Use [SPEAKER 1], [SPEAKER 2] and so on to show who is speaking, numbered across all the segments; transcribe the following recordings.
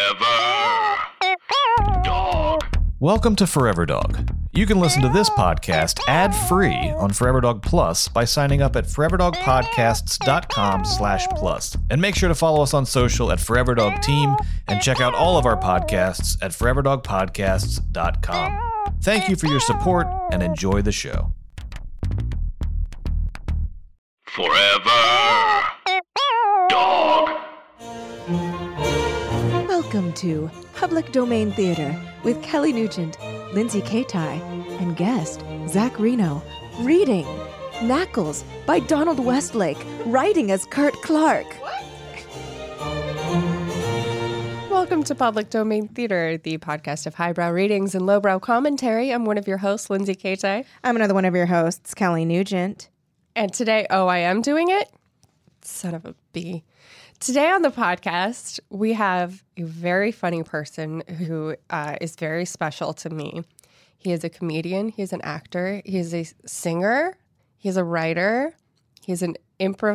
[SPEAKER 1] Forever. Dog.
[SPEAKER 2] Welcome to Forever Dog. You can listen to this podcast ad-free on Forever Dog Plus by signing up at foreverdogpodcasts.com slash plus. And make sure to follow us on social at Forever Dog Team and check out all of our podcasts at foreverdogpodcasts.com. Thank you for your support and enjoy the show.
[SPEAKER 1] Forever. Dog.
[SPEAKER 3] Welcome to Public Domain Theater with Kelly Nugent, Lindsay Katai, and guest Zach Reno. Reading Knuckles by Donald Westlake, writing as Kurt Clark.
[SPEAKER 4] Welcome to Public Domain Theater, the podcast of highbrow readings and lowbrow commentary. I'm one of your hosts, Lindsay Kate.
[SPEAKER 3] I'm another one of your hosts, Kelly Nugent.
[SPEAKER 4] And today, oh, I am doing it? Son of a bee. Today on the podcast, we have a very funny person who uh, is very special to me. He is a comedian, he is an actor, he is a singer, he is a writer, he is an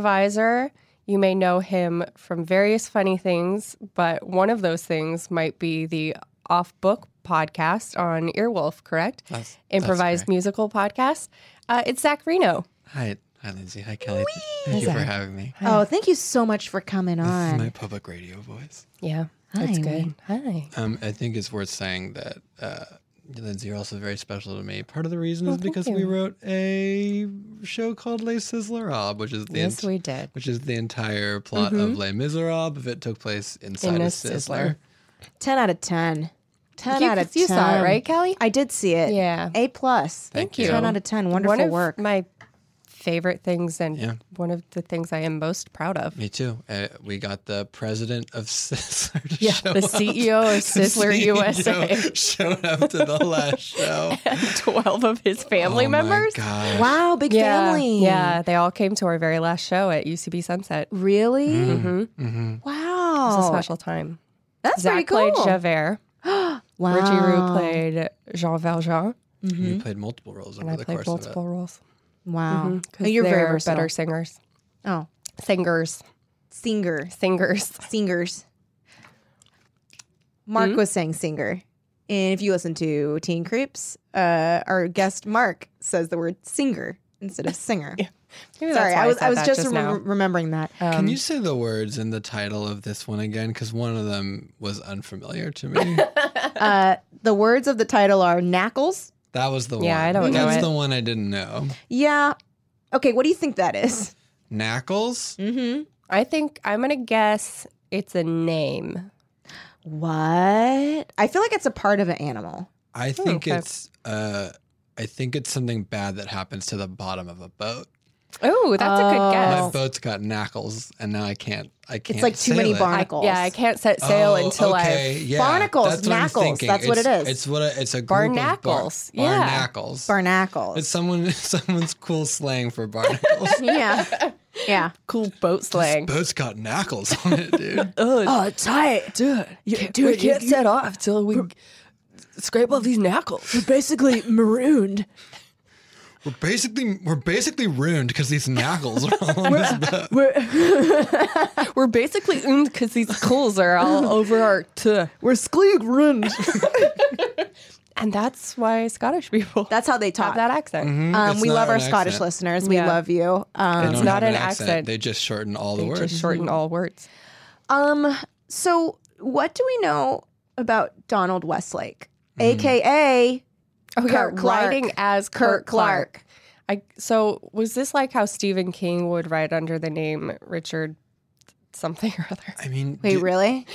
[SPEAKER 4] improviser. You may know him from various funny things, but one of those things might be the off book podcast on Earwolf, correct?
[SPEAKER 5] That's- that's
[SPEAKER 4] Improvised
[SPEAKER 5] correct.
[SPEAKER 4] musical podcast. Uh, it's Zach Reno.
[SPEAKER 5] Hi, hi, Lindsay. Hi, Kelly. Thank you for having me.
[SPEAKER 3] Oh, thank you so much for coming
[SPEAKER 5] This is my
[SPEAKER 3] on.
[SPEAKER 5] public radio voice.
[SPEAKER 4] Yeah, that's good. Hi.
[SPEAKER 5] Um, I think it's worth saying that uh, Lindsay, you're also very special to me. Part of the reason
[SPEAKER 4] Oh,
[SPEAKER 5] is because we wrote a show called Les Sizzlerab, which is the
[SPEAKER 4] Yes,
[SPEAKER 5] ent-
[SPEAKER 4] we did. Mm-hmm.
[SPEAKER 5] which is the entire plot of Les Miserables. If it took place inside
[SPEAKER 4] In
[SPEAKER 5] a
[SPEAKER 4] a
[SPEAKER 5] sizzler.
[SPEAKER 3] 10 out of 10. 10
[SPEAKER 4] You-
[SPEAKER 3] out of 10.
[SPEAKER 4] you saw it, right, Kelly?
[SPEAKER 3] I did see it.
[SPEAKER 4] Yeah.
[SPEAKER 3] A plus.
[SPEAKER 5] Thank you.
[SPEAKER 3] 10 out of 10. Wonderful
[SPEAKER 4] one of
[SPEAKER 3] work.
[SPEAKER 4] my favorite things and
[SPEAKER 5] Yeah.
[SPEAKER 4] one of the things I am most proud of.
[SPEAKER 5] Me too. Uh, we got the president of Sizzler to
[SPEAKER 4] Yeah,
[SPEAKER 5] show
[SPEAKER 4] the
[SPEAKER 5] up.
[SPEAKER 4] CEO of Sizzler
[SPEAKER 5] CEO
[SPEAKER 4] USA.
[SPEAKER 5] showed up to the last show.
[SPEAKER 4] 12 of his family
[SPEAKER 5] oh
[SPEAKER 4] members.
[SPEAKER 5] My gosh.
[SPEAKER 3] wow, big
[SPEAKER 4] Yeah,
[SPEAKER 3] family.
[SPEAKER 4] yeah, they all came to our very last show at UCB Sunset. It
[SPEAKER 3] Really?
[SPEAKER 4] Mm-hmm.
[SPEAKER 3] Wow.
[SPEAKER 4] was a special time.
[SPEAKER 3] That's
[SPEAKER 4] Zach
[SPEAKER 3] very cool.
[SPEAKER 4] played Javert.
[SPEAKER 3] wow.
[SPEAKER 4] Reggie Roux played Jean Valjean.
[SPEAKER 5] You played multiple roles over
[SPEAKER 4] Mm-hmm. I
[SPEAKER 5] the
[SPEAKER 4] played
[SPEAKER 5] course
[SPEAKER 4] multiple
[SPEAKER 5] of
[SPEAKER 4] roles.
[SPEAKER 3] Wow.
[SPEAKER 4] because
[SPEAKER 3] Oh, you're
[SPEAKER 4] they're
[SPEAKER 3] very versatile.
[SPEAKER 4] better singers.
[SPEAKER 3] Oh,
[SPEAKER 4] Singers.
[SPEAKER 3] singer,
[SPEAKER 4] Singers.
[SPEAKER 3] singers. Mark was saying singer, and if you listen to Teen Creeps, uh, our guest Mark says the word singer instead of singer. Sorry,
[SPEAKER 4] Maybe that's why
[SPEAKER 3] I was
[SPEAKER 4] said
[SPEAKER 3] I, was
[SPEAKER 4] that
[SPEAKER 3] just,
[SPEAKER 4] just
[SPEAKER 3] re-
[SPEAKER 4] now.
[SPEAKER 3] remembering that.
[SPEAKER 5] it. Can you say the words in the title of this one again? Because one of them was unfamiliar to me.
[SPEAKER 3] Uh, the words of the title are knackles.
[SPEAKER 5] that was the one.
[SPEAKER 4] Yeah, I don't know
[SPEAKER 5] That's
[SPEAKER 4] it.
[SPEAKER 5] the one I didn't know.
[SPEAKER 3] Yeah. Okay, what do you think that is?
[SPEAKER 5] Knackles?
[SPEAKER 3] Mm-hmm.
[SPEAKER 4] I think I'm going to guess it's a name.
[SPEAKER 3] What? I feel like it's a part of an animal.
[SPEAKER 5] I think
[SPEAKER 4] okay.
[SPEAKER 5] it's uh I think it's something bad that happens to the bottom of a boat.
[SPEAKER 4] Oh, that's a
[SPEAKER 3] Oh.
[SPEAKER 4] good
[SPEAKER 5] My
[SPEAKER 4] guess.
[SPEAKER 5] boat's got knackles and now I can't I can't
[SPEAKER 3] like too many
[SPEAKER 5] sail it.
[SPEAKER 3] barn-
[SPEAKER 4] I,
[SPEAKER 3] Barnacles.
[SPEAKER 4] yeah, I can't set sail
[SPEAKER 5] Oh,
[SPEAKER 4] until
[SPEAKER 5] okay,
[SPEAKER 4] I've
[SPEAKER 5] yeah,
[SPEAKER 3] Barnacles,
[SPEAKER 5] that's what I'm
[SPEAKER 3] knackles,
[SPEAKER 5] thinking.
[SPEAKER 3] that's what it
[SPEAKER 5] It's-
[SPEAKER 3] is.
[SPEAKER 5] It's what a, it's a group
[SPEAKER 4] Barnacles,
[SPEAKER 5] Of bar-
[SPEAKER 4] yeah.
[SPEAKER 5] Barnacles.
[SPEAKER 3] Barnacles.
[SPEAKER 5] It's someone someone's cool slang for barnacles.
[SPEAKER 3] yeah. Yeah.
[SPEAKER 4] cool boat slang.
[SPEAKER 5] Boat's got knackles on it, dude.
[SPEAKER 3] Oh, tight.
[SPEAKER 4] Dude,
[SPEAKER 3] You- dude,
[SPEAKER 4] we can't
[SPEAKER 3] you-
[SPEAKER 4] set off till we scrape off these knuckles.
[SPEAKER 3] Basically marooned.
[SPEAKER 5] we're basically we're basically ruined because these knackles are on this boat.
[SPEAKER 4] We're basically because these coals are all over our tuh.
[SPEAKER 3] We're skleek ruined.
[SPEAKER 4] And that's why Scottish people
[SPEAKER 3] That's how they
[SPEAKER 4] have
[SPEAKER 3] talk.
[SPEAKER 4] that accent.
[SPEAKER 3] Um,
[SPEAKER 5] It's
[SPEAKER 3] we
[SPEAKER 5] not
[SPEAKER 3] love our
[SPEAKER 5] an
[SPEAKER 3] Scottish
[SPEAKER 5] accent.
[SPEAKER 3] listeners. We
[SPEAKER 4] Yeah.
[SPEAKER 3] love you.
[SPEAKER 5] They
[SPEAKER 3] Um,
[SPEAKER 5] don't
[SPEAKER 4] It's not
[SPEAKER 5] have
[SPEAKER 4] an accent.
[SPEAKER 5] They just shorten all the
[SPEAKER 4] They
[SPEAKER 5] words.
[SPEAKER 4] just shorten all words.
[SPEAKER 3] um, so, what do we know about Donald Westlake,
[SPEAKER 5] Mm.
[SPEAKER 3] aka
[SPEAKER 4] Oh,
[SPEAKER 3] Kurt
[SPEAKER 4] yeah,
[SPEAKER 3] Clark.
[SPEAKER 4] writing as Kurt,
[SPEAKER 3] Kurt
[SPEAKER 4] Clark.
[SPEAKER 3] Clark?
[SPEAKER 4] I so was this like how Stephen King would write under the name Richard something or other?
[SPEAKER 5] I mean,
[SPEAKER 3] Wait,
[SPEAKER 5] do-
[SPEAKER 3] really?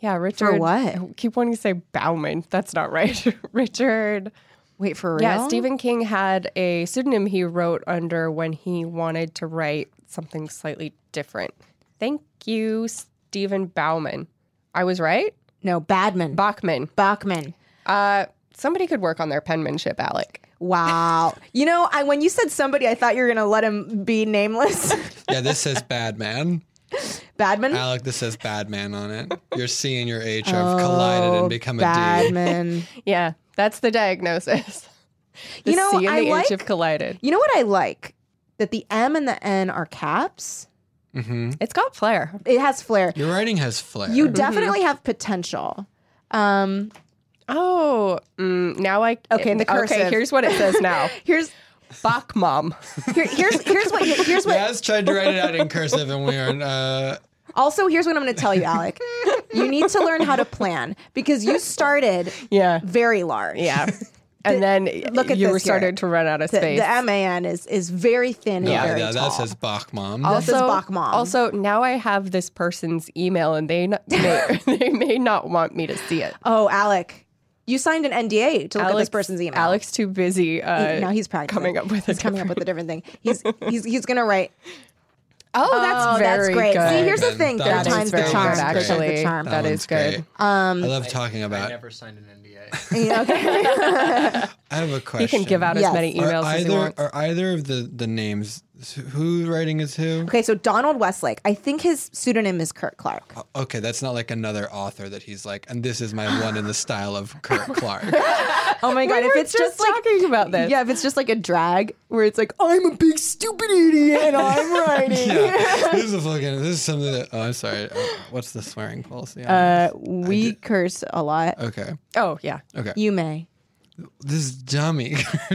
[SPEAKER 4] Yeah, Richard.
[SPEAKER 3] what?
[SPEAKER 4] I keep wanting to say Bauman. That's not right. Richard.
[SPEAKER 3] Wait for real?
[SPEAKER 4] Yeah, Stephen King had a pseudonym he wrote under when he wanted to write something slightly different. Thank you, Stephen Bauman. I was right?
[SPEAKER 3] No, Badman.
[SPEAKER 4] Bachman.
[SPEAKER 3] Bachman.
[SPEAKER 4] Uh, somebody could work on their penmanship, Alec.
[SPEAKER 3] Wow. you know, I when you said somebody, I thought you were gonna let him be nameless.
[SPEAKER 5] yeah, this says bad man.
[SPEAKER 3] Badman.
[SPEAKER 5] Alec, this says bad man on it. Your C and your H
[SPEAKER 4] Oh,
[SPEAKER 5] have collided and become a D.
[SPEAKER 3] Oh, Badman.
[SPEAKER 4] Yeah, that's the diagnosis. The
[SPEAKER 3] You know,
[SPEAKER 4] C and
[SPEAKER 3] I
[SPEAKER 4] the H
[SPEAKER 3] like-
[SPEAKER 4] have collided.
[SPEAKER 3] you know what I like? That the M and the N are caps.
[SPEAKER 4] It's got flair.
[SPEAKER 3] It has flair.
[SPEAKER 5] Mm-hmm. Your writing has flair.
[SPEAKER 3] You definitely have potential. Um,
[SPEAKER 4] Oh, mm, now I
[SPEAKER 3] Okay, the
[SPEAKER 4] Okay,
[SPEAKER 3] cursive.
[SPEAKER 4] here's what it says now.
[SPEAKER 3] here's
[SPEAKER 4] Bach mom.
[SPEAKER 3] here, here's here's what here's what.
[SPEAKER 5] Yaz tried to write it out in cursive, and we are. Uh,
[SPEAKER 3] Also, here's what I'm going to tell you, Alec. you need to learn how to plan because you started
[SPEAKER 4] Yeah,
[SPEAKER 3] very large.
[SPEAKER 4] yeah. And then
[SPEAKER 3] look at
[SPEAKER 4] you
[SPEAKER 3] this here.
[SPEAKER 4] were started to run out of
[SPEAKER 3] The,
[SPEAKER 4] space.
[SPEAKER 3] the man is is very thin.
[SPEAKER 5] yeah,
[SPEAKER 3] and very
[SPEAKER 5] yeah,
[SPEAKER 3] tall.
[SPEAKER 5] that says Bach mom.
[SPEAKER 3] That says Bach mom.
[SPEAKER 4] Also, now I have this person's email, and they not, may, they may not want me to see it.
[SPEAKER 3] Oh, Alec, you signed an NDA to look at this
[SPEAKER 4] Alex-
[SPEAKER 3] person's email.
[SPEAKER 4] Alec's too busy. Uh,
[SPEAKER 3] He- now he's practicing.
[SPEAKER 4] coming up with a
[SPEAKER 3] he's coming up with a different thing. He's he's he's gonna write.
[SPEAKER 4] oh, that's
[SPEAKER 3] Oh, that's
[SPEAKER 4] very
[SPEAKER 3] great.
[SPEAKER 4] Good.
[SPEAKER 3] See, here's the
[SPEAKER 5] Then
[SPEAKER 3] thing.
[SPEAKER 5] that
[SPEAKER 3] Third
[SPEAKER 5] is
[SPEAKER 3] time's the
[SPEAKER 5] very
[SPEAKER 3] charm.
[SPEAKER 5] good,
[SPEAKER 3] Third time's
[SPEAKER 4] actually.
[SPEAKER 3] the charm.
[SPEAKER 4] That is good.
[SPEAKER 5] Um, I love talking
[SPEAKER 6] I
[SPEAKER 5] about.
[SPEAKER 6] never signed an NDA.
[SPEAKER 3] okay.
[SPEAKER 5] I have a
[SPEAKER 4] He
[SPEAKER 5] question.
[SPEAKER 4] can give out
[SPEAKER 3] Yes.
[SPEAKER 4] as many
[SPEAKER 5] Are
[SPEAKER 4] emails as he
[SPEAKER 5] either
[SPEAKER 4] wants.
[SPEAKER 5] are either of the the names who writing is who?
[SPEAKER 3] okay, so Donald Westlake. I think his pseudonym is Kurt Clark.
[SPEAKER 5] Okay, that's not like another author that he's like, and this is my one in the style of Kurt Clark.
[SPEAKER 3] Oh my god! if
[SPEAKER 4] were
[SPEAKER 3] it's
[SPEAKER 4] just
[SPEAKER 3] just, like
[SPEAKER 4] talking about this.
[SPEAKER 3] yeah, if it's just like a drag where it's like oh, I'm a big stupid idiot and I'm writing.
[SPEAKER 5] yeah, this is a fucking. This is something that. Oh, I'm sorry. Uh, What's the swearing policy? on
[SPEAKER 3] Uh, we curse a lot.
[SPEAKER 5] this? okay,
[SPEAKER 4] Oh, yeah.
[SPEAKER 5] okay.
[SPEAKER 3] You may.
[SPEAKER 5] this dummy.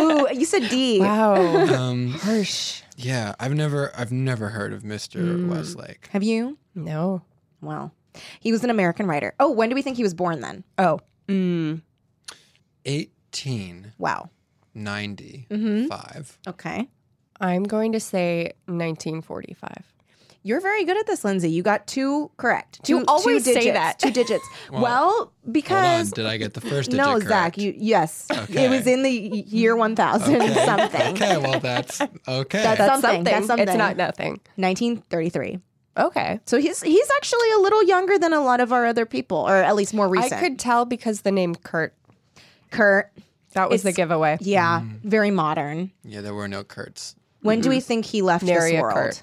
[SPEAKER 3] Ooh, you said D.
[SPEAKER 4] Wow.
[SPEAKER 5] um,
[SPEAKER 4] Harsh.
[SPEAKER 5] yeah, I've never, I've never heard of Mister
[SPEAKER 3] Hmm.
[SPEAKER 5] Westlake.
[SPEAKER 3] Have you?
[SPEAKER 4] No.
[SPEAKER 3] Well, he was an American writer. Oh, when do we think he was born then?
[SPEAKER 4] Oh.
[SPEAKER 3] Mm.
[SPEAKER 5] 1895.
[SPEAKER 3] Wow. Mm-hmm. Okay.
[SPEAKER 4] I'm going to say 1945.
[SPEAKER 3] You're very good at this, Lindsay. You got two correct.
[SPEAKER 4] You
[SPEAKER 3] Two,
[SPEAKER 4] always
[SPEAKER 3] two
[SPEAKER 4] say
[SPEAKER 3] digits,
[SPEAKER 4] that.
[SPEAKER 3] Two digits. well,
[SPEAKER 5] Hold on,
[SPEAKER 3] because
[SPEAKER 5] did I get the first digit
[SPEAKER 3] no,
[SPEAKER 5] correct?
[SPEAKER 3] Zach. You yes,
[SPEAKER 5] Okay.
[SPEAKER 3] it was in the y- year 1000
[SPEAKER 5] Okay.
[SPEAKER 3] something.
[SPEAKER 5] Okay, well that's okay.
[SPEAKER 3] That's
[SPEAKER 4] That's
[SPEAKER 3] something. That's something.
[SPEAKER 4] It's not nothing.
[SPEAKER 3] 1933.
[SPEAKER 4] Okay.
[SPEAKER 3] So he's he's actually a little younger than a lot of our other people, or at least more recent.
[SPEAKER 4] I could tell because the name Kurt.
[SPEAKER 3] Kurt.
[SPEAKER 4] That was the
[SPEAKER 3] It's-
[SPEAKER 4] giveaway.
[SPEAKER 3] Yeah,
[SPEAKER 5] Mm.
[SPEAKER 3] very modern.
[SPEAKER 5] yeah, there were no Kurtz.
[SPEAKER 3] When do we think he left
[SPEAKER 4] Mm-hmm. Nary
[SPEAKER 3] this
[SPEAKER 4] a
[SPEAKER 3] world?
[SPEAKER 4] Kurt.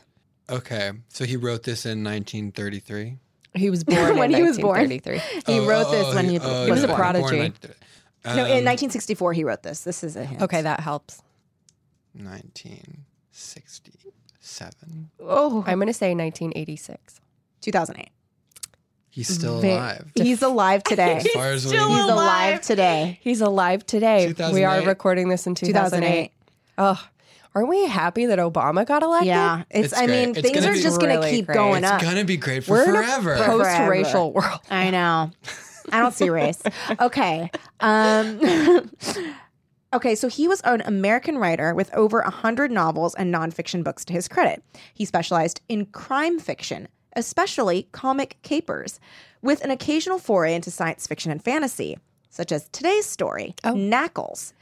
[SPEAKER 5] Okay, so he wrote this in 1933.
[SPEAKER 4] He was born
[SPEAKER 3] When
[SPEAKER 4] in
[SPEAKER 3] he was born.
[SPEAKER 4] 1933.
[SPEAKER 3] He
[SPEAKER 5] Oh,
[SPEAKER 3] wrote
[SPEAKER 5] oh,
[SPEAKER 3] this
[SPEAKER 5] oh,
[SPEAKER 3] when he
[SPEAKER 5] oh,
[SPEAKER 3] was
[SPEAKER 5] no,
[SPEAKER 4] a
[SPEAKER 3] born.
[SPEAKER 4] prodigy.
[SPEAKER 5] born um,
[SPEAKER 3] No, in
[SPEAKER 5] in 19-
[SPEAKER 3] 1964 he wrote this. This is a hint.
[SPEAKER 4] Okay, that helps.
[SPEAKER 5] 1967.
[SPEAKER 3] Oh,
[SPEAKER 4] I'm going to say 1986.
[SPEAKER 3] 2008.
[SPEAKER 5] He's still
[SPEAKER 3] Ve-
[SPEAKER 5] alive.
[SPEAKER 3] He's alive today.
[SPEAKER 5] As far as we
[SPEAKER 3] He's
[SPEAKER 5] know.
[SPEAKER 3] alive today.
[SPEAKER 4] He's alive today. We are
[SPEAKER 5] 2008?
[SPEAKER 4] recording this in
[SPEAKER 3] 2008.
[SPEAKER 4] 2008. Oh, aren't we happy that Obama got elected?
[SPEAKER 3] Yeah, it's.
[SPEAKER 5] It's
[SPEAKER 3] I
[SPEAKER 5] great.
[SPEAKER 3] mean,
[SPEAKER 5] It's
[SPEAKER 3] things
[SPEAKER 5] gonna
[SPEAKER 3] are
[SPEAKER 5] be-
[SPEAKER 3] just going to
[SPEAKER 4] Really
[SPEAKER 3] keep
[SPEAKER 4] great.
[SPEAKER 3] going
[SPEAKER 4] It's
[SPEAKER 3] up.
[SPEAKER 5] Gonna be great for
[SPEAKER 4] We're in a
[SPEAKER 5] forever.
[SPEAKER 4] post-racial world.
[SPEAKER 3] I know. I don't see race. Okay. Um, okay. So he was an American writer with over hundred novels and nonfiction books to his credit. He specialized in crime fiction, especially comic capers, with an occasional foray into science fiction and fantasy, such as today's story,
[SPEAKER 4] Oh.
[SPEAKER 3] Knackles,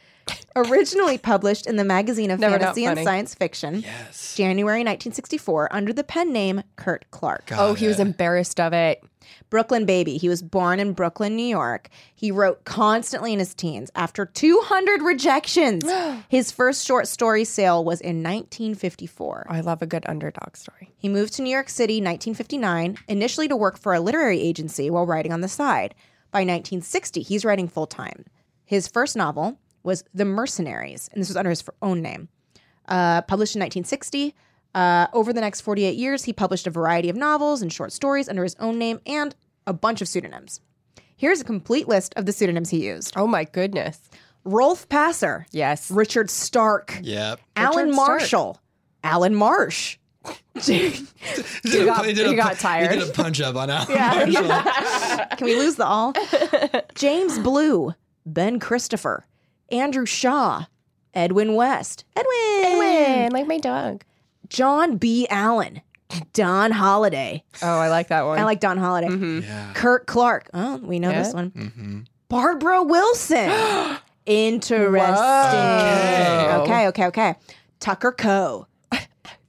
[SPEAKER 3] originally published in the magazine of
[SPEAKER 4] Never not
[SPEAKER 3] fantasy and
[SPEAKER 4] funny.
[SPEAKER 3] science fiction.
[SPEAKER 5] yes.
[SPEAKER 3] January 1964 under the pen name Kurt Clark.
[SPEAKER 5] Got
[SPEAKER 4] Oh, he was
[SPEAKER 5] it.
[SPEAKER 4] embarrassed of it.
[SPEAKER 3] Brooklyn baby. He was born in Brooklyn, New York. He wrote constantly in his teens. After 200 rejections, his first short story sale was in 1954.
[SPEAKER 4] I love a good underdog story.
[SPEAKER 3] He moved to New York City 1959, initially to work for a literary agency while writing on the side. By 1960, he's writing full time. His first novel was The Mercenaries, and this was under his f- own name. Uh, published in 1960, uh, over the next 48 years, he published a variety of novels and short stories under his own name and a bunch of pseudonyms. Here's a complete list of the pseudonyms he used
[SPEAKER 4] Oh, my goodness.
[SPEAKER 3] Rolf Passer,
[SPEAKER 4] Yes.
[SPEAKER 3] Richard Stark,
[SPEAKER 5] Yep.
[SPEAKER 3] Alan
[SPEAKER 4] Stark.
[SPEAKER 3] Marshall, Alan Marsh.
[SPEAKER 5] He
[SPEAKER 4] got- he got tired.
[SPEAKER 5] He did a punch up on Alan.
[SPEAKER 3] Can we lose the all? James Blue, Ben Christopher, Andrew Shaw, Edwin West, Edwin,
[SPEAKER 4] Edwin, like my dog.
[SPEAKER 3] John B. Allen, Don Holliday.
[SPEAKER 4] Oh, I like that one.
[SPEAKER 3] I like Don Holliday.
[SPEAKER 5] Yeah.
[SPEAKER 3] Kurt Clark. Oh, we know
[SPEAKER 4] Mm-hmm. Yeah.
[SPEAKER 3] this one.
[SPEAKER 5] Mm-hmm.
[SPEAKER 3] Barbara Wilson. Interesting.
[SPEAKER 5] Whoa.
[SPEAKER 3] Okay, okay, okay. Tucker Coe,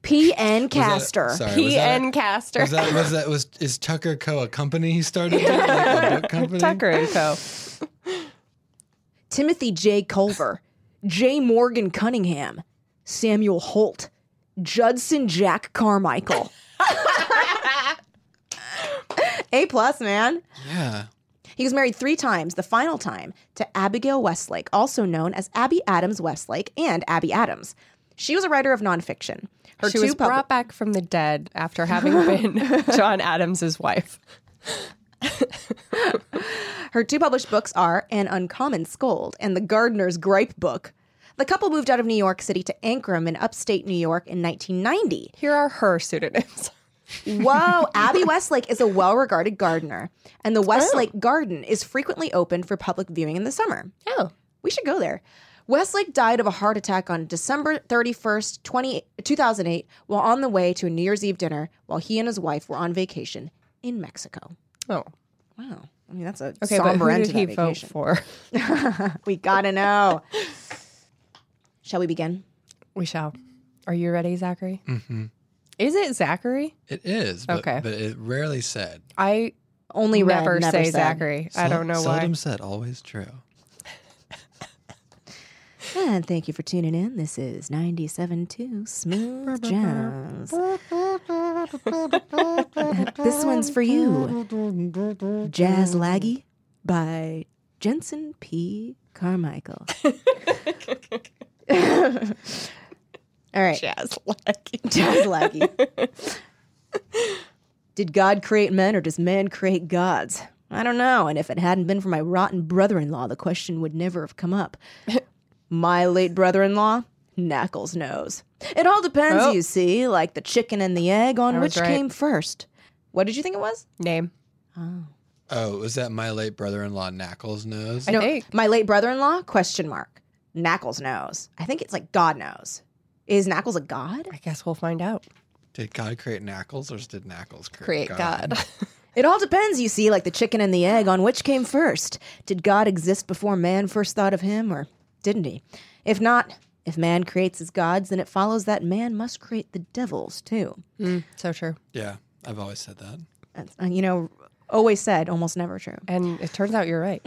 [SPEAKER 3] P.N.
[SPEAKER 5] Was that-
[SPEAKER 3] Caster.
[SPEAKER 5] sorry, was that-
[SPEAKER 4] PN Caster.
[SPEAKER 5] Was that was that was is Tucker Co a company he started? Like a book company?
[SPEAKER 4] Tucker and Co.
[SPEAKER 3] Timothy J. Culver, J. Morgan Cunningham, Samuel Holt, Judson Jack Carmichael. A plus, man.
[SPEAKER 5] Yeah.
[SPEAKER 3] He was married three times, the final time to Abigail Westlake, also known as Abby Adams Westlake and Abby Adams. She was a writer of nonfiction. Her
[SPEAKER 4] she
[SPEAKER 3] two
[SPEAKER 4] was
[SPEAKER 3] pub-
[SPEAKER 4] brought back from the dead after having been John Adams' wife.
[SPEAKER 3] Her two published books are An Uncommon Scold and The Gardener's Gripe Book. The couple moved out of New York City to Ankrum in upstate New York in 1990.
[SPEAKER 4] Here are her pseudonyms.
[SPEAKER 3] Whoa, Abby Westlake is a well regarded gardener, and the Westlake Garden is frequently open for public viewing in the summer.
[SPEAKER 4] Oh.
[SPEAKER 3] We should go there. Westlake died of a heart attack on December 31st, 20, 2008, while on the way to a New Year's Eve dinner while he and his wife were on vacation in Mexico.
[SPEAKER 4] Oh.
[SPEAKER 3] Wow. I mean, that's a
[SPEAKER 4] Okay, but
[SPEAKER 3] somber
[SPEAKER 4] who
[SPEAKER 3] end
[SPEAKER 4] did
[SPEAKER 3] to
[SPEAKER 4] he
[SPEAKER 3] that
[SPEAKER 4] vote
[SPEAKER 3] vacation.
[SPEAKER 4] for?
[SPEAKER 3] We gotta know. Shall we begin?
[SPEAKER 4] We shall. Are you ready, Zachary? Mm-hmm. Is it Zachary?
[SPEAKER 5] It is, but,
[SPEAKER 4] Okay.
[SPEAKER 5] but it rarely said.
[SPEAKER 4] I
[SPEAKER 3] Only read,
[SPEAKER 4] never,
[SPEAKER 3] never
[SPEAKER 4] say
[SPEAKER 3] said.
[SPEAKER 4] Zachary. I
[SPEAKER 5] Sel-
[SPEAKER 4] don't know why.
[SPEAKER 5] seldom said, always true.
[SPEAKER 3] And thank you for tuning in. This is 97.2 Smooth Jazz. this one's for you. Jazz Laggy by Jensen P. Carmichael. All right.
[SPEAKER 4] Jazz lucky.
[SPEAKER 3] Jazz laggy. Did God create men or does man create gods? I don't know. And if it hadn't been for my rotten brother in law, the question would never have come up. my late brother in law? Knackles knows. It all depends,
[SPEAKER 4] Oh.
[SPEAKER 3] you see, like the chicken and the egg on
[SPEAKER 4] That was
[SPEAKER 3] which
[SPEAKER 4] right.
[SPEAKER 3] came first. What did you think it was?
[SPEAKER 4] Name.
[SPEAKER 5] Oh, was that my late brother-in-law Knackles knows?
[SPEAKER 4] I think.
[SPEAKER 3] My late brother in law? Question mark. Knackles knows. I think it's like God knows. Is Knackles a god?
[SPEAKER 4] I guess we'll find out.
[SPEAKER 5] Did God create Knackles, or did Knackles create,
[SPEAKER 4] Create God.
[SPEAKER 3] It all depends, you see, like the chicken and the egg, on which came first. Did God exist before man first thought of him, or didn't he? If not, if man creates his gods, then it follows that man must create the devils, too.
[SPEAKER 4] so true.
[SPEAKER 5] Yeah, I've always said that.
[SPEAKER 3] That's, uh, you know, always said, almost never true.
[SPEAKER 4] And it turns out you're right.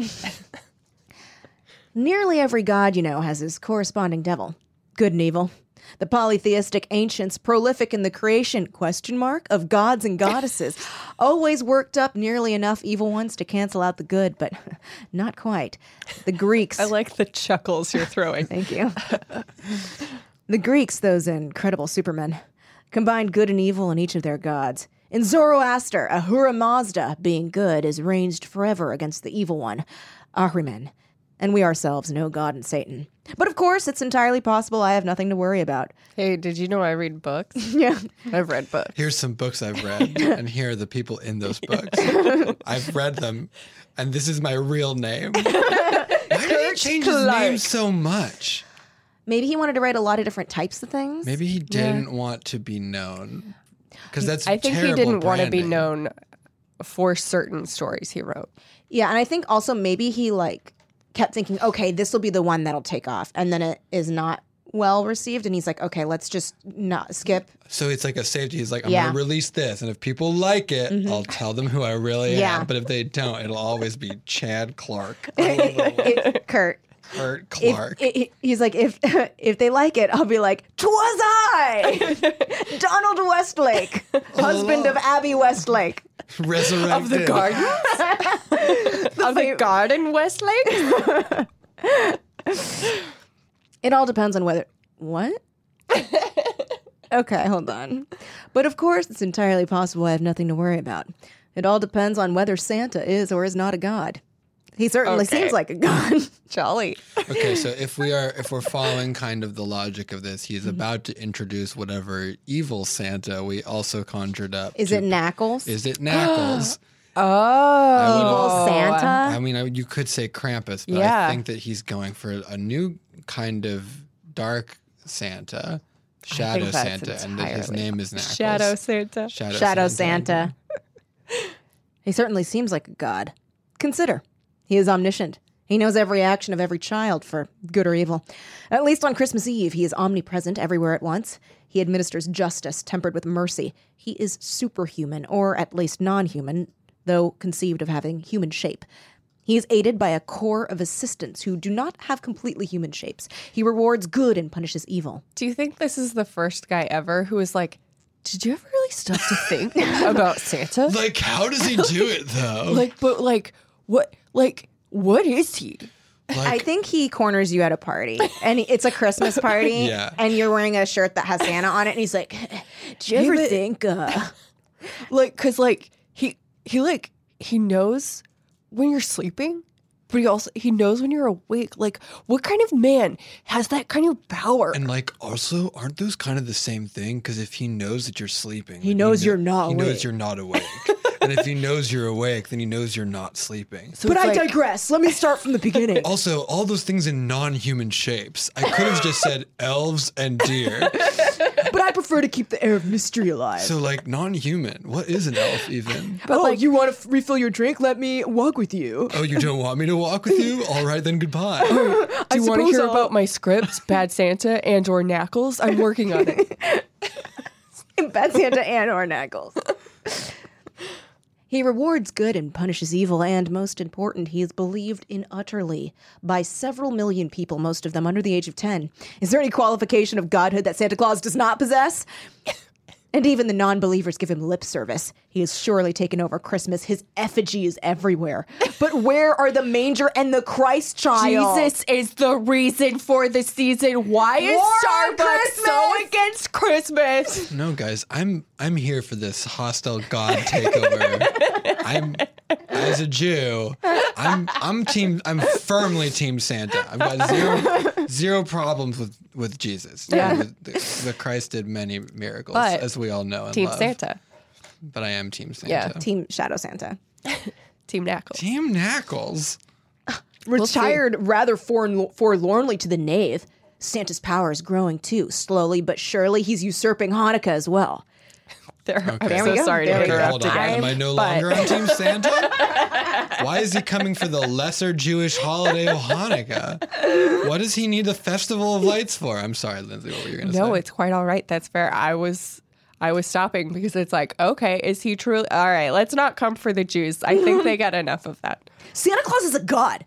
[SPEAKER 3] Nearly every god you know has his corresponding devil. Good and evil. The polytheistic ancients, prolific in the creation question mark of gods and goddesses, always worked up nearly enough evil ones to cancel out the good, but not quite. The Greeks
[SPEAKER 4] I like the chuckles you're throwing.
[SPEAKER 3] Thank you. the Greeks, those incredible supermen, combined good and evil in each of their gods. In Zoroaster, Ahura Mazda, being good, is ranged forever against the evil one, Ahriman, and we ourselves know God and Satan. But of course, it's entirely possible I have nothing to worry about.
[SPEAKER 4] Hey, did you know I read books?
[SPEAKER 3] Yeah.
[SPEAKER 4] I've read books.
[SPEAKER 5] Here's some books I've read, and here are the people in those books. I've read them, and this is my real name. Why did he change his name so much?
[SPEAKER 3] Maybe he wanted to write a lot of different types of things.
[SPEAKER 5] Maybe he didn't want to be known, because that's
[SPEAKER 4] I think he
[SPEAKER 5] terrible
[SPEAKER 4] didn't want to be
[SPEAKER 5] branding.
[SPEAKER 4] known for certain stories he wrote.
[SPEAKER 3] Yeah, and I think also maybe he like kept thinking, okay, this will be the one that'll take off, and then it is not well received, and he's like, okay, let's just not skip.
[SPEAKER 5] So it's like a safety. He's like, I'm
[SPEAKER 3] Yeah.
[SPEAKER 5] gonna release this, and if people like it,
[SPEAKER 4] Mm-hmm.
[SPEAKER 5] I'll tell them who I really
[SPEAKER 3] Yeah.
[SPEAKER 5] am. But if they don't, it'll always be Chad Clark, Oh,
[SPEAKER 3] It- Kurt.
[SPEAKER 5] Kurt
[SPEAKER 3] If,
[SPEAKER 5] Clark.
[SPEAKER 3] i- i- he's like, if if they like it, I'll be like, twas I, Donald Westlake, husband of Abby Westlake.
[SPEAKER 5] resurrected
[SPEAKER 4] Of the garden? of the garden, Westlake?
[SPEAKER 3] It all depends on whether what. okay, hold on. But of course, it's entirely possible I have nothing to worry about. It all depends on whether Santa is or is not a god. He certainly
[SPEAKER 4] Okay.
[SPEAKER 3] seems like a god.
[SPEAKER 4] Jolly.
[SPEAKER 5] Okay, so if we are if we're following kind of the logic of this,
[SPEAKER 3] Mm-hmm.
[SPEAKER 5] he's about to introduce whatever evil Santa we also conjured up.
[SPEAKER 3] Is
[SPEAKER 5] to-
[SPEAKER 3] it Knackles?
[SPEAKER 5] Is it Knackles?
[SPEAKER 4] Oh.
[SPEAKER 3] Evil Santa?
[SPEAKER 5] I mean, I, you could say Krampus, but
[SPEAKER 4] Yeah.
[SPEAKER 5] I think that he's going for a new kind of dark Santa, Shadow
[SPEAKER 4] that's
[SPEAKER 5] Santa, and that his
[SPEAKER 4] entirely-
[SPEAKER 5] name is Knackles.
[SPEAKER 4] Shadow Santa.
[SPEAKER 5] Shadow,
[SPEAKER 3] Shadow Santa. he certainly seems like a god. Consider, he is omniscient. He knows every action of every child, for good or evil. At least on Christmas Eve, he is omnipresent everywhere at once. He administers justice tempered with mercy. He is superhuman, or at least non human, though conceived of having human shape. He is aided by a corps of assistants who do not have completely human shapes. He rewards good and punishes evil.
[SPEAKER 4] Do you think this is the first guy ever who was like, did you ever really stop to think about Santa? Like,
[SPEAKER 5] Like, how does he do it though?
[SPEAKER 4] but like, what, like, what is he?
[SPEAKER 5] Like,
[SPEAKER 3] I think he corners you at a party, and it's a Christmas party,
[SPEAKER 5] Yeah.
[SPEAKER 3] and you're wearing a shirt that has Santa on it, and he's like, "Do you ever
[SPEAKER 4] but-
[SPEAKER 3] think?" Uh,
[SPEAKER 4] like because like he he like he knows when you're sleeping but he also he knows when you're awake like what kind of man has that kind of power
[SPEAKER 5] and like, also, aren't those kind of the same thing? Because if he knows that you're sleeping,
[SPEAKER 3] He
[SPEAKER 5] like,
[SPEAKER 3] knows
[SPEAKER 5] kno-
[SPEAKER 3] you're not
[SPEAKER 5] He
[SPEAKER 3] awake.
[SPEAKER 5] knows you're not awake. and if he knows you're awake, then he knows you're not sleeping.
[SPEAKER 4] so it's like,
[SPEAKER 3] digress. Let me start from the beginning.
[SPEAKER 5] Also, all those things in non-human shapes. I could have just said elves and deer.
[SPEAKER 3] but I prefer to keep the air of mystery alive.
[SPEAKER 5] So, like, non-human. What is an elf even?
[SPEAKER 3] oh, you want to f- refill your drink? Let me walk with you.
[SPEAKER 5] Oh, you don't want me to walk with you? All right, then goodbye.
[SPEAKER 4] do you want to hear
[SPEAKER 3] I'll-
[SPEAKER 4] about my scripts bad santa and or knuckles i'm working on it
[SPEAKER 3] Bad Santa and or Knuckles. He rewards good and punishes evil, and most important, he is believed in utterly by several million people, most of them under the age of 10. Is there any qualification of godhood that Santa Claus does not possess? And even the non believers give him lip service. He has surely taken over Christmas. His effigy is everywhere. But where are the manger and the Christ child?
[SPEAKER 4] Jesus is the reason for the season. Why is
[SPEAKER 3] War on
[SPEAKER 4] Starbucks so
[SPEAKER 3] Christmas!
[SPEAKER 4] against Christmas?
[SPEAKER 5] no, guys, I'm I'm here for this hostile god takeover. I'm as a Jew, I'm I'm team I'm firmly team Santa. I've got zero zero problems with with Jesus.
[SPEAKER 4] Yeah.
[SPEAKER 5] With the, the Christ did many miracles,
[SPEAKER 4] But
[SPEAKER 5] as we all know and
[SPEAKER 4] Team
[SPEAKER 5] love.
[SPEAKER 4] Santa,
[SPEAKER 5] But I am team Santa.
[SPEAKER 4] Yeah.
[SPEAKER 3] Team Shadow Santa.
[SPEAKER 4] Team Knuckles.
[SPEAKER 5] Team Knuckles.
[SPEAKER 3] retired rather forlorn, forlornly to the nave. Santa's power is growing too, slowly but surely. He's usurping Hanukkah as well.
[SPEAKER 4] There, I'm
[SPEAKER 5] There
[SPEAKER 4] so
[SPEAKER 3] we go.
[SPEAKER 4] sorry
[SPEAKER 3] There
[SPEAKER 4] to
[SPEAKER 3] we go.
[SPEAKER 5] Okay,
[SPEAKER 4] interrupt
[SPEAKER 5] hold
[SPEAKER 4] you
[SPEAKER 5] on.
[SPEAKER 4] guys,
[SPEAKER 5] Am I no
[SPEAKER 4] but-
[SPEAKER 5] longer on Team Santa? Why is he coming for the lesser Jewish holiday of Hanukkah? What does he need a festival of lights for? I'm sorry, Lindsay, what were you going to say?
[SPEAKER 4] No, it's quite all right. That's fair. I was I was stopping because it's like, okay, is he truly all right, let's not come for the Jews. I think they got enough of that.
[SPEAKER 3] Santa Claus is a god.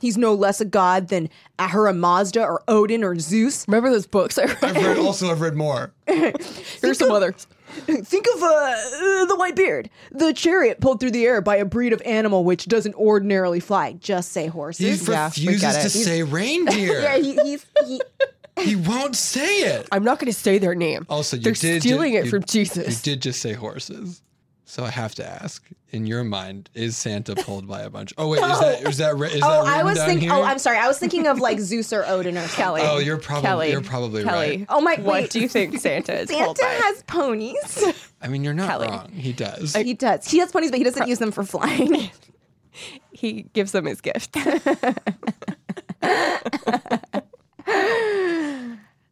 [SPEAKER 3] He's no less a god than Ahura Mazda or Odin or Zeus.
[SPEAKER 4] Remember those books I read?
[SPEAKER 5] I've read, also, I've read more.
[SPEAKER 4] Here's some others.
[SPEAKER 3] Think of uh, uh, the white beard, the chariot pulled through the air by a breed of animal which doesn't ordinarily fly. Just say
[SPEAKER 5] He
[SPEAKER 3] horses.
[SPEAKER 5] refuses
[SPEAKER 4] get
[SPEAKER 5] to
[SPEAKER 4] it. He's-
[SPEAKER 5] say reindeer.
[SPEAKER 3] yeah, he, he's, he,
[SPEAKER 5] He won't say it.
[SPEAKER 4] I'm not gonna say their name.
[SPEAKER 5] Also, you
[SPEAKER 4] They're
[SPEAKER 5] did ju-
[SPEAKER 4] stealing it
[SPEAKER 5] you-
[SPEAKER 4] from
[SPEAKER 5] You
[SPEAKER 4] Jesus.
[SPEAKER 5] did just say horses. So I have to ask, in your mind, is Santa pulled by a bunch? Oh, wait, is that, is that, ri- is
[SPEAKER 3] oh,
[SPEAKER 5] that written
[SPEAKER 3] I was
[SPEAKER 5] down
[SPEAKER 3] thinking.
[SPEAKER 5] here?
[SPEAKER 3] Oh, I'm sorry. I was thinking of like Zeus or Odin or Kelly.
[SPEAKER 5] Oh, you're probably,
[SPEAKER 4] Kelly.
[SPEAKER 5] you're probably
[SPEAKER 4] Kelly.
[SPEAKER 5] right.
[SPEAKER 3] Oh my-
[SPEAKER 4] What
[SPEAKER 3] wait.
[SPEAKER 4] do you think Santa is
[SPEAKER 3] Santa
[SPEAKER 4] called by?
[SPEAKER 3] has ponies.
[SPEAKER 5] I mean, you're not
[SPEAKER 4] Kelly.
[SPEAKER 5] wrong. He does.
[SPEAKER 3] He does. He has ponies, but he doesn't use them for flying.
[SPEAKER 4] he gives them his gift.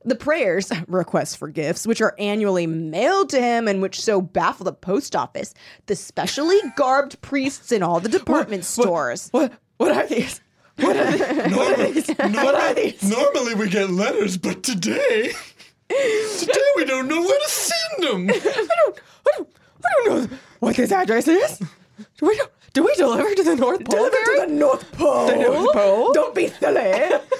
[SPEAKER 3] The prayers, requests for gifts, which are annually mailed to him and which so baffle the post office, the specially garbed priests in all the department stores.
[SPEAKER 4] what what are these?
[SPEAKER 5] Normally, normally, normally we get letters, but today, today we don't know where to send them.
[SPEAKER 4] I don't, I don't know what this address is. Do we, do we deliver to the North Pole? Barry?
[SPEAKER 3] the North Pole.
[SPEAKER 4] North Pole?
[SPEAKER 3] Don't be silly.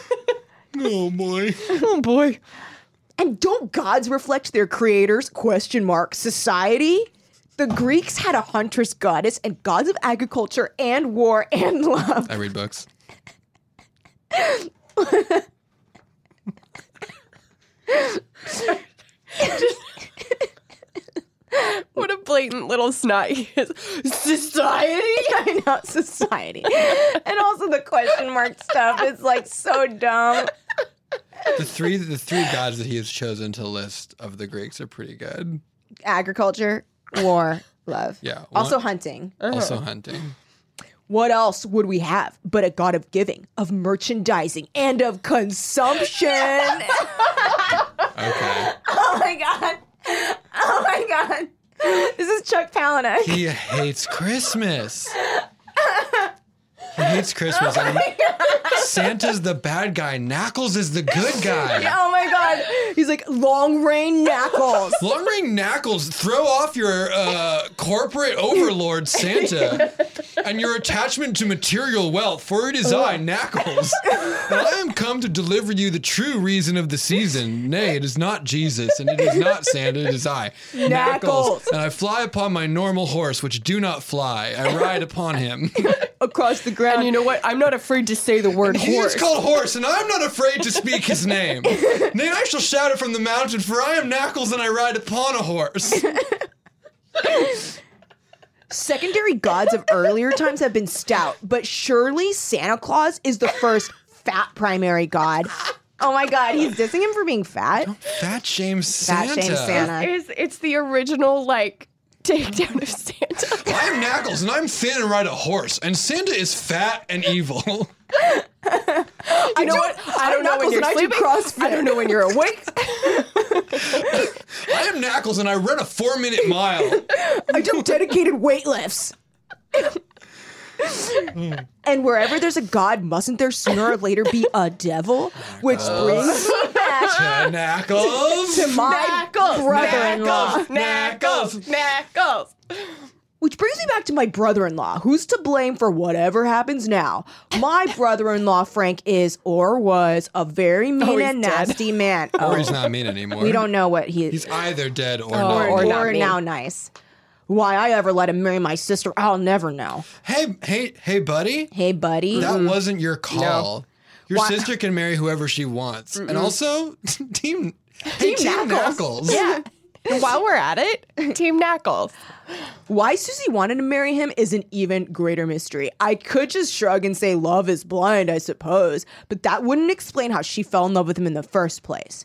[SPEAKER 5] Oh boy!
[SPEAKER 4] Oh boy.
[SPEAKER 3] and don't gods reflect their creators? Question mark. Society? The Greeks had a huntress goddess and gods of agriculture and war and love.
[SPEAKER 5] I read books.
[SPEAKER 4] What a blatant little snot he is. Society?
[SPEAKER 3] I know society. and also the question mark stuff is like so dumb.
[SPEAKER 5] The three, the three gods that he has chosen to list of the Greeks are pretty good.
[SPEAKER 3] Agriculture, war, love.
[SPEAKER 5] Yeah.
[SPEAKER 3] Also
[SPEAKER 5] One-
[SPEAKER 3] hunting.
[SPEAKER 5] Also hunting.
[SPEAKER 3] What else would we have but a god of giving, of merchandising, and of consumption? oh
[SPEAKER 5] Okay.
[SPEAKER 3] my god. Oh my god. This is Chuck Palahniuk.
[SPEAKER 5] He hates Christmas. He hates Christmas.
[SPEAKER 3] Oh
[SPEAKER 5] and Santa's the bad guy. Knuckles is the good guy.
[SPEAKER 3] Oh my god. He's like long rain knuckles.
[SPEAKER 5] Long ring knuckles, throw off your uh, corporate overlord Santa. and your attachment to material wealth, for it is I, Knuckles, that I am come to deliver you the true reason of the season. Nay, it is not Jesus, and it is not Santa, it is I, Knuckles. And I fly upon my normal horse, which do not fly. I ride upon him.
[SPEAKER 6] across the ground.
[SPEAKER 4] And you know what? I'm not afraid to say the word
[SPEAKER 5] He
[SPEAKER 4] horse.
[SPEAKER 5] is called Horse, and I'm not afraid to speak his name. Nay, I shall shout it from the mountain, for I am Knuckles, and I ride upon a horse.
[SPEAKER 3] Secondary gods of earlier times have been stout, but surely Santa Claus is the first fat primary god. Oh my god, he's dissing him for being fat.
[SPEAKER 5] Fat shame
[SPEAKER 3] Fat
[SPEAKER 5] Santa.
[SPEAKER 3] shame Santa.
[SPEAKER 4] It's, it's the original, like, takedown of Santa.
[SPEAKER 5] I'm Knuckles, and I'm thin and ride a horse, and Santa is fat and evil.
[SPEAKER 4] You know what? I don't know when
[SPEAKER 6] Knuckles
[SPEAKER 4] you're
[SPEAKER 6] and I do
[SPEAKER 4] sleeping. I don't know when you're awake.
[SPEAKER 5] I am Knuckles, and I run a four-minute mile.
[SPEAKER 3] I do dedicated weight lifts. and wherever there's a god, mustn't there sooner or later be a devil? Which brings me back
[SPEAKER 5] Uh, Knuckles.
[SPEAKER 3] to my brother-in-law.
[SPEAKER 4] Knuckles, Knuckles, Knuckles.
[SPEAKER 3] Which brings me back to my brother in law, who's to blame for whatever happens now. My brother in law, Frank, is or was a very mean
[SPEAKER 4] he's
[SPEAKER 3] and
[SPEAKER 4] dead.
[SPEAKER 3] nasty man.
[SPEAKER 5] Or
[SPEAKER 3] Oh,
[SPEAKER 5] he's not mean anymore.
[SPEAKER 3] we don't Oh. know what he
[SPEAKER 5] He's
[SPEAKER 3] is.
[SPEAKER 5] either dead or
[SPEAKER 3] Or,
[SPEAKER 5] not.
[SPEAKER 4] or not
[SPEAKER 3] or
[SPEAKER 4] mean.
[SPEAKER 3] now nice. Why I ever let him marry my sister, I'll never know.
[SPEAKER 5] Hey, hey, hey, buddy.
[SPEAKER 3] Hey, buddy.
[SPEAKER 5] That wasn't your call. Your
[SPEAKER 3] Why-
[SPEAKER 5] sister can marry whoever she wants. And also, team, hey, team Knuckles.
[SPEAKER 3] Yeah.
[SPEAKER 4] And while we're at it, Team Knuckles.
[SPEAKER 3] Why Susie wanted to marry him is an even greater mystery. I could just shrug and say love is blind, I suppose, but that wouldn't explain how she fell in love with him in the first place.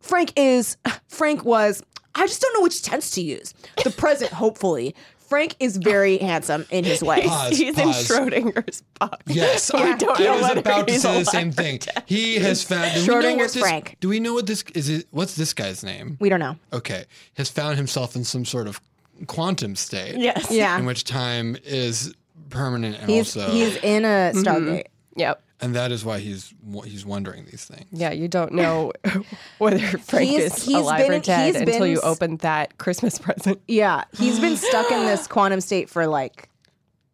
[SPEAKER 3] Frank is, Frank was, I just don't know which tense to use. The present, hopefully. Frank is very handsome in his way.
[SPEAKER 5] Pause,
[SPEAKER 4] He's
[SPEAKER 5] pause.
[SPEAKER 4] in Schrodinger's box.
[SPEAKER 5] Yes, I,
[SPEAKER 4] don't
[SPEAKER 5] I
[SPEAKER 4] know
[SPEAKER 5] was
[SPEAKER 4] whether
[SPEAKER 5] about to
[SPEAKER 4] he's
[SPEAKER 5] say the
[SPEAKER 4] alive
[SPEAKER 5] same thing. He has found. Do we know what
[SPEAKER 3] Schrodinger's
[SPEAKER 5] this-
[SPEAKER 3] Frank.
[SPEAKER 5] Do we know what this is? It, what's this guy's name?
[SPEAKER 3] We don't know.
[SPEAKER 5] Okay, has found himself in some sort of quantum state.
[SPEAKER 4] Yes.
[SPEAKER 5] in
[SPEAKER 3] Yeah.
[SPEAKER 5] which time is permanent and
[SPEAKER 3] He's,
[SPEAKER 5] also,
[SPEAKER 3] he's in a Stargate.
[SPEAKER 4] Yep.
[SPEAKER 5] and that is why he's wo- he's wondering these things.
[SPEAKER 4] Yeah, you don't know whether Frank
[SPEAKER 3] He's-
[SPEAKER 4] is
[SPEAKER 3] he's
[SPEAKER 4] alive
[SPEAKER 3] been-
[SPEAKER 4] or dead
[SPEAKER 3] he's
[SPEAKER 4] until
[SPEAKER 3] been
[SPEAKER 4] you
[SPEAKER 3] s-
[SPEAKER 4] open that Christmas present.
[SPEAKER 3] Yeah, he's been stuck in this quantum state for like,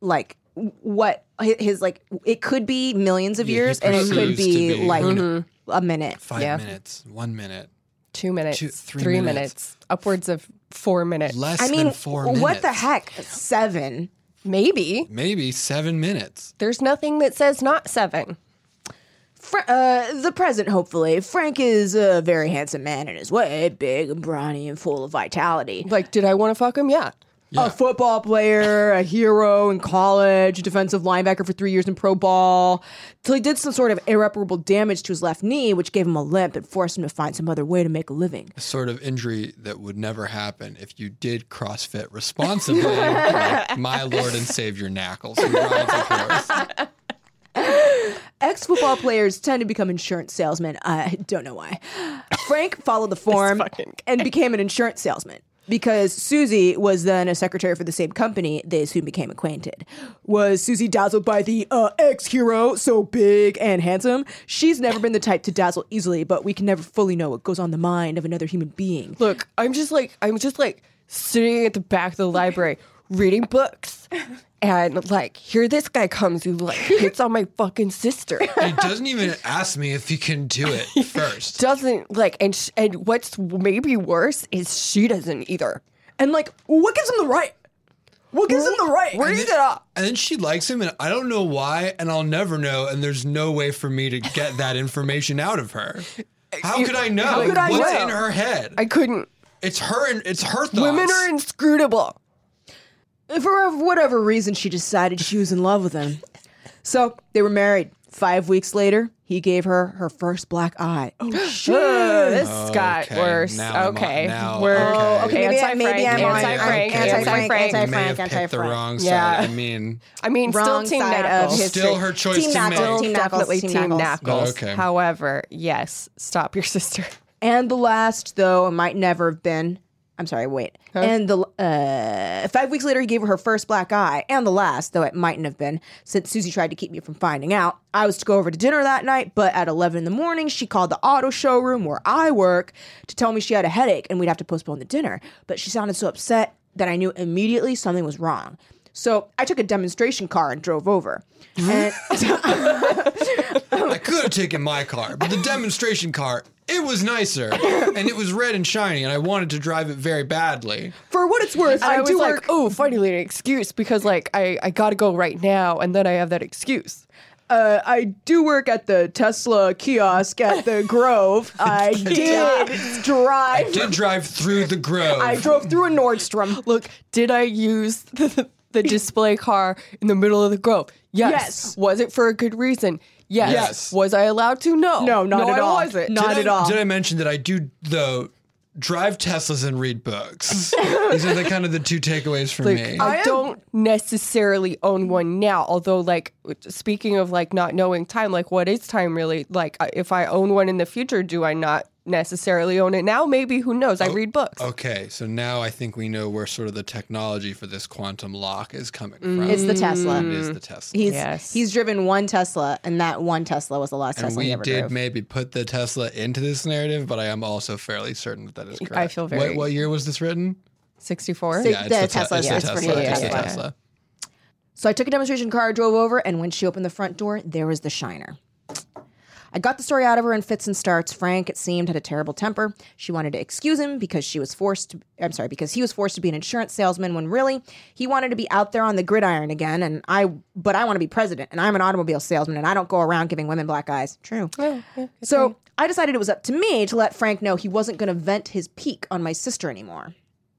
[SPEAKER 3] like what his, his like it could be millions of
[SPEAKER 5] Yeah, he
[SPEAKER 3] years, and it could
[SPEAKER 5] perceives to
[SPEAKER 3] be,
[SPEAKER 5] be-
[SPEAKER 3] like
[SPEAKER 5] Mhm.
[SPEAKER 3] a minute.
[SPEAKER 5] Five
[SPEAKER 4] Yeah.
[SPEAKER 5] minutes, one minute,
[SPEAKER 4] Two minutes,
[SPEAKER 5] Two- three
[SPEAKER 4] three,
[SPEAKER 5] minutes.
[SPEAKER 4] minutes. upwards of four minutes.
[SPEAKER 5] less
[SPEAKER 3] I mean,
[SPEAKER 5] than four
[SPEAKER 3] what
[SPEAKER 5] minutes.
[SPEAKER 3] the heck? Seven.
[SPEAKER 4] Maybe.
[SPEAKER 5] Maybe seven minutes.
[SPEAKER 4] There's nothing that says not seven.
[SPEAKER 3] Fra- uh, the present, hopefully. Frank is a very handsome man in his way, big and brawny and full of vitality.
[SPEAKER 4] Like, did I want to fuck him? Yeah.
[SPEAKER 5] Yeah.
[SPEAKER 3] A football player, a hero in college, defensive linebacker for three years in pro ball, till he did some sort of irreparable damage to his left knee, which gave him a limp and forced him to find some other way to make a living.
[SPEAKER 5] A sort of injury that would never happen if you did CrossFit responsibly. like my Lord and Savior Knuckles. who rides a horse.
[SPEAKER 3] Ex football players tend to become insurance salesmen. I don't know why. Frank followed the form
[SPEAKER 4] fucking guy.
[SPEAKER 3] and became an insurance salesman because Susie was then a secretary for the same company. They soon became acquainted. Was Susie dazzled by the uh, ex hero, so big and handsome? She's never been the type to dazzle easily, but we can never fully know what goes on the mind of another human being.
[SPEAKER 4] Look, I'm just like I'm just like sitting at the back of the library reading books. And like, here this guy comes who like hits on my fucking sister.
[SPEAKER 5] He doesn't even ask me if he can do it first.
[SPEAKER 4] Doesn't like, and sh- and what's maybe worse is she doesn't either.
[SPEAKER 3] And, like, what gives him the right? What gives him the right?
[SPEAKER 4] Where is it up?
[SPEAKER 5] And then she likes him, and I don't know why, and I'll never know. And there's no way for me to get that information out of her. How could I know?
[SPEAKER 4] could I
[SPEAKER 5] What's
[SPEAKER 4] know?
[SPEAKER 5] in her head?
[SPEAKER 4] I couldn't.
[SPEAKER 5] it's her. and It's her thoughts.
[SPEAKER 4] Women are inscrutable.
[SPEAKER 3] for whatever reason, she decided she was in love with him. So they were married. Five weeks later, he gave her her first black eye. Oh
[SPEAKER 4] Ugh,
[SPEAKER 3] shit!
[SPEAKER 4] this got
[SPEAKER 5] Okay,
[SPEAKER 4] worse.
[SPEAKER 5] now I'm on-
[SPEAKER 4] Okay,
[SPEAKER 5] now-
[SPEAKER 4] we're
[SPEAKER 5] Oh, okay.
[SPEAKER 3] Maybe I-
[SPEAKER 4] anti Frank,
[SPEAKER 3] maybe I'm on-
[SPEAKER 4] anti Frank, anti
[SPEAKER 5] I'm anti-Frank,
[SPEAKER 4] Frank.
[SPEAKER 5] May have
[SPEAKER 3] Frank,
[SPEAKER 5] picked the
[SPEAKER 3] anti-Frank.
[SPEAKER 5] wrong
[SPEAKER 4] Yeah.
[SPEAKER 5] side. I mean,
[SPEAKER 4] I mean, still
[SPEAKER 3] Wrong
[SPEAKER 4] Team
[SPEAKER 3] side of
[SPEAKER 4] Knuckles.
[SPEAKER 3] history.
[SPEAKER 5] still her choice
[SPEAKER 3] Team
[SPEAKER 5] to
[SPEAKER 3] Knuckles,
[SPEAKER 5] make.
[SPEAKER 3] Team Knuckles,
[SPEAKER 4] definitely
[SPEAKER 3] Team
[SPEAKER 4] Team
[SPEAKER 3] Knuckles.
[SPEAKER 4] Knuckles.
[SPEAKER 5] Okay.
[SPEAKER 4] However, yes, stop your sister.
[SPEAKER 3] And the last, though, it might never have been. I'm sorry, wait. And the uh, five weeks later, he gave her her first black eye, and the last, though it mightn't have been, since Susie tried to keep me from finding out. I was to go over to dinner that night, but at 11 in the morning, she called the auto showroom where I work to tell me she had a headache and we'd have to postpone the dinner. But she sounded so upset that I knew immediately something was wrong. So I took a demonstration car and drove over. And
[SPEAKER 5] I could have taken my car, but the demonstration car, it was nicer and it was red and shiny, and I wanted to drive it very badly.
[SPEAKER 3] for what it's worth,
[SPEAKER 4] And
[SPEAKER 3] I,
[SPEAKER 4] I, was
[SPEAKER 3] do
[SPEAKER 4] like,
[SPEAKER 3] work.
[SPEAKER 4] oh, finally an excuse because like I, I gotta go right now, and then I have that excuse.
[SPEAKER 3] uh, I do work at the Tesla kiosk at the Grove. I did drive.
[SPEAKER 5] Did drive through the grove.
[SPEAKER 3] I drove through a Nordstrom.
[SPEAKER 4] Look, did I use the, the display car in the middle of the grove? Yes.
[SPEAKER 3] Yes.
[SPEAKER 4] Was it for a good reason? Yes.
[SPEAKER 5] Yes.
[SPEAKER 4] Was I allowed to? No.
[SPEAKER 3] No, not at
[SPEAKER 4] I
[SPEAKER 3] all.
[SPEAKER 4] Wasn't.
[SPEAKER 3] Not
[SPEAKER 5] did
[SPEAKER 3] at
[SPEAKER 5] I,
[SPEAKER 3] all.
[SPEAKER 5] Did I mention that I do though drive Teslas and read books? These are the kind of the two takeaways for
[SPEAKER 4] Like,
[SPEAKER 3] uh,
[SPEAKER 5] me.
[SPEAKER 4] I, don't necessarily own one now. Although, like speaking of like not knowing time, like what is time really? Like I- if I own one in the future, do I not necessarily own it now? Maybe who knows? I read books.
[SPEAKER 5] okay, so now I think we know where sort of the technology for this quantum lock is coming from.
[SPEAKER 3] It's the Tesla.
[SPEAKER 5] It is the Tesla.
[SPEAKER 3] He's
[SPEAKER 4] Yes.
[SPEAKER 3] he's driven one Tesla, and that one Tesla was the last
[SPEAKER 5] and
[SPEAKER 3] Tesla he
[SPEAKER 5] we
[SPEAKER 3] ever
[SPEAKER 5] did
[SPEAKER 3] drove.
[SPEAKER 5] maybe put the Tesla into this narrative, but I am also fairly certain that that is correct.
[SPEAKER 4] feel
[SPEAKER 5] What-
[SPEAKER 4] very-
[SPEAKER 5] What, year was this written?
[SPEAKER 4] Sixty four.
[SPEAKER 3] Six-
[SPEAKER 5] it's
[SPEAKER 3] the
[SPEAKER 5] Te-
[SPEAKER 3] Tesla,
[SPEAKER 5] it's
[SPEAKER 3] yeah,
[SPEAKER 5] the
[SPEAKER 3] it's for
[SPEAKER 5] Tesla.
[SPEAKER 3] him,
[SPEAKER 5] It's the
[SPEAKER 4] yeah, yeah.
[SPEAKER 5] Tesla.
[SPEAKER 3] So I took a demonstration car, drove over, and when she opened the front door, there was the shiner. I got the story out of her in fits and starts. Frank, it seemed, had a terrible temper. She wanted to excuse him because she was forced to, I'm sorry, because he was forced to be an insurance salesman when really he wanted to be out there on the gridiron again and I but I want to be president and I'm an automobile salesman and I don't go around giving women black eyes. True. so I decided it was up to me to let Frank know he wasn't going to vent his peak on my sister anymore.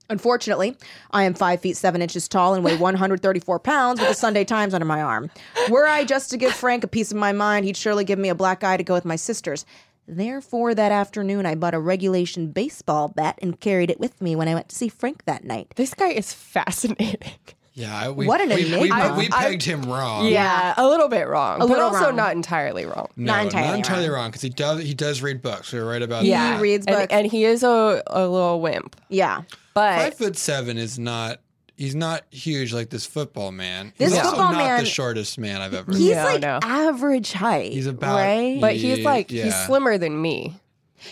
[SPEAKER 3] Unfortunately, I am five feet seven inches tall and weigh 134 pounds with the Sunday Times under my arm. Were I just to give Frank a piece of my mind, he'd surely give me a black eye to go with my sisters. Therefore, that afternoon, I bought a regulation baseball bat and carried it with me when I went to see Frank that night.
[SPEAKER 4] This guy is fascinating.
[SPEAKER 5] Yeah, I- we,
[SPEAKER 3] What an
[SPEAKER 5] we, we,
[SPEAKER 3] enigma.
[SPEAKER 5] we
[SPEAKER 4] I-
[SPEAKER 5] pegged him wrong.
[SPEAKER 4] Yeah, a little bit wrong, but
[SPEAKER 3] little
[SPEAKER 4] also
[SPEAKER 3] wrong.
[SPEAKER 4] not entirely wrong.
[SPEAKER 5] No,
[SPEAKER 3] Not entirely
[SPEAKER 5] not entirely
[SPEAKER 3] wrong.
[SPEAKER 5] wrong because he does he does read books. We were right about
[SPEAKER 4] Yeah,
[SPEAKER 5] that.
[SPEAKER 3] reads
[SPEAKER 4] and,
[SPEAKER 3] books.
[SPEAKER 4] and he is a, a little wimp,
[SPEAKER 3] Yeah.
[SPEAKER 4] but
[SPEAKER 5] Five foot seven is not. He's not huge like this football man.
[SPEAKER 3] This
[SPEAKER 5] he's
[SPEAKER 3] football
[SPEAKER 5] also not
[SPEAKER 3] man-
[SPEAKER 5] the shortest man I've ever.
[SPEAKER 3] He's
[SPEAKER 4] No,
[SPEAKER 3] like
[SPEAKER 4] no.
[SPEAKER 3] average height.
[SPEAKER 5] He's about-
[SPEAKER 3] Right?
[SPEAKER 4] but he's like he's
[SPEAKER 5] Yeah.
[SPEAKER 4] slimmer than me.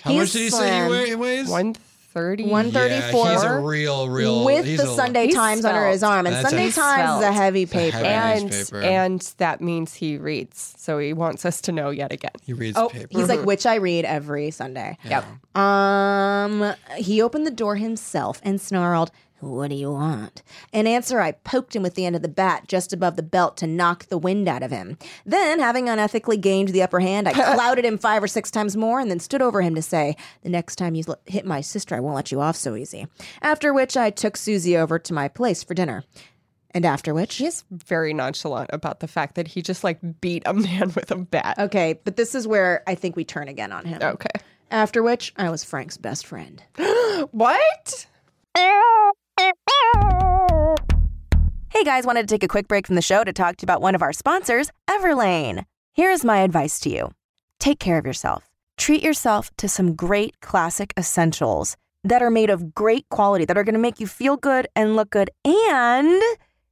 [SPEAKER 5] How
[SPEAKER 3] he's um,
[SPEAKER 5] much did he say
[SPEAKER 3] slim.
[SPEAKER 5] he weigh- he weighs?
[SPEAKER 4] One thirty.
[SPEAKER 3] One thirty-
[SPEAKER 5] Yeah, he's a
[SPEAKER 3] 34.
[SPEAKER 5] real, real.
[SPEAKER 3] with
[SPEAKER 5] he's
[SPEAKER 3] the
[SPEAKER 5] a-
[SPEAKER 3] Sunday
[SPEAKER 4] he's
[SPEAKER 3] Times under
[SPEAKER 4] svelte.
[SPEAKER 3] his arm. And
[SPEAKER 5] That's
[SPEAKER 3] Sunday
[SPEAKER 5] a-
[SPEAKER 3] Times is a
[SPEAKER 4] svelte.
[SPEAKER 3] heavy
[SPEAKER 5] It's a
[SPEAKER 3] paper.
[SPEAKER 5] heavy-
[SPEAKER 4] and
[SPEAKER 5] newspaper.
[SPEAKER 4] and that means he reads. So he wants us to know yet again.
[SPEAKER 5] He reads
[SPEAKER 3] Oh,
[SPEAKER 5] paper. Mm-hmm.
[SPEAKER 3] he's like, which I read every Sunday.
[SPEAKER 4] Yep.
[SPEAKER 3] Um, he opened the door himself and snarled, What do you want? In answer, I poked him with the end of the bat just above the belt to knock the wind out of him. Then, having unethically gained the upper hand, I clouted him five or six times more and then stood over him to say, The next time you l- hit my sister, I won't let you off so easy. After which, I took Susie over to my place for dinner. And after which,
[SPEAKER 4] He is very nonchalant about the fact that he just like beat a man with a bat.
[SPEAKER 3] okay, but this is where I think we turn again on him.
[SPEAKER 4] Okay.
[SPEAKER 3] After which, I was Frank's best friend.
[SPEAKER 4] What?
[SPEAKER 6] Hey guys, wanted to take a quick break from the show to talk to you about one of our sponsors, Everlane. Here is my advice to you take care of yourself. Treat yourself to some great classic essentials that are made of great quality, that are going to make you feel good and look good, and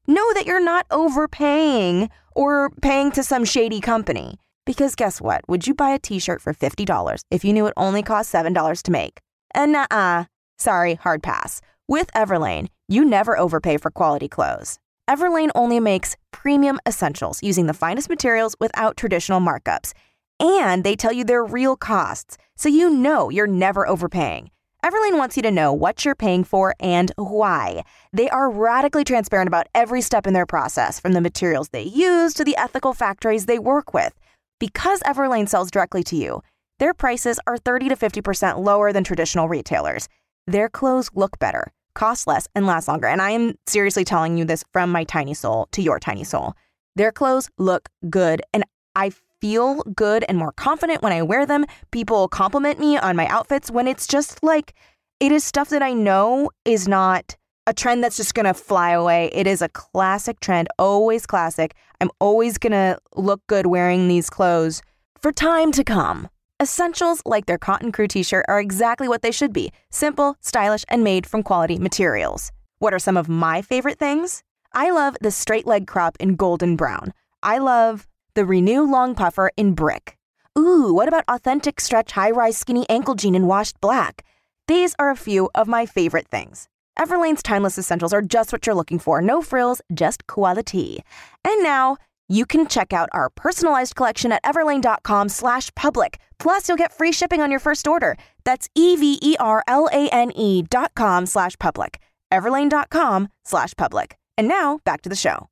[SPEAKER 6] know that you're not overpaying or paying to some shady company. Because guess what? Would you buy a t shirt for $50 if you knew it only cost $7 to make? And nah uh. Sorry, hard pass. With Everlane, you never overpay for quality clothes. Everlane only makes premium essentials using the finest materials without traditional markups. And they tell you their real costs, so you know you're never overpaying. Everlane wants you to know what you're paying for and why. They are radically transparent about every step in their process, from the materials they use to the ethical factories they work with. Because Everlane sells directly to you, their prices are 30 to 50% lower than traditional retailers. Their clothes look better, cost less, and last longer. And I am seriously telling you this from my tiny soul to your tiny soul. Their clothes look good, and I feel good and more confident when I wear them. People compliment me on my outfits when it's just like it is stuff that I know is not a trend that's just gonna fly away. It is a classic trend, always classic. I'm always gonna look good wearing these clothes for time to come. Essentials like their cotton crew t shirt are exactly what they should be simple, stylish, and made from quality materials. What are some of my favorite things? I love the straight leg crop in golden brown. I love the Renew long puffer in brick. Ooh, what about authentic stretch high rise skinny ankle jean in washed black? These are a few of my favorite things. Everlane's timeless essentials are just what you're looking for. No frills, just quality. And now you can check out our personalized collection at everlane.com slash public. Plus, you'll get free shipping on your first order. That's E E-V-E-R-L-A-N-E E dot com slash public. Everlane.com slash public. And now back to the show.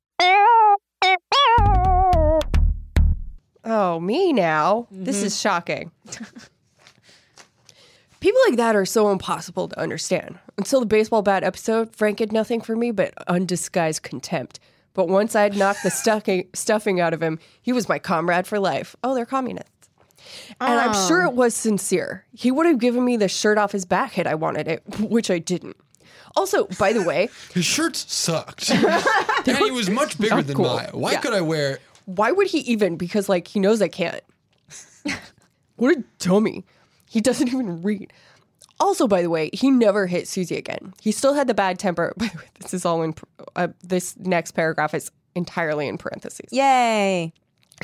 [SPEAKER 4] Oh, me now. This is shocking. Mm-hmm. People like that are so impossible to understand. Until the baseball bat episode, Frank did nothing for me but undisguised contempt. But once I'd knocked the stucking, stuffing out of him, he was my comrade for life. Oh, they're communists. And I'm sure it was sincere. He would have given me the shirt off his back had I wanted it, which I didn't. Also, by the way,
[SPEAKER 5] His shirts sucked. and he was much bigger than
[SPEAKER 4] cool.
[SPEAKER 5] mine. Why
[SPEAKER 4] Yeah.
[SPEAKER 5] could I wear
[SPEAKER 4] why would he even? Because like he knows I can't. what a dummy. He doesn't even read. Also, by the way, he never hit Susie again. He still had the bad temper. By the way, this is all in uh, this next paragraph is entirely in parentheses.
[SPEAKER 3] Yay.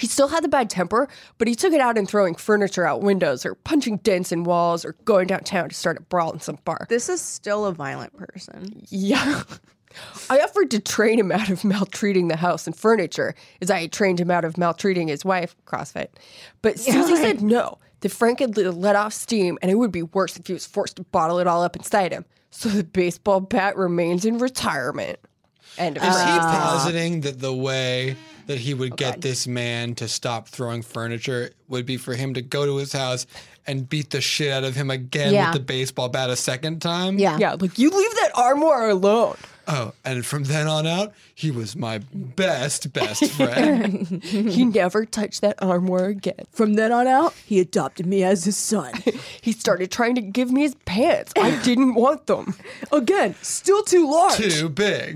[SPEAKER 4] He still had the bad temper, but he took it out in throwing furniture out windows or punching dents in walls or going downtown to start a brawl in some bar.
[SPEAKER 3] This is still a violent person.
[SPEAKER 4] Yeah. I offered to train him out of maltreating the house and furniture as I had trained him out of maltreating his wife, CrossFit. But Susie said no, that Frank had le- let off steam and it would be worse if he was forced to bottle it all up inside him. So the baseball bat remains in retirement. End of
[SPEAKER 5] Is he
[SPEAKER 4] sentence.
[SPEAKER 5] positing that the way that he
[SPEAKER 4] Oh,
[SPEAKER 5] would get this man to stop throwing furniture would be for him to go to his house and beat the shit out of him again
[SPEAKER 3] Yeah.
[SPEAKER 5] with the baseball bat a second time?
[SPEAKER 4] Yeah, like you leave that armoire alone.
[SPEAKER 5] Oh, and from then on out, he was my best, best friend.
[SPEAKER 4] he never touched that armoire again.
[SPEAKER 7] From then on out, he adopted me as his son.
[SPEAKER 4] He started trying to give me his pants. I didn't want them.
[SPEAKER 7] Again, still too large.
[SPEAKER 5] Too big.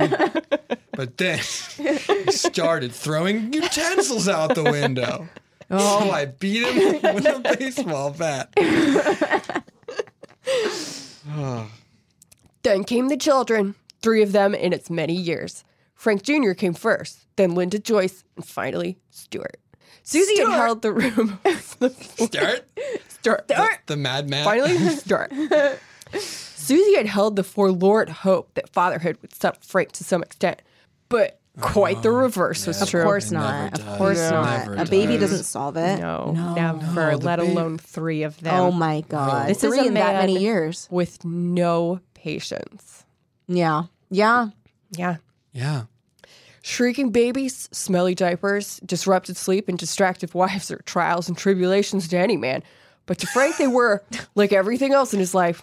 [SPEAKER 5] But then he started throwing utensils out the window.
[SPEAKER 4] Oh.
[SPEAKER 5] So I beat him with a baseball bat.
[SPEAKER 4] Then came the children, three of them in its many years. Frank Jr. came first, then Linda Joyce, and finally Stuart. Susie had held the room.
[SPEAKER 5] Start
[SPEAKER 4] Stuart.
[SPEAKER 5] the madman.
[SPEAKER 4] Finally, Stuart. Susie had held the forlorn hope that fatherhood would settle Frank to some extent, but quite the reverse was true.
[SPEAKER 3] Of course
[SPEAKER 5] It never
[SPEAKER 3] not. Of
[SPEAKER 5] does.
[SPEAKER 3] course
[SPEAKER 5] No.
[SPEAKER 3] not.
[SPEAKER 5] Never
[SPEAKER 3] a baby
[SPEAKER 5] does.
[SPEAKER 3] doesn't solve it.
[SPEAKER 4] No, never, Oh, let alone three of them.
[SPEAKER 3] Oh my god.
[SPEAKER 4] This
[SPEAKER 3] Three
[SPEAKER 4] is a
[SPEAKER 3] in that many
[SPEAKER 4] man-
[SPEAKER 3] years.
[SPEAKER 4] With no patience.
[SPEAKER 3] Yeah. Yeah.
[SPEAKER 4] Yeah.
[SPEAKER 5] Yeah.
[SPEAKER 4] Shrieking babies, smelly diapers, disrupted sleep, and distracted wives are trials and tribulations to any man. But to Frank, they were, like everything else in his life,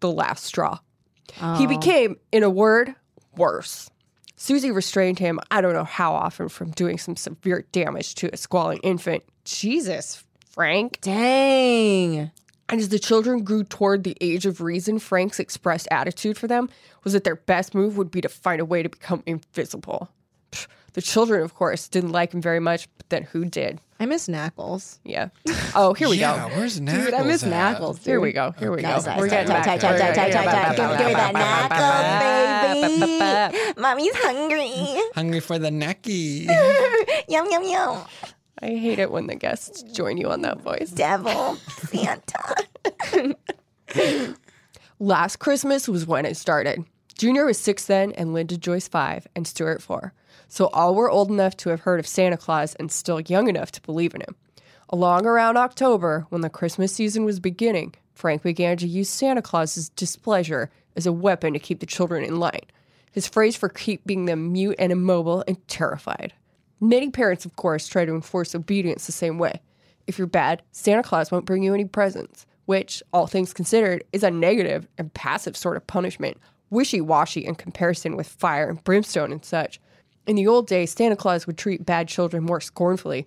[SPEAKER 4] the last straw. He became, in a word, worse. Susie restrained him, I don't know how often, from doing some severe damage to a squalling infant. Jesus, Frank.
[SPEAKER 3] Dang.
[SPEAKER 4] And as the children grew toward the age of reason, Frank's expressed attitude for them was that their best move would be to find a way to become invisible. Psh, The children, of course, didn't like him very much, but then who did?
[SPEAKER 3] I miss Knuckles.
[SPEAKER 4] Yeah. Oh, here we
[SPEAKER 5] yeah,
[SPEAKER 4] go.
[SPEAKER 5] where's Knuckles
[SPEAKER 3] Dude, I miss
[SPEAKER 5] at?
[SPEAKER 3] Knuckles.
[SPEAKER 4] Here
[SPEAKER 3] dude.
[SPEAKER 4] we go. Here we go.
[SPEAKER 3] Nice, nice,
[SPEAKER 4] We're
[SPEAKER 3] nice,
[SPEAKER 4] getting
[SPEAKER 3] nice,
[SPEAKER 4] back.
[SPEAKER 3] nice,
[SPEAKER 4] there.
[SPEAKER 3] nice, nice,
[SPEAKER 4] Yeah,
[SPEAKER 3] nice,
[SPEAKER 4] yeah,
[SPEAKER 3] nice, nice, nice,
[SPEAKER 4] yeah, yeah, yeah,
[SPEAKER 3] nice,
[SPEAKER 4] yeah,
[SPEAKER 3] nice,
[SPEAKER 4] yeah,
[SPEAKER 3] baby.
[SPEAKER 4] yeah, yeah.
[SPEAKER 3] Mommy's hungry.
[SPEAKER 5] Hungry for the Nucky.
[SPEAKER 3] Yum yum yum.
[SPEAKER 4] I hate it when the guests join you on that voice.
[SPEAKER 3] Devil. Santa.
[SPEAKER 4] Last Christmas was when it started. Junior was six then, and Linda Joyce five, and Stuart four. So all were old enough to have heard of Santa Claus and still young enough to believe in him. Along around October, when the Christmas season was beginning, Frank began to use Santa Claus's displeasure as a weapon to keep the children in line. His phrase for keeping them mute and immobile and terrified. Many parents, of course, try to enforce obedience the same way. If you're bad, Santa Claus won't bring you any presents, which, all things considered, is a negative and passive sort of punishment, wishy washy in comparison with fire and brimstone and such. In the old days, Santa Claus would treat bad children more scornfully,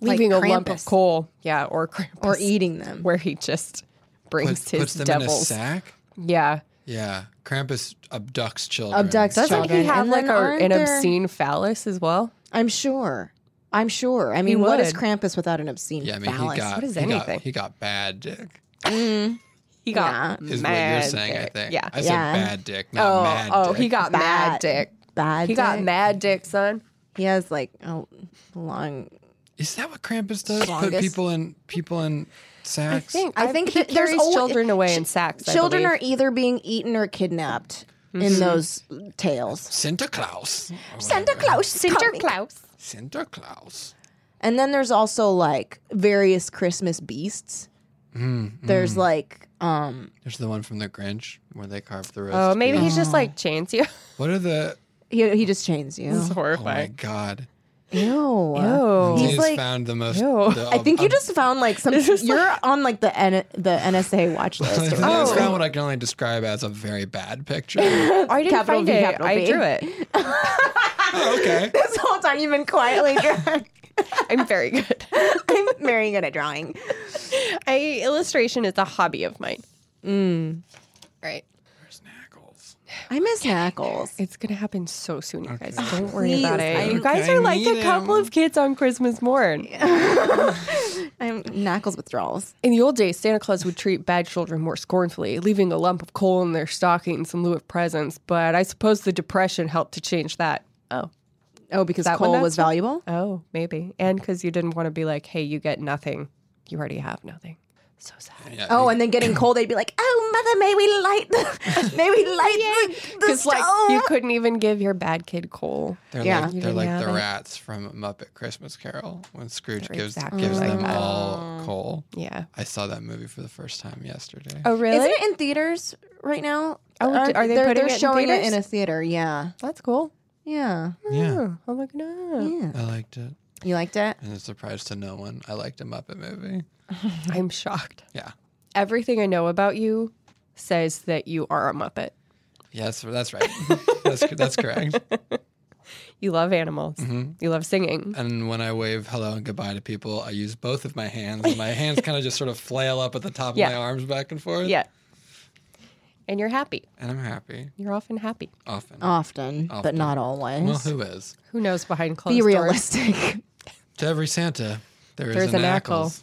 [SPEAKER 4] leaving a lump of
[SPEAKER 3] Krampus.
[SPEAKER 4] coal, yeah, or Krampus,
[SPEAKER 3] Or e- eating them.
[SPEAKER 4] where he just brings
[SPEAKER 5] Puts,
[SPEAKER 4] his
[SPEAKER 5] puts them in a
[SPEAKER 4] devils.
[SPEAKER 5] sack.
[SPEAKER 4] yeah,
[SPEAKER 5] Yeah, Krampus abducts children.
[SPEAKER 3] Abducts
[SPEAKER 4] doesn't
[SPEAKER 3] children.
[SPEAKER 4] he have
[SPEAKER 3] And
[SPEAKER 4] like
[SPEAKER 3] then
[SPEAKER 4] a,
[SPEAKER 3] aren't
[SPEAKER 4] an
[SPEAKER 3] there-
[SPEAKER 4] obscene phallus as well?
[SPEAKER 3] I'm sure. I'm sure. I mean, what is
[SPEAKER 4] would.
[SPEAKER 3] Krampus without an obscene
[SPEAKER 5] Yeah, I mean
[SPEAKER 3] phallus?
[SPEAKER 5] he got
[SPEAKER 4] What is
[SPEAKER 5] he
[SPEAKER 4] anything?
[SPEAKER 5] got he got bad dick.
[SPEAKER 4] He got
[SPEAKER 5] Is
[SPEAKER 4] mad
[SPEAKER 5] what you're saying, I
[SPEAKER 4] dick.
[SPEAKER 5] think.
[SPEAKER 4] Yeah.
[SPEAKER 5] I said
[SPEAKER 3] Yeah.
[SPEAKER 5] bad dick, not
[SPEAKER 4] Oh,
[SPEAKER 5] mad
[SPEAKER 4] oh,
[SPEAKER 5] dick.
[SPEAKER 4] he got mad
[SPEAKER 3] Bad.
[SPEAKER 4] dick.
[SPEAKER 3] Bad.
[SPEAKER 4] He got
[SPEAKER 3] dick.
[SPEAKER 4] mad dick, son.
[SPEAKER 3] He has like a long.
[SPEAKER 5] Is that what Krampus does? Put
[SPEAKER 3] Longest-
[SPEAKER 5] people in people in sacks.
[SPEAKER 3] I think
[SPEAKER 4] he
[SPEAKER 3] that there's
[SPEAKER 4] carries
[SPEAKER 3] always-
[SPEAKER 4] children away
[SPEAKER 3] ch-
[SPEAKER 4] in sacks.
[SPEAKER 3] Children
[SPEAKER 4] I
[SPEAKER 3] are either being eaten or kidnapped. in those tales.
[SPEAKER 5] Santa Claus. or
[SPEAKER 3] Santa
[SPEAKER 5] whatever.
[SPEAKER 3] Claus, Santa
[SPEAKER 4] Klaus.
[SPEAKER 5] Santa Claus.
[SPEAKER 3] And then there's also like various Christmas beasts. There's like um
[SPEAKER 5] There's the one from The Grinch where they carved the wrist.
[SPEAKER 4] Oh, maybe he's just like chains you.
[SPEAKER 5] What are the?
[SPEAKER 3] he, he just chains you.
[SPEAKER 4] it's
[SPEAKER 5] Oh my
[SPEAKER 4] horrifying.
[SPEAKER 5] God!
[SPEAKER 3] Ew.
[SPEAKER 4] Oh,
[SPEAKER 3] He's
[SPEAKER 5] He's
[SPEAKER 3] like-
[SPEAKER 5] found the most.
[SPEAKER 4] Ew.
[SPEAKER 5] the-
[SPEAKER 3] I think you
[SPEAKER 5] I'm-
[SPEAKER 3] just found like some. You're on like the N, the NSA watch
[SPEAKER 5] I
[SPEAKER 3] list.
[SPEAKER 5] think
[SPEAKER 3] or
[SPEAKER 5] I
[SPEAKER 3] whatever.
[SPEAKER 5] found what I can only describe as a very bad picture. oh,
[SPEAKER 4] I didn't
[SPEAKER 3] Capital
[SPEAKER 4] find
[SPEAKER 3] V,
[SPEAKER 4] it.
[SPEAKER 3] capital
[SPEAKER 4] I
[SPEAKER 3] V.
[SPEAKER 4] drew it.
[SPEAKER 5] okay.
[SPEAKER 3] This whole time you've been quietly. drawing.
[SPEAKER 4] I'm very good.
[SPEAKER 3] I'm very good at drawing.
[SPEAKER 4] I illustration is a hobby of mine. Mm. Right.
[SPEAKER 3] I miss Knuckles.
[SPEAKER 4] It's gonna happen so soon, you guys. Don't worry
[SPEAKER 3] Please,
[SPEAKER 4] about it.
[SPEAKER 3] I-
[SPEAKER 4] you guys
[SPEAKER 5] I
[SPEAKER 4] are like
[SPEAKER 5] need
[SPEAKER 4] a couple
[SPEAKER 5] him.
[SPEAKER 4] of kids on Christmas morn.
[SPEAKER 3] I'm Knuckles withdrawals.
[SPEAKER 4] In the old days, Santa Claus would treat bad children more scornfully, leaving a lump of coal in their stockings in lieu of presents. But I suppose the Depression helped to change that. Oh,
[SPEAKER 3] Oh, because
[SPEAKER 4] That one
[SPEAKER 3] coal
[SPEAKER 4] does
[SPEAKER 3] was
[SPEAKER 4] too?
[SPEAKER 3] valuable.
[SPEAKER 4] oh, maybe, and because you didn't want to be like, "Hey, you get nothing. You already have nothing." So sad.
[SPEAKER 5] Yeah,
[SPEAKER 3] Oh, and then getting coal, they'd be like, "Oh, mother, may we light the, may we light the, the
[SPEAKER 4] Because
[SPEAKER 3] stove."
[SPEAKER 4] like you couldn't even give your bad kid coal.
[SPEAKER 5] They're
[SPEAKER 3] Yeah.
[SPEAKER 5] like
[SPEAKER 4] You
[SPEAKER 5] they're
[SPEAKER 4] didn't
[SPEAKER 5] like
[SPEAKER 4] have
[SPEAKER 5] the
[SPEAKER 4] it.
[SPEAKER 5] rats from Muppet Christmas Carol when Scrooge
[SPEAKER 4] They're
[SPEAKER 5] gives
[SPEAKER 4] exactly
[SPEAKER 5] gives
[SPEAKER 4] like
[SPEAKER 5] them
[SPEAKER 4] that.
[SPEAKER 5] all coal.
[SPEAKER 4] Yeah.
[SPEAKER 5] I saw that movie for the first time yesterday.
[SPEAKER 4] Oh, really?
[SPEAKER 3] Isn't it in theaters right now?
[SPEAKER 4] Oh, d- are they
[SPEAKER 3] they're,
[SPEAKER 4] putting
[SPEAKER 3] they're
[SPEAKER 4] it in
[SPEAKER 3] showing it
[SPEAKER 4] theaters?
[SPEAKER 3] in a theater? Yeah,
[SPEAKER 4] That's cool.
[SPEAKER 3] yeah,
[SPEAKER 5] Yeah,
[SPEAKER 4] Oh my god.
[SPEAKER 3] yeah.
[SPEAKER 5] I liked it,
[SPEAKER 3] You liked it?
[SPEAKER 5] and a surprise to no one, I liked a Muppet movie.
[SPEAKER 4] I'm shocked.
[SPEAKER 5] Yeah,
[SPEAKER 4] Everything I know about you says that you are a Muppet.
[SPEAKER 5] yes, that's right. that's that's correct.
[SPEAKER 4] You love animals.
[SPEAKER 3] Mm-hmm.
[SPEAKER 4] You love singing.
[SPEAKER 5] And when I wave hello and goodbye to people, I use both of my hands, and my hands kind of just sort of flail up at the top
[SPEAKER 4] Yeah.
[SPEAKER 5] of my arms back and forth.
[SPEAKER 4] Yeah. And you're happy.
[SPEAKER 5] and I'm happy
[SPEAKER 4] You're often happy.
[SPEAKER 5] often.
[SPEAKER 3] Often, but
[SPEAKER 5] Often.
[SPEAKER 3] not always.
[SPEAKER 5] Well, who is?
[SPEAKER 4] Who knows behind closed
[SPEAKER 3] Be
[SPEAKER 4] doors?
[SPEAKER 3] realistic.
[SPEAKER 5] To every Santa, there is
[SPEAKER 4] There's
[SPEAKER 5] an,
[SPEAKER 4] an
[SPEAKER 5] Ackles.
[SPEAKER 4] Ackles.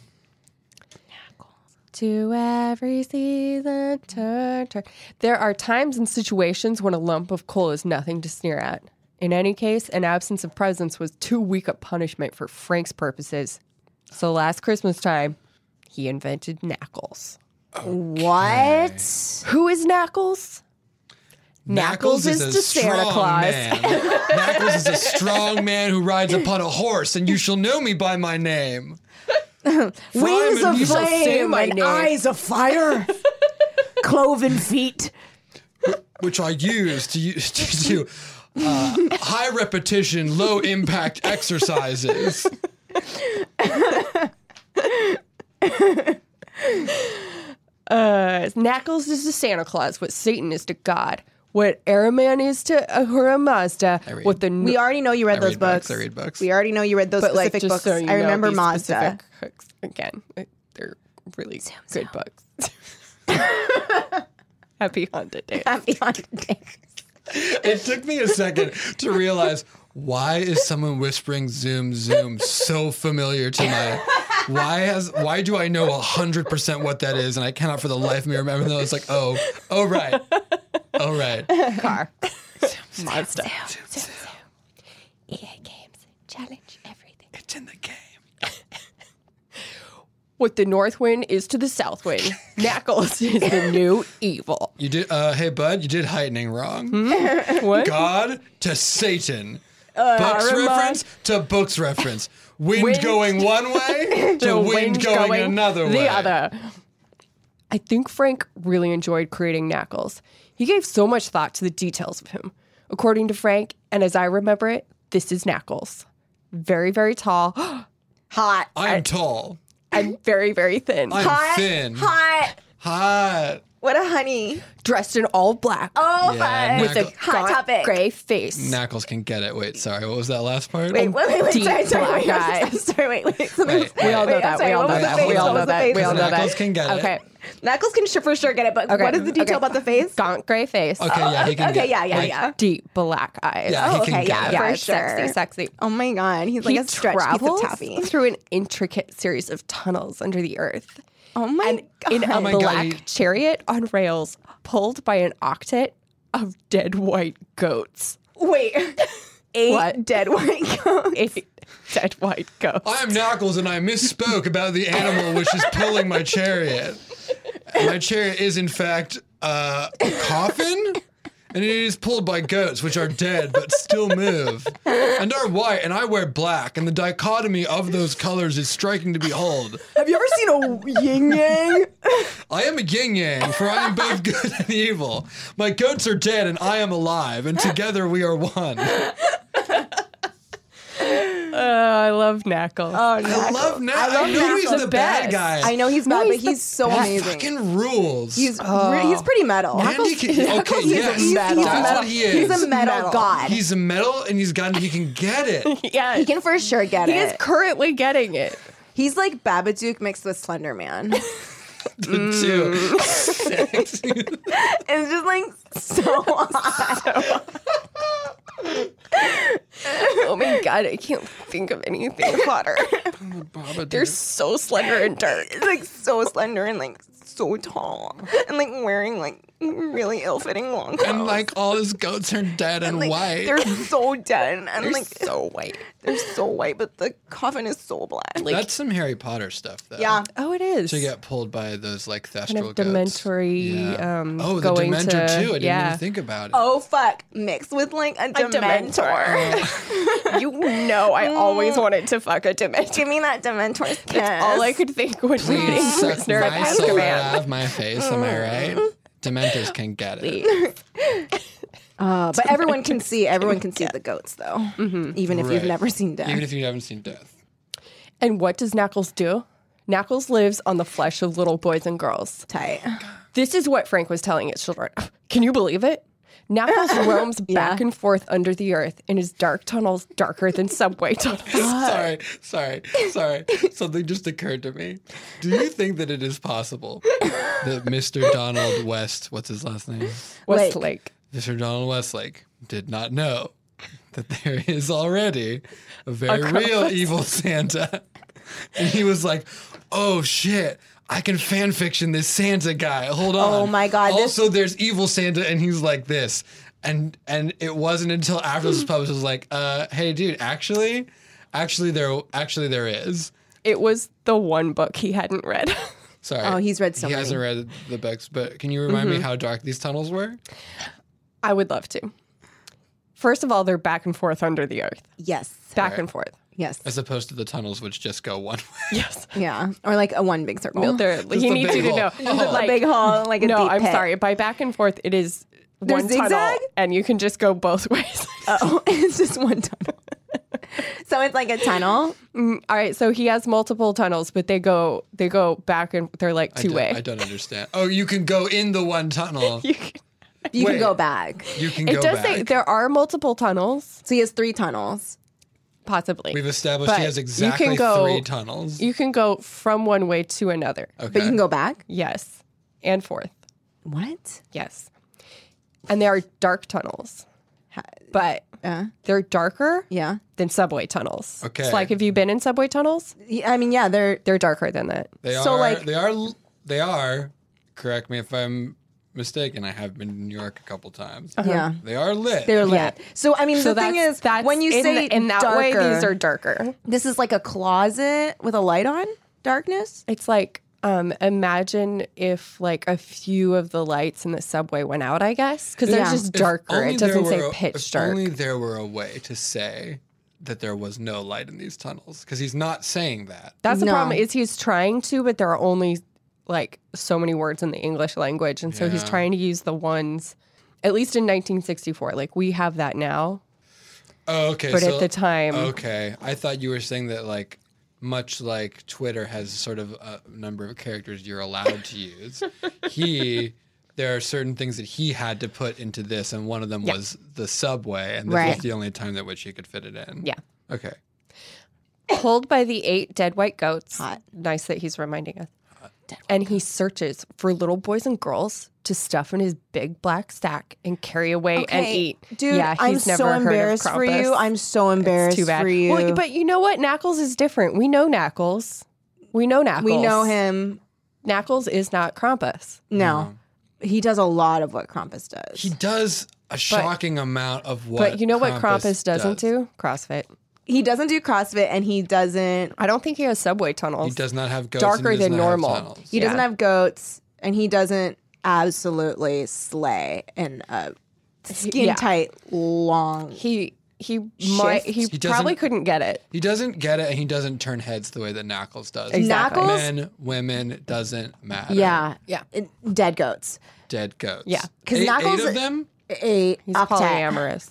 [SPEAKER 4] To every season, turn, turn. There are times and situations when a lump of coal is nothing to sneer at. In any case, an absence of presence was too weak a punishment for Frank's purposes. So last Christmas time, he invented Knuckles.
[SPEAKER 3] What?
[SPEAKER 4] Who is Knuckles?
[SPEAKER 5] Knuckles is,
[SPEAKER 3] is
[SPEAKER 5] a
[SPEAKER 3] to Santa
[SPEAKER 5] strong
[SPEAKER 3] Claus.
[SPEAKER 5] Man. Knuckles is a strong man who rides upon a horse, and you shall know me by my name.
[SPEAKER 3] Wings
[SPEAKER 5] Flyman, you
[SPEAKER 3] of
[SPEAKER 5] shall say
[SPEAKER 3] flame
[SPEAKER 4] my
[SPEAKER 3] and
[SPEAKER 4] name.
[SPEAKER 3] eyes of fire, cloven feet.
[SPEAKER 5] which I use to u- to do uh, high repetition, low impact exercises.
[SPEAKER 4] Uh, Knuckles is to Santa Claus what Satan is to God, what Araman is to Ahura Mazda, what the
[SPEAKER 3] We already know you read those
[SPEAKER 5] read books.
[SPEAKER 3] books.
[SPEAKER 5] I read books.
[SPEAKER 3] We already know you read those
[SPEAKER 4] but like
[SPEAKER 3] specific books.
[SPEAKER 4] just so you
[SPEAKER 3] I
[SPEAKER 4] know,
[SPEAKER 3] remember
[SPEAKER 4] be
[SPEAKER 3] Mazda.
[SPEAKER 4] specific Hooks. Again, like, they're really good books. Happy Honda Day.
[SPEAKER 3] Happy on dick.
[SPEAKER 5] It took me a second to realize why is someone whispering "zoom zoom" so familiar to my. Why has why do I know hundred percent what that is and I cannot for the life of me remember though it's like oh oh right oh right
[SPEAKER 4] Car. Mazda. EA Games. Challenge everything.
[SPEAKER 5] it's in the game
[SPEAKER 4] What the North Wind is to the South Wind. Knuckles is the new evil.
[SPEAKER 5] you did uh hey bud you did heightening wrong
[SPEAKER 4] Hmm? What? Uh,
[SPEAKER 5] God to Satan. books reference to books reference. Wind,
[SPEAKER 4] Wind-
[SPEAKER 5] going one way to
[SPEAKER 4] the
[SPEAKER 5] wind, going, another
[SPEAKER 4] the
[SPEAKER 5] way.
[SPEAKER 4] other. I think Frank really enjoyed creating Knuckles. He gave so much thought to the details of him. According to Frank, and as I remember it, this is Knuckles. Very, very tall
[SPEAKER 3] Hot.
[SPEAKER 5] I'm tall.
[SPEAKER 4] and very, very thin.
[SPEAKER 5] I'm
[SPEAKER 3] Hot.
[SPEAKER 5] thin.
[SPEAKER 3] Hot.
[SPEAKER 5] Hot.
[SPEAKER 3] What a honey.
[SPEAKER 4] Dressed in all black.
[SPEAKER 3] Oh,
[SPEAKER 5] Yeah,
[SPEAKER 3] hot.
[SPEAKER 5] With a
[SPEAKER 3] hot topic.
[SPEAKER 4] Gray face.
[SPEAKER 5] Knuckles can get it. Wait, sorry. What was that last part?
[SPEAKER 3] Wait, wait, wait, wait,
[SPEAKER 4] Deep
[SPEAKER 3] sorry, sorry,
[SPEAKER 4] black
[SPEAKER 3] wait, I'm
[SPEAKER 4] eyes.
[SPEAKER 3] so sorry, wait, wait. something
[SPEAKER 5] Wait,
[SPEAKER 3] was-
[SPEAKER 5] wait. We all
[SPEAKER 4] know
[SPEAKER 3] wait,
[SPEAKER 4] that,
[SPEAKER 3] I'm sorry,
[SPEAKER 4] we all
[SPEAKER 3] what
[SPEAKER 4] know
[SPEAKER 3] was the
[SPEAKER 4] that,
[SPEAKER 3] face?
[SPEAKER 4] we all
[SPEAKER 3] What was the
[SPEAKER 4] know that,
[SPEAKER 3] face?
[SPEAKER 4] we all
[SPEAKER 3] What was
[SPEAKER 4] know
[SPEAKER 3] the
[SPEAKER 4] that.
[SPEAKER 5] Knuckles can get
[SPEAKER 4] Okay.
[SPEAKER 5] it.
[SPEAKER 3] face? Knuckles can sh- for sure get it, but
[SPEAKER 4] Okay.
[SPEAKER 3] what is the detail
[SPEAKER 4] Okay.
[SPEAKER 3] about the face?
[SPEAKER 4] Gaunt gray face.
[SPEAKER 5] Okay, yeah, he can
[SPEAKER 3] Okay,
[SPEAKER 5] get
[SPEAKER 3] yeah, yeah,
[SPEAKER 5] like,
[SPEAKER 3] yeah.
[SPEAKER 4] Deep black eyes.
[SPEAKER 5] Yeah, he
[SPEAKER 3] Oh,
[SPEAKER 5] can
[SPEAKER 3] okay,
[SPEAKER 5] get
[SPEAKER 3] yeah,
[SPEAKER 5] it.
[SPEAKER 3] yeah.
[SPEAKER 4] Very
[SPEAKER 3] for sure.
[SPEAKER 4] Sexy, sexy.
[SPEAKER 3] Oh my god, he's like
[SPEAKER 4] he
[SPEAKER 3] a stretched piece of
[SPEAKER 4] travels
[SPEAKER 3] taffy.
[SPEAKER 4] through an intricate series of tunnels under the earth.
[SPEAKER 3] Oh my god.
[SPEAKER 4] in a
[SPEAKER 5] my God,
[SPEAKER 4] black
[SPEAKER 5] he-
[SPEAKER 4] chariot on rails pulled by an octet of dead white goats.
[SPEAKER 3] Wait. Eight
[SPEAKER 4] What?
[SPEAKER 3] dead white goats.
[SPEAKER 4] Eight dead white goats.
[SPEAKER 5] I'm Knuckles and I misspoke about the animal which is pulling my chariot. My chariot is in fact uh, a coffin and it is pulled by goats, which are dead but still move, and are white, and I wear black, and the dichotomy of those colors is striking to behold.
[SPEAKER 7] Have you ever seen a yin yang?
[SPEAKER 5] I am a yin yang, for I am both good and evil. My goats are dead, and I am alive, and together we are one.
[SPEAKER 4] I love Knuckles.
[SPEAKER 3] Oh,
[SPEAKER 5] I
[SPEAKER 3] no.
[SPEAKER 5] love Nat. I, know he's the,
[SPEAKER 4] the best.
[SPEAKER 5] bad guy.
[SPEAKER 3] I know he's bad,
[SPEAKER 4] No,
[SPEAKER 3] but
[SPEAKER 4] he's the
[SPEAKER 3] he's so
[SPEAKER 5] He
[SPEAKER 3] amazing.
[SPEAKER 5] fucking rules.
[SPEAKER 3] He's re- he's pretty metal.
[SPEAKER 5] Andy can, okay,
[SPEAKER 3] he's,
[SPEAKER 5] yes,
[SPEAKER 3] he's, he's
[SPEAKER 5] that's
[SPEAKER 3] a
[SPEAKER 5] what
[SPEAKER 3] metal.
[SPEAKER 5] he is.
[SPEAKER 3] He's a metal,
[SPEAKER 7] Metal.
[SPEAKER 3] god.
[SPEAKER 5] He's a metal, and he's got. He can get it.
[SPEAKER 4] yeah,
[SPEAKER 3] he can for sure get
[SPEAKER 4] He
[SPEAKER 3] it.
[SPEAKER 4] is currently getting it.
[SPEAKER 3] he's like Babadook mixed with Slender Man. it's
[SPEAKER 5] Too.
[SPEAKER 3] Mm.
[SPEAKER 5] Sexy.
[SPEAKER 3] just like so hot.
[SPEAKER 4] Oh my god, I can't think of anything hotter. They're so slender and dark.
[SPEAKER 3] It's like so slender and like so tall and like wearing like really ill-fitting long clothes.
[SPEAKER 5] and like all his goats are dead and
[SPEAKER 3] Like,
[SPEAKER 5] white.
[SPEAKER 3] They're so dead and
[SPEAKER 4] They're
[SPEAKER 3] like
[SPEAKER 4] so white.
[SPEAKER 3] they're so white, but the coffin is so black.
[SPEAKER 5] That's some Harry Potter stuff, though.
[SPEAKER 3] yeah,
[SPEAKER 4] Oh, it is.
[SPEAKER 5] To get pulled by those like
[SPEAKER 4] kind
[SPEAKER 5] thestral
[SPEAKER 4] of
[SPEAKER 5] goats.
[SPEAKER 4] dementory.
[SPEAKER 5] Yeah.
[SPEAKER 4] Um,
[SPEAKER 5] oh, the
[SPEAKER 4] going
[SPEAKER 5] Dementor
[SPEAKER 4] to,
[SPEAKER 5] too. I didn't
[SPEAKER 4] yeah.
[SPEAKER 5] even think about it.
[SPEAKER 3] Oh fuck! Mixed with like a, dementor.
[SPEAKER 4] you know, I always wanted to fuck a dementor.
[SPEAKER 3] Give me that dementor's kiss.
[SPEAKER 4] All I could think when reading
[SPEAKER 5] Please suck
[SPEAKER 4] Prisoner of
[SPEAKER 5] my soul
[SPEAKER 4] Azkaban.
[SPEAKER 5] out of my face. Am I right? Dementors can get it.
[SPEAKER 3] Uh, but everyone can see. Everyone can see the goats, though. Even if you've
[SPEAKER 5] Right.
[SPEAKER 3] never seen death.
[SPEAKER 5] Even if you haven't seen death.
[SPEAKER 4] And what does Knuckles do? Knuckles lives on the flesh of little boys and girls.
[SPEAKER 3] Tight.
[SPEAKER 4] This is what Frank was telling his children. Can you believe it? Knuckles roams back and forth under the earth in his dark tunnels, darker than subway tunnels.
[SPEAKER 5] Sorry, sorry, sorry. Something just occurred to me. Do you think that it is possible that Mr. Donald West, what's his last name?
[SPEAKER 4] Westlake.
[SPEAKER 5] Mr. Donald Westlake did not know that there is already a very real evil Santa. And he was like, oh shit. I can fan fiction this Santa guy. Hold on.
[SPEAKER 3] Oh my God, this-
[SPEAKER 5] Also, there's evil Santa, and he's like this, and and it wasn't until after this was published, it was like, uh, hey, dude, actually, actually there, actually there is.
[SPEAKER 4] It was the one book he hadn't read.
[SPEAKER 5] Sorry.
[SPEAKER 3] Oh, he's read so
[SPEAKER 5] he
[SPEAKER 3] many. Mm-hmm.
[SPEAKER 5] hasn't read the books, but can you remind me how dark these tunnels were?
[SPEAKER 4] I would love to. First of all, they're back and forth under the earth.
[SPEAKER 3] Yes.
[SPEAKER 4] Back and forth.
[SPEAKER 3] Yes.
[SPEAKER 5] As opposed to the tunnels which just go one way.
[SPEAKER 4] Yes.
[SPEAKER 3] Yeah. Or like a one big circle.
[SPEAKER 4] Built there.
[SPEAKER 5] the
[SPEAKER 4] He needs
[SPEAKER 5] big
[SPEAKER 4] you to
[SPEAKER 5] hole.
[SPEAKER 4] know.
[SPEAKER 5] Just the
[SPEAKER 4] Like,
[SPEAKER 3] big hole, like a
[SPEAKER 4] no,
[SPEAKER 3] deep
[SPEAKER 4] I'm
[SPEAKER 3] pit.
[SPEAKER 4] sorry. By back and forth, it is
[SPEAKER 3] They're
[SPEAKER 4] one tunnel,
[SPEAKER 3] zigzag?
[SPEAKER 4] and you can just go both ways.
[SPEAKER 3] Oh, it's just one tunnel. so it's like a tunnel.
[SPEAKER 4] All right, so he has multiple tunnels, but they go they go back and they're like two
[SPEAKER 5] I
[SPEAKER 4] way.
[SPEAKER 5] Don't, I don't understand. Oh, you can go in the one tunnel. you,
[SPEAKER 3] You
[SPEAKER 5] Wait.
[SPEAKER 3] can go back.
[SPEAKER 5] can
[SPEAKER 4] It
[SPEAKER 5] go
[SPEAKER 4] does
[SPEAKER 5] back.
[SPEAKER 4] say there are multiple tunnels,
[SPEAKER 3] So he has three tunnels.
[SPEAKER 4] possibly.
[SPEAKER 5] We've established
[SPEAKER 4] but
[SPEAKER 5] he has
[SPEAKER 4] you can
[SPEAKER 5] exactly
[SPEAKER 4] go-
[SPEAKER 5] three tunnels.
[SPEAKER 4] you can go from one way to another.
[SPEAKER 5] okay.
[SPEAKER 3] But you can go back.
[SPEAKER 4] Yes, and forth.
[SPEAKER 3] What?
[SPEAKER 4] Yes, and they are dark tunnels, but
[SPEAKER 3] Yeah.
[SPEAKER 4] they're darker
[SPEAKER 3] Yeah.
[SPEAKER 4] than subway tunnels.
[SPEAKER 5] Okay.
[SPEAKER 4] it's like have you been in subway tunnels?
[SPEAKER 3] Yeah, I mean, yeah. They're
[SPEAKER 4] They're darker than that.
[SPEAKER 5] They
[SPEAKER 3] So,
[SPEAKER 5] are.
[SPEAKER 3] like-
[SPEAKER 5] they are. l- They are. Correct me if I'm mistaken. I have been to New York a couple times.
[SPEAKER 4] Uh-huh.
[SPEAKER 3] yeah.
[SPEAKER 5] They are lit.
[SPEAKER 3] They're lit. So I mean,
[SPEAKER 4] So
[SPEAKER 3] the thing
[SPEAKER 4] that's-
[SPEAKER 3] is,
[SPEAKER 4] that's
[SPEAKER 3] when you
[SPEAKER 4] in,
[SPEAKER 3] say
[SPEAKER 4] in that way,
[SPEAKER 3] darker-
[SPEAKER 4] these are darker.
[SPEAKER 3] this is like a closet with a light on. Darkness.
[SPEAKER 4] It's like um, imagine if like a few of the lights in the subway went out. I guess because
[SPEAKER 3] Yeah.
[SPEAKER 4] they're just
[SPEAKER 5] If
[SPEAKER 4] darker.
[SPEAKER 5] only
[SPEAKER 4] It
[SPEAKER 5] there
[SPEAKER 4] doesn't
[SPEAKER 5] were
[SPEAKER 4] say
[SPEAKER 5] a-
[SPEAKER 4] pitch
[SPEAKER 5] if
[SPEAKER 4] dark.
[SPEAKER 5] Only there were a way to say that there was no light in these tunnels because he's not saying that.
[SPEAKER 4] That's the
[SPEAKER 3] No.
[SPEAKER 4] problem. Is he's trying to, but there are only like so many words in the English language, and so he's
[SPEAKER 5] Yeah.
[SPEAKER 4] trying to use the ones. At least in 1964, like we have that now,
[SPEAKER 5] Oh, okay.
[SPEAKER 4] but
[SPEAKER 5] so-
[SPEAKER 4] at the time,
[SPEAKER 5] Okay, I thought you were saying that like much like Twitter has sort of a number of characters you're allowed to use. he there are certain things that he had to put into this and one of them was the subway and this
[SPEAKER 3] Right.
[SPEAKER 5] was the only time that which he could fit it in.
[SPEAKER 4] Yeah.
[SPEAKER 5] Okay.
[SPEAKER 4] pulled by the eight dead white goats.
[SPEAKER 3] Hot.
[SPEAKER 4] Nice that he's reminding us. And he searches for little boys and girls to stuff in his big black sack and carry away and eat.
[SPEAKER 3] dude.
[SPEAKER 4] yeah,
[SPEAKER 3] I'm
[SPEAKER 4] he's
[SPEAKER 3] so
[SPEAKER 4] never
[SPEAKER 3] embarrassed
[SPEAKER 4] heard of
[SPEAKER 3] for you.
[SPEAKER 4] Krampus.
[SPEAKER 3] I'm so embarrassed
[SPEAKER 4] too bad.
[SPEAKER 3] for you.
[SPEAKER 4] Well, but you know what? Knuckles is different. We know Knuckles. We know Knuckles.
[SPEAKER 3] we know him.
[SPEAKER 4] Knuckles is not Krampus.
[SPEAKER 3] No, he does a lot of what Krampus does.
[SPEAKER 5] He does a shocking amount of what
[SPEAKER 4] but you know what Krampus doesn't
[SPEAKER 5] does.
[SPEAKER 4] do? CrossFit.
[SPEAKER 3] he doesn't do CrossFit, and he doesn't.
[SPEAKER 4] I don't think he has subway tunnels.
[SPEAKER 5] He does not have goats
[SPEAKER 4] Darker
[SPEAKER 5] and he does
[SPEAKER 4] than
[SPEAKER 5] not have
[SPEAKER 4] normal.
[SPEAKER 5] tunnels.
[SPEAKER 3] He doesn't have goats, and he doesn't absolutely slay in a skin tight, long.
[SPEAKER 4] He he might he,
[SPEAKER 5] He doesn't-
[SPEAKER 4] probably couldn't get it.
[SPEAKER 5] He doesn't get it, and he doesn't turn heads the way that Knuckles does.
[SPEAKER 4] Exactly.
[SPEAKER 3] Knuckles?
[SPEAKER 5] Men, women, doesn't matter.
[SPEAKER 3] Yeah.
[SPEAKER 4] Yeah.
[SPEAKER 3] And Dead goats.
[SPEAKER 5] Dead goats.
[SPEAKER 4] Yeah.
[SPEAKER 3] 'Cause
[SPEAKER 5] Eight- eight
[SPEAKER 3] Knuckles-
[SPEAKER 5] of them?
[SPEAKER 3] A
[SPEAKER 4] He's
[SPEAKER 3] octet.
[SPEAKER 4] polyamorous.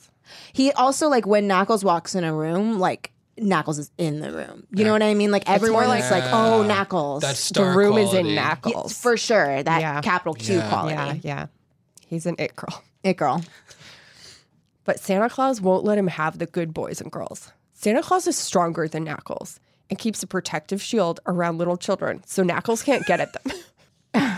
[SPEAKER 3] He also like when Knuckles walks in a room, like Knuckles is in the room. You know what I mean? Like everyone's like,
[SPEAKER 5] like-
[SPEAKER 3] oh,
[SPEAKER 5] Yeah.
[SPEAKER 3] Knuckles.
[SPEAKER 5] That's
[SPEAKER 4] The
[SPEAKER 5] star
[SPEAKER 4] room is in
[SPEAKER 5] quality.
[SPEAKER 3] Yeah,
[SPEAKER 4] knuckles.
[SPEAKER 3] for sure. That
[SPEAKER 4] Yeah.
[SPEAKER 3] capital Q
[SPEAKER 5] Yeah.
[SPEAKER 3] quality.
[SPEAKER 4] yeah, yeah. He's an it girl.
[SPEAKER 3] It girl.
[SPEAKER 4] But Santa Claus won't let him have the good boys and girls. Santa Claus is stronger than Knuckles and keeps a protective shield around little children so Knuckles can't get at them.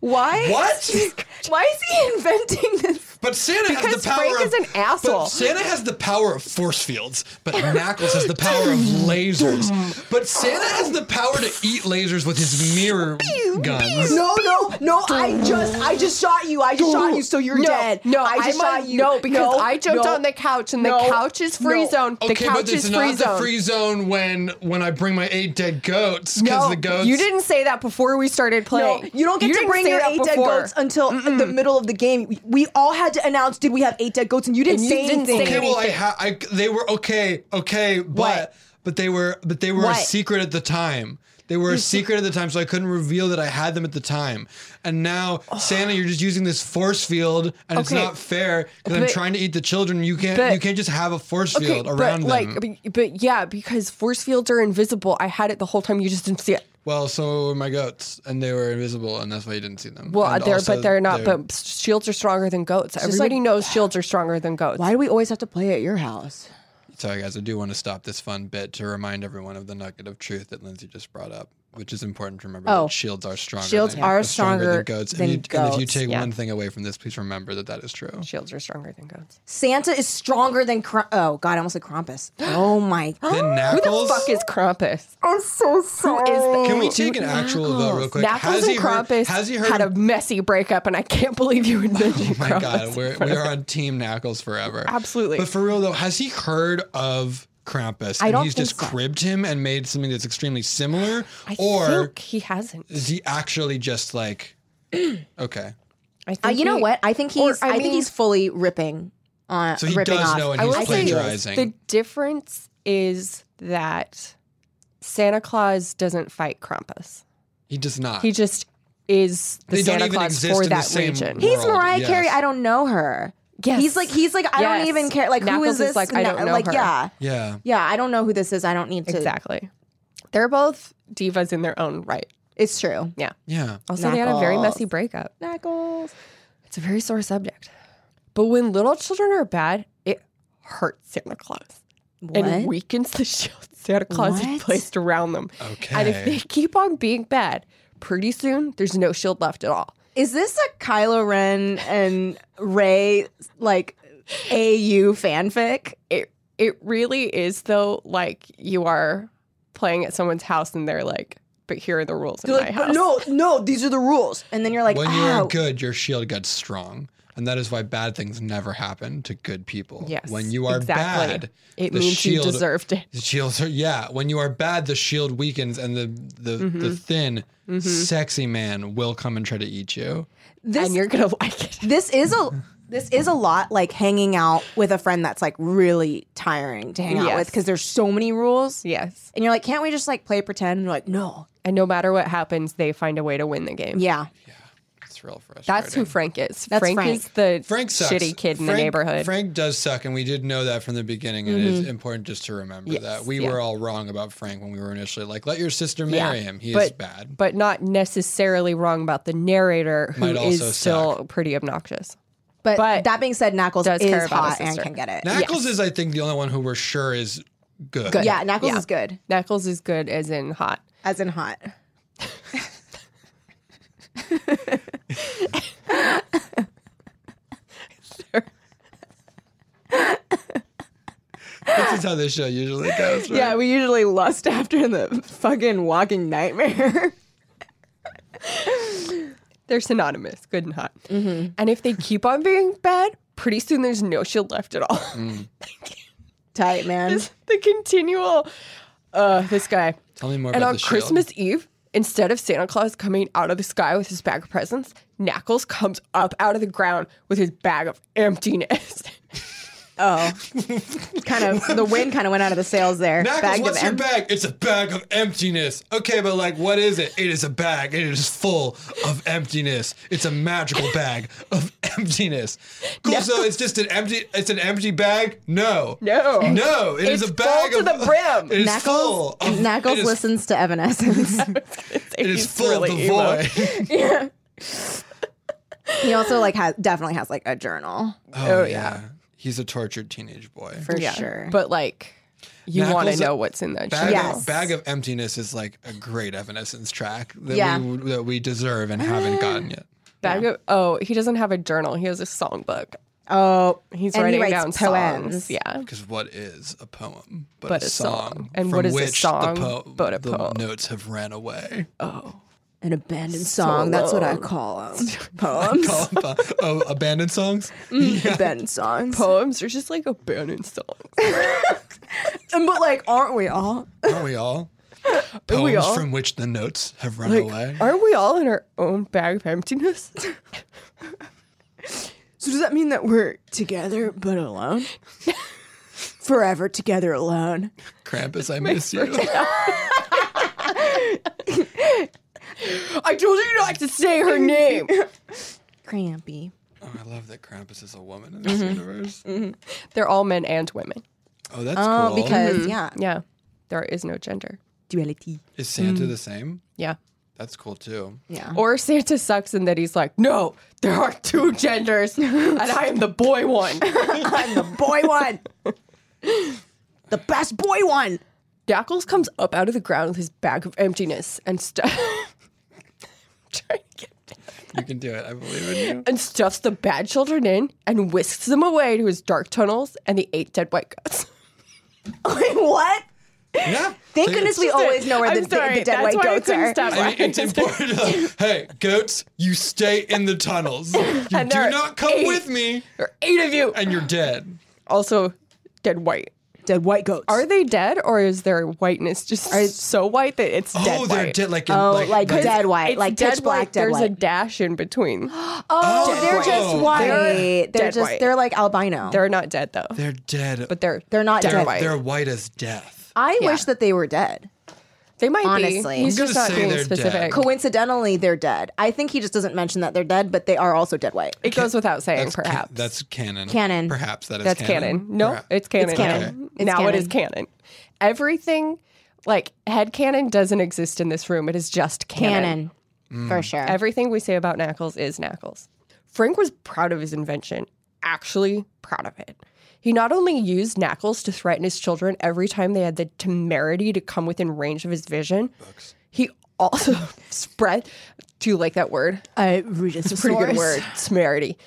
[SPEAKER 3] Why?
[SPEAKER 5] What?
[SPEAKER 3] Why is he inventing this?
[SPEAKER 5] But Santa has
[SPEAKER 4] Because
[SPEAKER 5] the power
[SPEAKER 4] Frank
[SPEAKER 5] of
[SPEAKER 4] is an asshole.
[SPEAKER 5] But Santa has the power of force fields, but Knuckles has the power of lasers. But Santa has the power to eat lasers with his mirror guns.
[SPEAKER 3] No, no, no! I just, I just shot you. I just shot you, so you're
[SPEAKER 4] no,
[SPEAKER 3] dead.
[SPEAKER 4] No,
[SPEAKER 3] I just
[SPEAKER 4] I'm on-
[SPEAKER 3] shot you.
[SPEAKER 4] No, because I jumped
[SPEAKER 3] no,
[SPEAKER 4] on the couch and
[SPEAKER 3] no,
[SPEAKER 4] the couch is free
[SPEAKER 3] no.
[SPEAKER 4] zone. The
[SPEAKER 5] Okay,
[SPEAKER 4] couch
[SPEAKER 5] but it's
[SPEAKER 4] is
[SPEAKER 5] not
[SPEAKER 4] free
[SPEAKER 5] the
[SPEAKER 4] zone.
[SPEAKER 5] free zone when when I bring my eight dead goats because
[SPEAKER 4] no,
[SPEAKER 5] the goats.
[SPEAKER 4] you didn't say that before we started
[SPEAKER 3] No,
[SPEAKER 4] playing.
[SPEAKER 3] you don't get to
[SPEAKER 4] didn't
[SPEAKER 3] bring
[SPEAKER 4] say
[SPEAKER 3] your
[SPEAKER 4] that
[SPEAKER 3] eight dead
[SPEAKER 4] before.
[SPEAKER 3] goats until the middle of the game. We, we all had to announce, did we have eight dead goats? And you didn't
[SPEAKER 4] And you
[SPEAKER 3] say
[SPEAKER 4] didn't say
[SPEAKER 3] anything.
[SPEAKER 5] Okay, well, I, ha- I they were okay, okay, but
[SPEAKER 3] What?
[SPEAKER 5] but they were but they were a
[SPEAKER 3] What?
[SPEAKER 5] secret at the time. They were a secret at the time, so I couldn't reveal that I had them at the time. And now, Santa, you're just using this force field, and it's
[SPEAKER 4] Okay.
[SPEAKER 5] not fair because I'm
[SPEAKER 4] But-
[SPEAKER 5] trying to eat the children. You can't
[SPEAKER 4] but-
[SPEAKER 5] you can't just have a force
[SPEAKER 4] Okay,
[SPEAKER 5] field around
[SPEAKER 4] but
[SPEAKER 5] them.
[SPEAKER 4] like, but, but yeah, because force fields are invisible. I had it the whole time. You just didn't see it.
[SPEAKER 5] well, so were my goats, and they were invisible, and that's why you didn't see them.
[SPEAKER 4] Well, uh,
[SPEAKER 5] And
[SPEAKER 4] they're
[SPEAKER 5] also
[SPEAKER 4] but they're not.
[SPEAKER 5] they're-
[SPEAKER 4] But shields are stronger than goats. Everybody knows shields are stronger than goats.
[SPEAKER 3] do we always have to play at your house?
[SPEAKER 5] Sorry, guys, I do want to stop this fun bit to remind everyone of the nugget of truth that Lindsay just brought up, which is important to remember.
[SPEAKER 3] Oh.
[SPEAKER 5] that shields are stronger.
[SPEAKER 3] Shields
[SPEAKER 5] than,
[SPEAKER 3] are stronger
[SPEAKER 5] than goats.
[SPEAKER 3] than
[SPEAKER 5] and, you, and if you
[SPEAKER 3] goats,
[SPEAKER 5] take
[SPEAKER 4] yeah.
[SPEAKER 5] one thing away from this, please remember that that is true.
[SPEAKER 4] Shields are stronger than goats.
[SPEAKER 3] Santa is stronger than Kr- oh god, I almost said Krampus. Oh my!
[SPEAKER 5] Then
[SPEAKER 4] Who the
[SPEAKER 5] Knuckles.
[SPEAKER 4] fuck is Krampus?
[SPEAKER 3] I'm so sorry.
[SPEAKER 5] Can we take an actual vote real quick?
[SPEAKER 4] Knuckles and Krampus
[SPEAKER 5] heard, has he heard?
[SPEAKER 4] had a
[SPEAKER 5] oh
[SPEAKER 4] messy breakup, and I can't believe you would mention
[SPEAKER 5] my
[SPEAKER 4] Krampus.
[SPEAKER 5] god, we're we are on Team Knuckles forever.
[SPEAKER 4] Absolutely.
[SPEAKER 5] But for real though, has he heard of? Krampus,
[SPEAKER 3] I
[SPEAKER 5] and
[SPEAKER 3] don't
[SPEAKER 5] he's
[SPEAKER 3] think
[SPEAKER 5] just
[SPEAKER 3] so.
[SPEAKER 5] cribbed him and made something that's extremely similar,
[SPEAKER 4] I
[SPEAKER 5] or
[SPEAKER 4] think he hasn't.
[SPEAKER 5] is he actually just like, okay?
[SPEAKER 4] I think
[SPEAKER 3] Uh, you know
[SPEAKER 4] he-
[SPEAKER 3] what? I think
[SPEAKER 4] or,
[SPEAKER 3] he's. I,
[SPEAKER 4] I
[SPEAKER 3] think
[SPEAKER 4] mean-
[SPEAKER 3] he's fully ripping. Uh,
[SPEAKER 5] So he
[SPEAKER 3] ripping
[SPEAKER 5] does
[SPEAKER 3] off.
[SPEAKER 5] know and
[SPEAKER 4] I
[SPEAKER 5] he's
[SPEAKER 4] will say this,
[SPEAKER 5] plagiarizing.
[SPEAKER 4] the difference is that Santa Claus doesn't fight Krampus.
[SPEAKER 5] He does not.
[SPEAKER 4] He just is the
[SPEAKER 5] They don't
[SPEAKER 4] Santa
[SPEAKER 5] even
[SPEAKER 4] Claus
[SPEAKER 5] exist
[SPEAKER 4] for
[SPEAKER 5] in the
[SPEAKER 4] that
[SPEAKER 5] same
[SPEAKER 4] region.
[SPEAKER 5] world.
[SPEAKER 3] He's Mariah
[SPEAKER 5] yes.
[SPEAKER 3] Carey. I don't know her.
[SPEAKER 4] Yes.
[SPEAKER 3] He's like he's like I
[SPEAKER 4] Yes.
[SPEAKER 3] don't even care. Like who
[SPEAKER 4] Knuckles
[SPEAKER 3] is
[SPEAKER 4] is
[SPEAKER 3] this?
[SPEAKER 4] like, I
[SPEAKER 3] No,
[SPEAKER 4] don't know
[SPEAKER 3] Like
[SPEAKER 4] her.
[SPEAKER 3] yeah,
[SPEAKER 5] yeah.
[SPEAKER 3] yeah. I don't know who this is. I don't need to.
[SPEAKER 4] Exactly. They're both divas in their own right.
[SPEAKER 3] It's true.
[SPEAKER 5] Yeah.
[SPEAKER 4] Also, they had a very
[SPEAKER 3] Knuckles.
[SPEAKER 4] messy breakup.
[SPEAKER 3] Knuckles.
[SPEAKER 4] It's a very sore subject. But when little children are bad, it hurts Santa Claus
[SPEAKER 3] What?
[SPEAKER 4] and weakens the shield Santa Claus has
[SPEAKER 3] What?
[SPEAKER 4] placed around them.
[SPEAKER 5] Okay.
[SPEAKER 4] And if they keep on being bad, pretty soon there's no shield left at all.
[SPEAKER 3] Is this a Kylo Ren and Ray like AU fanfic?
[SPEAKER 4] It it really is though like you are playing at someone's house and they're like, but here are the rules in
[SPEAKER 3] They're
[SPEAKER 4] my
[SPEAKER 3] like,
[SPEAKER 4] house.
[SPEAKER 3] "But no, no, these are the rules. And then you're like,
[SPEAKER 5] when you're
[SPEAKER 3] ow.
[SPEAKER 5] good, your shield gets strong. And that is why bad things never happen to good people.
[SPEAKER 4] Yes.
[SPEAKER 5] When you are
[SPEAKER 4] exactly.
[SPEAKER 5] bad,
[SPEAKER 4] it
[SPEAKER 5] the
[SPEAKER 4] means
[SPEAKER 5] shield,
[SPEAKER 4] you deserved it.
[SPEAKER 5] the shields are yeah. When you are bad, the shield weakens and the the,
[SPEAKER 4] Mm-hmm.
[SPEAKER 5] the thin, sexy man will come and try to eat you.
[SPEAKER 4] and you're gonna like it.
[SPEAKER 3] This is a this is a lot like hanging out with a friend that's like really tiring to hang out
[SPEAKER 4] Yes.
[SPEAKER 3] with because there's so many rules.
[SPEAKER 4] Yes.
[SPEAKER 3] And you're like, can't we just like play pretend? And you're like, no.
[SPEAKER 4] And no matter what happens, they find a way to win the game.
[SPEAKER 3] Yeah.
[SPEAKER 5] It's real frustrating.
[SPEAKER 4] That's who Frank is.
[SPEAKER 3] That's
[SPEAKER 4] Frank,
[SPEAKER 3] Frank.
[SPEAKER 4] is the
[SPEAKER 5] Frank sucks.
[SPEAKER 4] shitty kid in
[SPEAKER 5] Frank-
[SPEAKER 4] the neighborhood. Mm-hmm.
[SPEAKER 5] Frank does suck, and we did know that from the beginning. And it is important just to remember
[SPEAKER 4] Yes,
[SPEAKER 5] that we
[SPEAKER 4] yeah.
[SPEAKER 5] were all wrong about Frank when we were initially like, "Let your sister
[SPEAKER 4] Yeah.
[SPEAKER 5] marry him. He is bad."
[SPEAKER 4] But not necessarily wrong about the narrator, who
[SPEAKER 5] Might
[SPEAKER 4] is
[SPEAKER 5] also
[SPEAKER 4] still pretty obnoxious.
[SPEAKER 3] But,
[SPEAKER 4] But
[SPEAKER 3] that being said, Knuckles
[SPEAKER 4] does care
[SPEAKER 3] is
[SPEAKER 4] about his
[SPEAKER 3] hot and
[SPEAKER 4] sister.
[SPEAKER 3] can get it.
[SPEAKER 5] Knuckles is, I think, the only one who we're sure is good.
[SPEAKER 3] Yeah, Knuckles
[SPEAKER 4] Yeah.
[SPEAKER 3] is good.
[SPEAKER 4] Knuckles is good as in hot.
[SPEAKER 3] As in hot.
[SPEAKER 5] This is how this show usually goes. Right?
[SPEAKER 3] Yeah, we usually lust after the fucking walking nightmare.
[SPEAKER 4] They're synonymous, good and hot. And if they keep on being bad, pretty soon there's no shield left at all.
[SPEAKER 5] Mm.
[SPEAKER 3] Tight, man.
[SPEAKER 4] the continual, uh, this guy.
[SPEAKER 5] Tell me more
[SPEAKER 4] and
[SPEAKER 5] about
[SPEAKER 4] on
[SPEAKER 5] the shield.
[SPEAKER 4] Christmas Eve, Instead of Santa Claus coming out of the sky with his bag of presents, Knuckles comes up out of the ground with his bag of emptiness.
[SPEAKER 3] Oh, kind of the wind kind of went out of the sails there.
[SPEAKER 5] Knuckles,
[SPEAKER 3] Bagged
[SPEAKER 5] what's
[SPEAKER 3] of
[SPEAKER 5] your
[SPEAKER 3] em-
[SPEAKER 5] bag? It's a bag of emptiness. Okay, but like, what is it? It is a bag. It is full of emptiness. It's a magical bag of emptiness. Cool. So it's just an empty. It's an empty bag. No.
[SPEAKER 4] No.
[SPEAKER 5] No. It is
[SPEAKER 4] It's
[SPEAKER 5] a bag
[SPEAKER 4] full to
[SPEAKER 5] of
[SPEAKER 4] the brim.
[SPEAKER 5] It is
[SPEAKER 3] Knuckles-
[SPEAKER 5] full. Of,
[SPEAKER 3] Knuckles
[SPEAKER 5] it is,
[SPEAKER 3] listens to Evanescence.
[SPEAKER 5] It is
[SPEAKER 4] He's
[SPEAKER 5] full
[SPEAKER 4] really emo.
[SPEAKER 5] of the void.
[SPEAKER 3] he also like has definitely has like a journal.
[SPEAKER 5] Oh, yeah. He's a tortured teenage boy.
[SPEAKER 3] For sure.
[SPEAKER 4] But like, you
[SPEAKER 5] Knuckles-
[SPEAKER 4] want to know what's in that journal.
[SPEAKER 5] Bag,
[SPEAKER 3] Yes.
[SPEAKER 5] of, Bag of Emptiness is like a great Evanescence track that,
[SPEAKER 3] Yeah.
[SPEAKER 5] we, that we deserve and haven't gotten yet.
[SPEAKER 4] Bag of oh, he doesn't have a journal. He has a songbook.
[SPEAKER 3] oh,
[SPEAKER 4] He's
[SPEAKER 3] And he
[SPEAKER 4] writing
[SPEAKER 3] writes
[SPEAKER 4] down
[SPEAKER 3] poems.
[SPEAKER 4] songs. Yeah.
[SPEAKER 5] Because what is a poem but,
[SPEAKER 4] But
[SPEAKER 5] a,
[SPEAKER 4] a
[SPEAKER 5] song?
[SPEAKER 4] song. And
[SPEAKER 5] from
[SPEAKER 4] what is a
[SPEAKER 5] which
[SPEAKER 4] song
[SPEAKER 5] the po-
[SPEAKER 4] but a
[SPEAKER 5] the
[SPEAKER 4] poem?
[SPEAKER 5] notes have ran away.
[SPEAKER 3] an abandoned song. That's what I call them. Poems,
[SPEAKER 5] Oh, abandoned songs?
[SPEAKER 3] abandoned songs.
[SPEAKER 4] Poems are just like abandoned songs.
[SPEAKER 3] And but like, aren't we all?
[SPEAKER 5] Are we all? Poems
[SPEAKER 4] we all?
[SPEAKER 5] from which the notes have run away.
[SPEAKER 4] Aren't we all in our own bag of emptiness?
[SPEAKER 3] So does that mean that we're together but alone? Forever together alone.
[SPEAKER 5] Krampus, I miss you.
[SPEAKER 4] I told you not to say her name.
[SPEAKER 3] Crampy.
[SPEAKER 5] Oh, I love that Krampus is a woman in
[SPEAKER 4] Mm-hmm.
[SPEAKER 5] this universe.
[SPEAKER 4] They're all men and women.
[SPEAKER 5] Oh, that's
[SPEAKER 3] Oh,
[SPEAKER 4] Ah,
[SPEAKER 5] cool.
[SPEAKER 3] because yeah,
[SPEAKER 4] Yeah. There is no gender.
[SPEAKER 3] duality.
[SPEAKER 5] is
[SPEAKER 4] mm.
[SPEAKER 5] Santa the same?
[SPEAKER 4] Yeah.
[SPEAKER 5] That's cool too.
[SPEAKER 3] Yeah.
[SPEAKER 4] Or Santa sucks in that he's like, no, there are two genders, and I am the boy one.
[SPEAKER 3] I'm the boy one. the best boy one.
[SPEAKER 4] Dackles comes up out of the ground with his bag of emptiness and stuff. trying to get
[SPEAKER 5] You can do it. I believe in you.
[SPEAKER 4] and stuffs the bad children in and whisks them away to his dark tunnels and the eight dead white goats.
[SPEAKER 3] Like what?
[SPEAKER 5] Yeah.
[SPEAKER 3] Thank
[SPEAKER 5] So
[SPEAKER 3] goodness we
[SPEAKER 5] it's-
[SPEAKER 3] always know where the,
[SPEAKER 4] I'm
[SPEAKER 3] the- the
[SPEAKER 4] sorry,
[SPEAKER 3] dead
[SPEAKER 4] that's
[SPEAKER 3] white
[SPEAKER 4] why I
[SPEAKER 3] goats
[SPEAKER 4] couldn't
[SPEAKER 3] are.
[SPEAKER 4] stop
[SPEAKER 5] I mean, it's important. to- hey, goats, you stay in the tunnels. You do
[SPEAKER 4] there are
[SPEAKER 5] not come
[SPEAKER 4] eight.
[SPEAKER 5] with me,
[SPEAKER 4] There are eight of you.
[SPEAKER 5] and you're dead.
[SPEAKER 4] Also, dead white.
[SPEAKER 3] Dead white goats.
[SPEAKER 4] Are they dead or is their whiteness just so white that it's dead
[SPEAKER 5] oh,
[SPEAKER 4] white?
[SPEAKER 5] they're dead. Like, in,
[SPEAKER 3] Oh,
[SPEAKER 5] like,
[SPEAKER 3] like
[SPEAKER 5] like-
[SPEAKER 3] dead white,
[SPEAKER 4] It's
[SPEAKER 3] like
[SPEAKER 4] dead
[SPEAKER 3] pitch black,
[SPEAKER 4] white.
[SPEAKER 3] dead
[SPEAKER 4] There's
[SPEAKER 3] white.
[SPEAKER 4] a dash in between.
[SPEAKER 3] oh,
[SPEAKER 5] dead
[SPEAKER 3] they're
[SPEAKER 5] white.
[SPEAKER 3] just
[SPEAKER 5] They're
[SPEAKER 3] white. They're,
[SPEAKER 4] dead
[SPEAKER 3] just
[SPEAKER 4] white.
[SPEAKER 3] they're like albino.
[SPEAKER 4] They're not dead though.
[SPEAKER 5] They're dead.
[SPEAKER 4] but they're
[SPEAKER 3] They're not
[SPEAKER 4] dead
[SPEAKER 3] dead.
[SPEAKER 4] white.
[SPEAKER 5] They're white as death.
[SPEAKER 3] I
[SPEAKER 4] Yeah.
[SPEAKER 3] wish that they were dead.
[SPEAKER 4] They might
[SPEAKER 3] Honestly.
[SPEAKER 4] be. He's
[SPEAKER 5] I'm
[SPEAKER 4] just
[SPEAKER 5] gonna
[SPEAKER 4] not
[SPEAKER 5] say
[SPEAKER 4] being
[SPEAKER 5] they're dead.
[SPEAKER 4] specific.
[SPEAKER 3] Coincidentally, they're dead. I think he just doesn't mention that they're dead, but they are also dead white.
[SPEAKER 4] It goes without saying,
[SPEAKER 5] ca-
[SPEAKER 4] perhaps.
[SPEAKER 5] that's canon.
[SPEAKER 3] Canon.
[SPEAKER 5] Perhaps that is
[SPEAKER 4] That's canon. No,
[SPEAKER 5] Perha-
[SPEAKER 4] it's canon.
[SPEAKER 3] canon.
[SPEAKER 4] now.
[SPEAKER 3] It's
[SPEAKER 4] now
[SPEAKER 3] canon.
[SPEAKER 4] it is canon. Everything, like head canon, doesn't exist in this room. It is just canon.
[SPEAKER 3] Canon, for sure.
[SPEAKER 4] Everything we say about Knuckles is Knuckles. Frank was proud of his invention, actually proud of it. He not only used Knuckles to threaten his children every time they had the temerity to come within range of his vision, he also spread. Do you like that word?
[SPEAKER 3] I Regis
[SPEAKER 4] Pretty good word, temerity.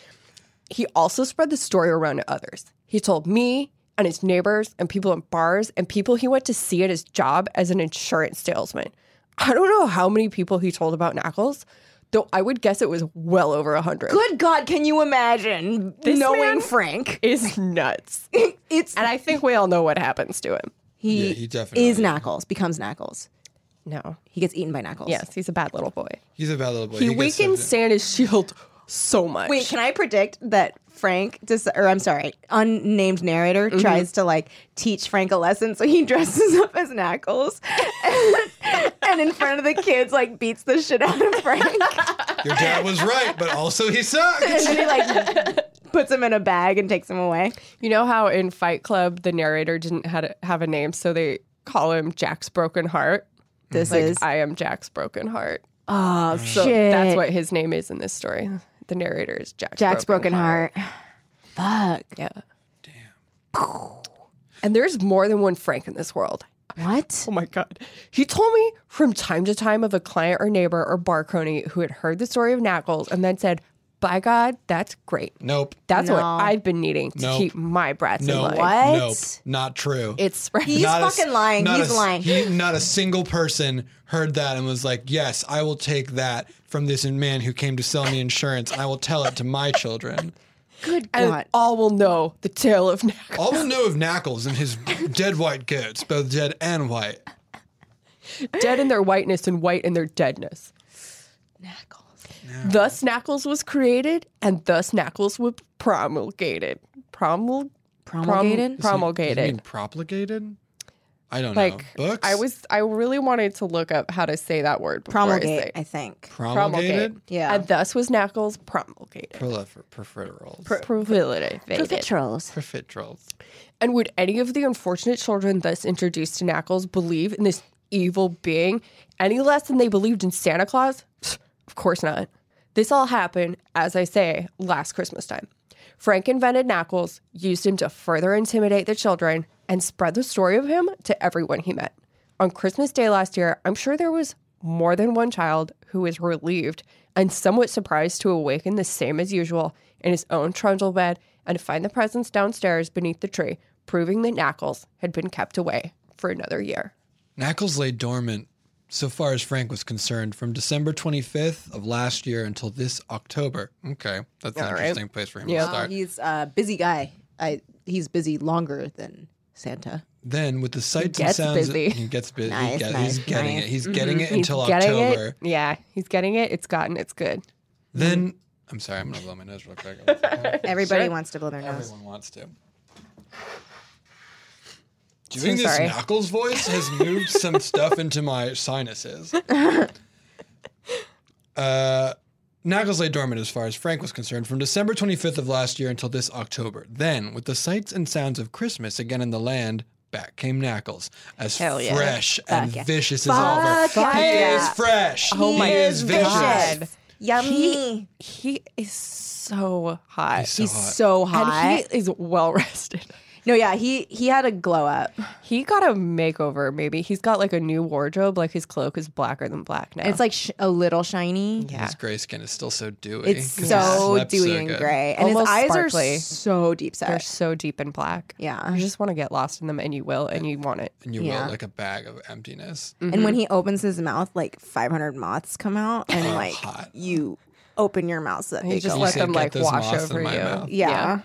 [SPEAKER 4] He also spread the story around to others. He told me and his neighbors and people in bars and people he went to see at his job as an insurance salesman. I don't know how many people he told about Knuckles, though I would guess it was well over a hundred.
[SPEAKER 3] Good God, can you imagine knowing
[SPEAKER 4] man-
[SPEAKER 3] Frank?
[SPEAKER 4] Is nuts.
[SPEAKER 3] It's
[SPEAKER 4] and I think we all know what happens to him.
[SPEAKER 3] he,
[SPEAKER 5] Yeah, he definitely-
[SPEAKER 3] is Knuckles, becomes Knuckles.
[SPEAKER 4] No.
[SPEAKER 3] He gets eaten by Knuckles.
[SPEAKER 4] Yes, he's a bad little boy.
[SPEAKER 5] He's a bad little boy.
[SPEAKER 4] He,
[SPEAKER 5] gets
[SPEAKER 4] weakens
[SPEAKER 5] something-
[SPEAKER 4] Santa's shield so much.
[SPEAKER 3] Wait, can I predict that Frank, dis- or I'm sorry, unnamed narrator tries to like teach Frank a lesson, so he dresses up as Knuckles and, and in front of the kids like beats the shit out of Frank,
[SPEAKER 5] Your dad was right, but also he
[SPEAKER 3] and
[SPEAKER 5] sucks.
[SPEAKER 3] then he like puts him in a bag and takes him away.
[SPEAKER 4] You know how in Fight Club the narrator didn't had, have a name, so they call him Jack's Broken Heart.
[SPEAKER 3] This
[SPEAKER 4] Like
[SPEAKER 3] is
[SPEAKER 4] I am Jack's Broken Heart.
[SPEAKER 3] oh
[SPEAKER 4] So
[SPEAKER 3] shit.
[SPEAKER 4] that's what his name is in this story. The narrator is Jack's,
[SPEAKER 3] Jack's broken, heart. Fuck.
[SPEAKER 4] Yeah. Damn. And there's more than one Frank in this world.
[SPEAKER 3] What?
[SPEAKER 4] Oh my God. He told me from time to time of a client or neighbor or bar crony who had heard the story of Knuckles and then said, By God, that's great.
[SPEAKER 5] nope.
[SPEAKER 4] That's what
[SPEAKER 3] No.
[SPEAKER 4] I've been needing to
[SPEAKER 5] Nope.
[SPEAKER 4] keep my brats
[SPEAKER 5] No.
[SPEAKER 4] in line.
[SPEAKER 3] What?
[SPEAKER 5] Nope. Not true.
[SPEAKER 4] It's spread.
[SPEAKER 3] He's
[SPEAKER 5] Not a s-
[SPEAKER 3] fucking lying.
[SPEAKER 5] not a
[SPEAKER 3] He's
[SPEAKER 5] s-
[SPEAKER 3] lying.
[SPEAKER 5] He, not a single person heard that and was like, "Yes, I will take that from this man who came to sell me insurance. I will tell it to my children."
[SPEAKER 3] Good
[SPEAKER 4] and
[SPEAKER 3] God.
[SPEAKER 4] all will know the tale of Knuckles.
[SPEAKER 5] All we'll know of Knuckles and his dead white goats, both dead and white,
[SPEAKER 4] dead in their whiteness and white in their deadness. Knuckles. Thus, Knuckles was created, and thus Knuckles was promulgated. Promul- prom-
[SPEAKER 7] Promulgated?
[SPEAKER 5] You mean
[SPEAKER 4] promulgated.
[SPEAKER 5] propagated? I don't
[SPEAKER 4] Like
[SPEAKER 5] know. Books?
[SPEAKER 4] I was, I really wanted to look up how to say that word. Before I say
[SPEAKER 3] Promulgate,
[SPEAKER 4] it.
[SPEAKER 3] I think.
[SPEAKER 5] promulgated.
[SPEAKER 3] Yeah.
[SPEAKER 4] And thus was Knuckles promulgated.
[SPEAKER 5] Prolifer- profiteroles.
[SPEAKER 4] Promulgated.
[SPEAKER 6] Profiteroles.
[SPEAKER 5] profiteroles.
[SPEAKER 4] And would any of the unfortunate children thus introduced to Knuckles believe in this evil being any less than they believed in Santa Claus? Of course not. This all happened, as I say, last Christmas time. Frank invented Knuckles, used him to further intimidate the children, and spread the story of him to everyone he met. On Christmas Day last year, I'm sure there was more than one child who was relieved and somewhat surprised to awaken the same as usual in his own trundle bed and find the presents downstairs beneath the tree, proving that Knuckles had been kept away for another year.
[SPEAKER 5] Knuckles lay dormant, so far as Frank was concerned, from December 25th of last year until this October. Okay, that's an interesting place for him to start.
[SPEAKER 3] Uh, He's a busy guy. I he's busy longer than Santa.
[SPEAKER 5] Then, with the sights
[SPEAKER 4] gets
[SPEAKER 5] and sounds,
[SPEAKER 4] busy.
[SPEAKER 5] he gets busy.
[SPEAKER 3] Nice,
[SPEAKER 5] he's
[SPEAKER 3] nice,
[SPEAKER 5] getting
[SPEAKER 3] nice.
[SPEAKER 5] it. He's getting it until
[SPEAKER 4] Mm-hmm. getting
[SPEAKER 5] October.
[SPEAKER 4] it. Yeah, he's getting it. It's gotten. It's good. Mm-hmm.
[SPEAKER 5] Then, I'm sorry, I'm gonna blow my nose real quick.
[SPEAKER 3] Everybody wants to blow their nose.
[SPEAKER 5] Everyone wants to. Doing
[SPEAKER 4] So
[SPEAKER 5] this
[SPEAKER 4] sorry.
[SPEAKER 5] Knuckles voice has moved some stuff into my sinuses. Uh, Knuckles lay dormant as far as Frank was concerned from December 25th of last year until this October. Then, with the sights and sounds of Christmas again in the land, back came Knuckles as
[SPEAKER 4] Hell yeah.
[SPEAKER 5] fresh and
[SPEAKER 3] yeah.
[SPEAKER 5] vicious as
[SPEAKER 3] Fuck yeah.
[SPEAKER 5] ever. he is
[SPEAKER 3] Yeah.
[SPEAKER 5] fresh.
[SPEAKER 4] Oh
[SPEAKER 5] he
[SPEAKER 4] my
[SPEAKER 5] is vicious.
[SPEAKER 4] God.
[SPEAKER 3] Yummy.
[SPEAKER 4] He, he is so hot.
[SPEAKER 5] He's
[SPEAKER 4] so
[SPEAKER 5] so hot.
[SPEAKER 3] hot.
[SPEAKER 4] And he is well rested.
[SPEAKER 3] no, yeah, he he had a glow up.
[SPEAKER 4] He got a makeover, maybe. He's got like a new wardrobe. Like his cloak is blacker than black now.
[SPEAKER 3] It's like sh- a little shiny.
[SPEAKER 4] yeah.
[SPEAKER 5] His gray skin is still so dewy.
[SPEAKER 3] It's
[SPEAKER 5] 'cause he
[SPEAKER 3] so
[SPEAKER 5] slept so
[SPEAKER 3] dewy and
[SPEAKER 5] good.
[SPEAKER 3] gray, and his
[SPEAKER 4] Almost
[SPEAKER 3] eyes
[SPEAKER 4] sparkly.
[SPEAKER 3] are so deep
[SPEAKER 4] They're
[SPEAKER 3] set.
[SPEAKER 4] so deep in black.
[SPEAKER 3] Yeah.
[SPEAKER 4] You just want to get lost in them and you will and you want it.
[SPEAKER 5] and you
[SPEAKER 3] Yeah.
[SPEAKER 5] will like a bag of emptiness.
[SPEAKER 4] Mm,
[SPEAKER 3] And
[SPEAKER 4] mm-hmm.
[SPEAKER 3] when he opens his mouth, like 500 moths come out, and
[SPEAKER 5] Oh,
[SPEAKER 3] like
[SPEAKER 5] hot.
[SPEAKER 3] you open your mouth so that
[SPEAKER 4] You
[SPEAKER 3] they
[SPEAKER 4] just
[SPEAKER 3] go.
[SPEAKER 4] let
[SPEAKER 5] said,
[SPEAKER 4] them
[SPEAKER 5] "Get
[SPEAKER 4] like
[SPEAKER 5] those
[SPEAKER 4] wash
[SPEAKER 5] moths in
[SPEAKER 4] over you.
[SPEAKER 5] my mouth.
[SPEAKER 3] yeah.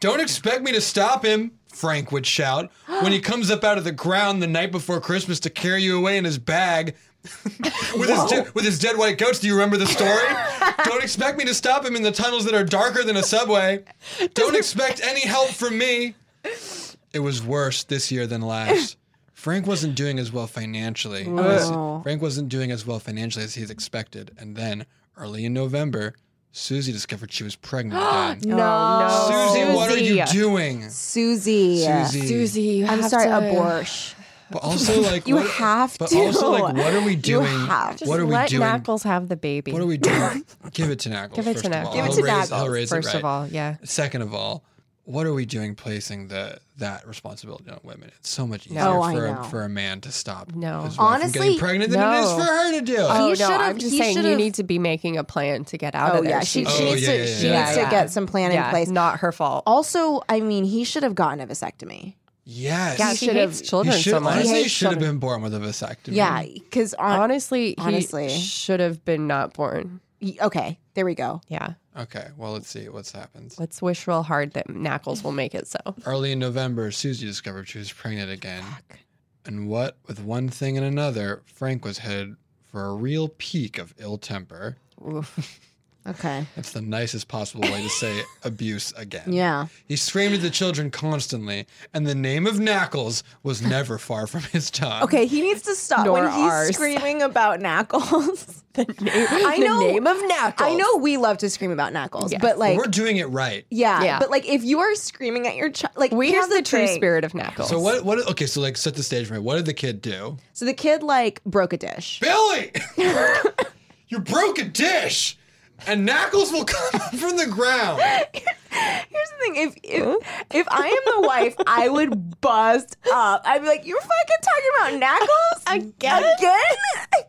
[SPEAKER 5] Don't expect me to stop him, Frank would shout when he comes up out of the ground the night before Christmas to carry you away in his bag. with, his de- with his dead white goats, do you remember the story? Don't expect me to stop him in the tunnels that are darker than a subway. Don't expect any help from me. It was worse this year than last. Frank wasn't doing as well financially. as- Frank wasn't doing as well financially as he's expected. And then, early in November, Susie discovered she was pregnant again.
[SPEAKER 4] No.
[SPEAKER 5] Susie, what are you
[SPEAKER 4] Oh, Susie.
[SPEAKER 5] doing?
[SPEAKER 3] Susie.
[SPEAKER 5] Susie.
[SPEAKER 4] Susie, you
[SPEAKER 3] I'm
[SPEAKER 4] have
[SPEAKER 3] sorry,
[SPEAKER 4] to-
[SPEAKER 3] abort.
[SPEAKER 5] But also, like,
[SPEAKER 3] You
[SPEAKER 5] what,
[SPEAKER 3] have
[SPEAKER 5] but
[SPEAKER 3] to.
[SPEAKER 5] also, like, what are we
[SPEAKER 3] You
[SPEAKER 5] doing?
[SPEAKER 3] have to.
[SPEAKER 5] What are we
[SPEAKER 4] Let
[SPEAKER 5] doing?
[SPEAKER 4] Knuckles have the baby.
[SPEAKER 5] What are we doing? Give it to Knuckles.
[SPEAKER 4] Give it
[SPEAKER 5] first
[SPEAKER 4] to
[SPEAKER 5] of all.
[SPEAKER 4] Knuckles. Give it
[SPEAKER 5] He'll
[SPEAKER 3] to
[SPEAKER 5] raise- he'll
[SPEAKER 3] Knuckles,
[SPEAKER 5] raise it
[SPEAKER 4] First
[SPEAKER 5] right.
[SPEAKER 4] of all, yeah.
[SPEAKER 5] Second of all, what are we doing placing the that responsibility on women? It's so much easier
[SPEAKER 3] Oh, I
[SPEAKER 5] for, a,
[SPEAKER 3] know.
[SPEAKER 5] for a man to stop.
[SPEAKER 4] No.
[SPEAKER 5] his wife from
[SPEAKER 3] Honestly,
[SPEAKER 5] getting pregnant than it is
[SPEAKER 4] no.
[SPEAKER 5] for her to do.
[SPEAKER 4] Oh, no,
[SPEAKER 3] should've-
[SPEAKER 4] I'm just
[SPEAKER 3] he
[SPEAKER 4] saying you
[SPEAKER 3] should've-
[SPEAKER 4] need to be making a plan to get out
[SPEAKER 3] Oh
[SPEAKER 4] of there.
[SPEAKER 3] yeah, she,
[SPEAKER 5] Susie.
[SPEAKER 3] she
[SPEAKER 5] Oh,
[SPEAKER 3] needs
[SPEAKER 5] yeah,
[SPEAKER 3] to
[SPEAKER 5] yeah,
[SPEAKER 3] she
[SPEAKER 5] yeah.
[SPEAKER 3] needs to
[SPEAKER 4] Yeah.
[SPEAKER 3] get some plan in
[SPEAKER 4] yeah,
[SPEAKER 3] place.
[SPEAKER 4] Not her fault.
[SPEAKER 3] also, I mean, he should have gotten a vasectomy.
[SPEAKER 5] yes.
[SPEAKER 4] yeah,
[SPEAKER 5] He
[SPEAKER 4] she
[SPEAKER 3] should have-
[SPEAKER 4] hates
[SPEAKER 5] should-
[SPEAKER 4] children so much.
[SPEAKER 5] honestly,
[SPEAKER 3] He
[SPEAKER 5] he
[SPEAKER 3] hates
[SPEAKER 5] should have been born with a vasectomy.
[SPEAKER 3] Yeah, because on,
[SPEAKER 4] honestly, he
[SPEAKER 3] Honestly.
[SPEAKER 4] should have been not born.
[SPEAKER 3] okay, there we go.
[SPEAKER 4] Yeah.
[SPEAKER 5] Okay. Well, let's see what's happens.
[SPEAKER 4] Let's wish real hard that Knuckles will make it so.
[SPEAKER 5] Early in November, Susie discovered she was pregnant again. And what with one thing and another, Frank was headed for a real peak of ill temper.
[SPEAKER 3] Okay,
[SPEAKER 5] That's the nicest possible way to say abuse again.
[SPEAKER 3] yeah,
[SPEAKER 5] He screamed at the children constantly, and the name of Knuckles was never far from his tongue.
[SPEAKER 3] okay. He needs to stop
[SPEAKER 4] Nor
[SPEAKER 3] when he's
[SPEAKER 4] ours.
[SPEAKER 3] screaming about Knuckles. the name, I know,
[SPEAKER 4] the name of Knuckles.
[SPEAKER 3] I know we love to scream about Knuckles,
[SPEAKER 4] Yes.
[SPEAKER 3] but like,
[SPEAKER 5] We're doing it right.
[SPEAKER 3] yeah,
[SPEAKER 4] Yeah.
[SPEAKER 3] but like, if you are screaming at your child, like,
[SPEAKER 4] We
[SPEAKER 3] here's
[SPEAKER 4] have the, true
[SPEAKER 3] thing.
[SPEAKER 4] spirit of Knuckles.
[SPEAKER 5] So what? What? Okay, so like set the stage for me. What did the kid do?
[SPEAKER 3] So the kid like broke a dish.
[SPEAKER 5] Billy, you broke a dish, and Knuckles will come up from the ground.
[SPEAKER 3] Here's the thing: if if, if I am the wife, I would bust up. I'd be like, "You're fucking talking about Knuckles again? Again?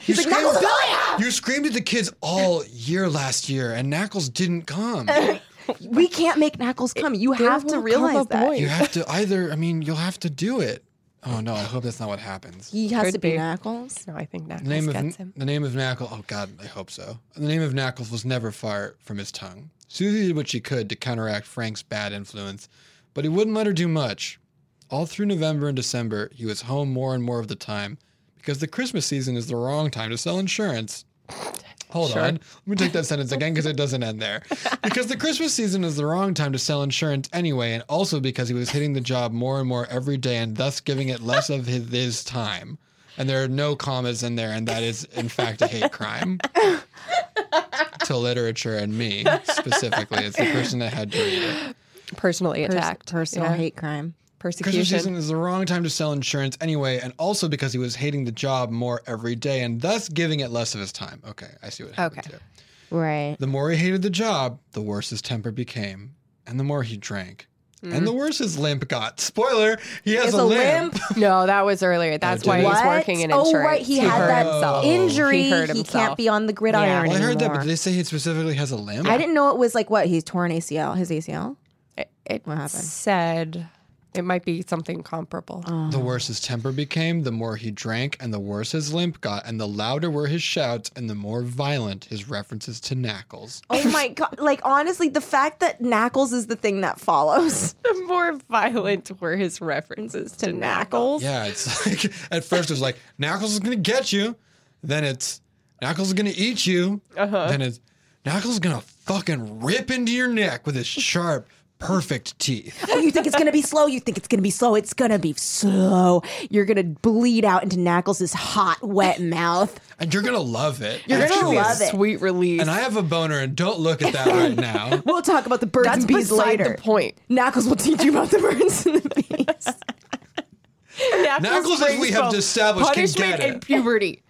[SPEAKER 5] He's
[SPEAKER 3] like, "Knuckles, Billy, up!"
[SPEAKER 5] You screamed at the kids all year last year, and Knuckles didn't come.
[SPEAKER 3] we can't make Knuckles come. You have to
[SPEAKER 4] will come
[SPEAKER 3] realize
[SPEAKER 4] a
[SPEAKER 3] that
[SPEAKER 4] boy.
[SPEAKER 5] You have to either. I mean, you'll have to do it. Oh no! I hope that's not what happens.
[SPEAKER 3] he has
[SPEAKER 4] Could
[SPEAKER 3] to be,
[SPEAKER 4] be.
[SPEAKER 3] Knuckles.
[SPEAKER 4] No, I think Knuckles
[SPEAKER 5] The name of
[SPEAKER 4] gets him.
[SPEAKER 5] the name of Knuckles. Oh God, I hope so. The name of Knuckles was never far from his tongue. Susie did what she could to counteract Frank's bad influence, but he wouldn't let her do much. All through November and December, he was home more and more of the time because the Christmas season is the wrong time to sell insurance. Hold
[SPEAKER 4] Sure.
[SPEAKER 5] on. Let me take that sentence again because it doesn't end there. Because the Christmas season is the wrong time to sell insurance anyway, and also because he was hitting the job more and more every day and thus giving it less of his, his time. And there are no commas in there, and that is, in fact, a hate crime to literature and me specifically. It's the person that had to read it.
[SPEAKER 4] Personally
[SPEAKER 3] Pers-
[SPEAKER 4] attacked.
[SPEAKER 3] personal
[SPEAKER 4] Yeah.
[SPEAKER 3] hate crime.
[SPEAKER 5] Christmas
[SPEAKER 4] Persecution.
[SPEAKER 5] season is the wrong time to sell insurance anyway, and also because he was hating the job more every day and thus giving it less of his time. Okay, I see what happened.
[SPEAKER 4] Okay.
[SPEAKER 5] here.
[SPEAKER 3] Right.
[SPEAKER 5] The more he hated the job, the worse his temper became, and the more he drank, and the worse his limp got. Spoiler: he has
[SPEAKER 3] It's
[SPEAKER 5] a,
[SPEAKER 3] a
[SPEAKER 5] limp.
[SPEAKER 4] No, that was earlier. That's
[SPEAKER 5] did
[SPEAKER 4] why
[SPEAKER 5] he?
[SPEAKER 4] he's
[SPEAKER 3] What?
[SPEAKER 4] working in insurance.
[SPEAKER 3] Oh, right. He, had
[SPEAKER 4] hurt
[SPEAKER 3] that
[SPEAKER 4] himself.
[SPEAKER 3] injury.
[SPEAKER 4] He
[SPEAKER 3] He,
[SPEAKER 4] hurt
[SPEAKER 3] can't
[SPEAKER 4] himself.
[SPEAKER 3] be on the gridiron
[SPEAKER 5] Well, I heard that,
[SPEAKER 3] anymore.
[SPEAKER 5] but they say he specifically has a limp.
[SPEAKER 3] I didn't know it was like what he's torn ACL. His ACL.
[SPEAKER 4] It, it
[SPEAKER 3] What happened? Oh.
[SPEAKER 4] said it might be something comparable.
[SPEAKER 5] The worse his temper became, the more he drank, and the worse his limp got, and the louder were his shouts, and the more violent his references to Knackles.
[SPEAKER 3] Oh my god! Like honestly, the fact that Knackles is the thing that follows.
[SPEAKER 4] the more violent were his references to Knackles.
[SPEAKER 5] Yeah, it's like at first it was like Knuckles is gonna get you, then it's Knuckles is gonna eat you, then it's Knuckles is gonna fucking rip into your neck with his sharp, perfect teeth.
[SPEAKER 3] Oh, you think it's gonna be slow? You think it's gonna be slow? It's gonna be slow. You're gonna bleed out into Knackles' hot, wet mouth.
[SPEAKER 5] And you're gonna love it.
[SPEAKER 3] You're
[SPEAKER 5] It's
[SPEAKER 3] gonna
[SPEAKER 5] gonna be a
[SPEAKER 3] love it.
[SPEAKER 4] Sweet release.
[SPEAKER 5] And I have a boner, and don't look at that right now.
[SPEAKER 3] We'll talk about the birds
[SPEAKER 4] That's
[SPEAKER 3] and bees
[SPEAKER 4] beside
[SPEAKER 3] later.
[SPEAKER 4] the point.
[SPEAKER 3] Knackles will teach you about the birds and the bees.
[SPEAKER 5] Knuckles, as we
[SPEAKER 4] brings
[SPEAKER 5] have
[SPEAKER 4] both
[SPEAKER 5] established, can
[SPEAKER 4] punishment
[SPEAKER 5] get
[SPEAKER 4] and
[SPEAKER 5] it.
[SPEAKER 4] puberty.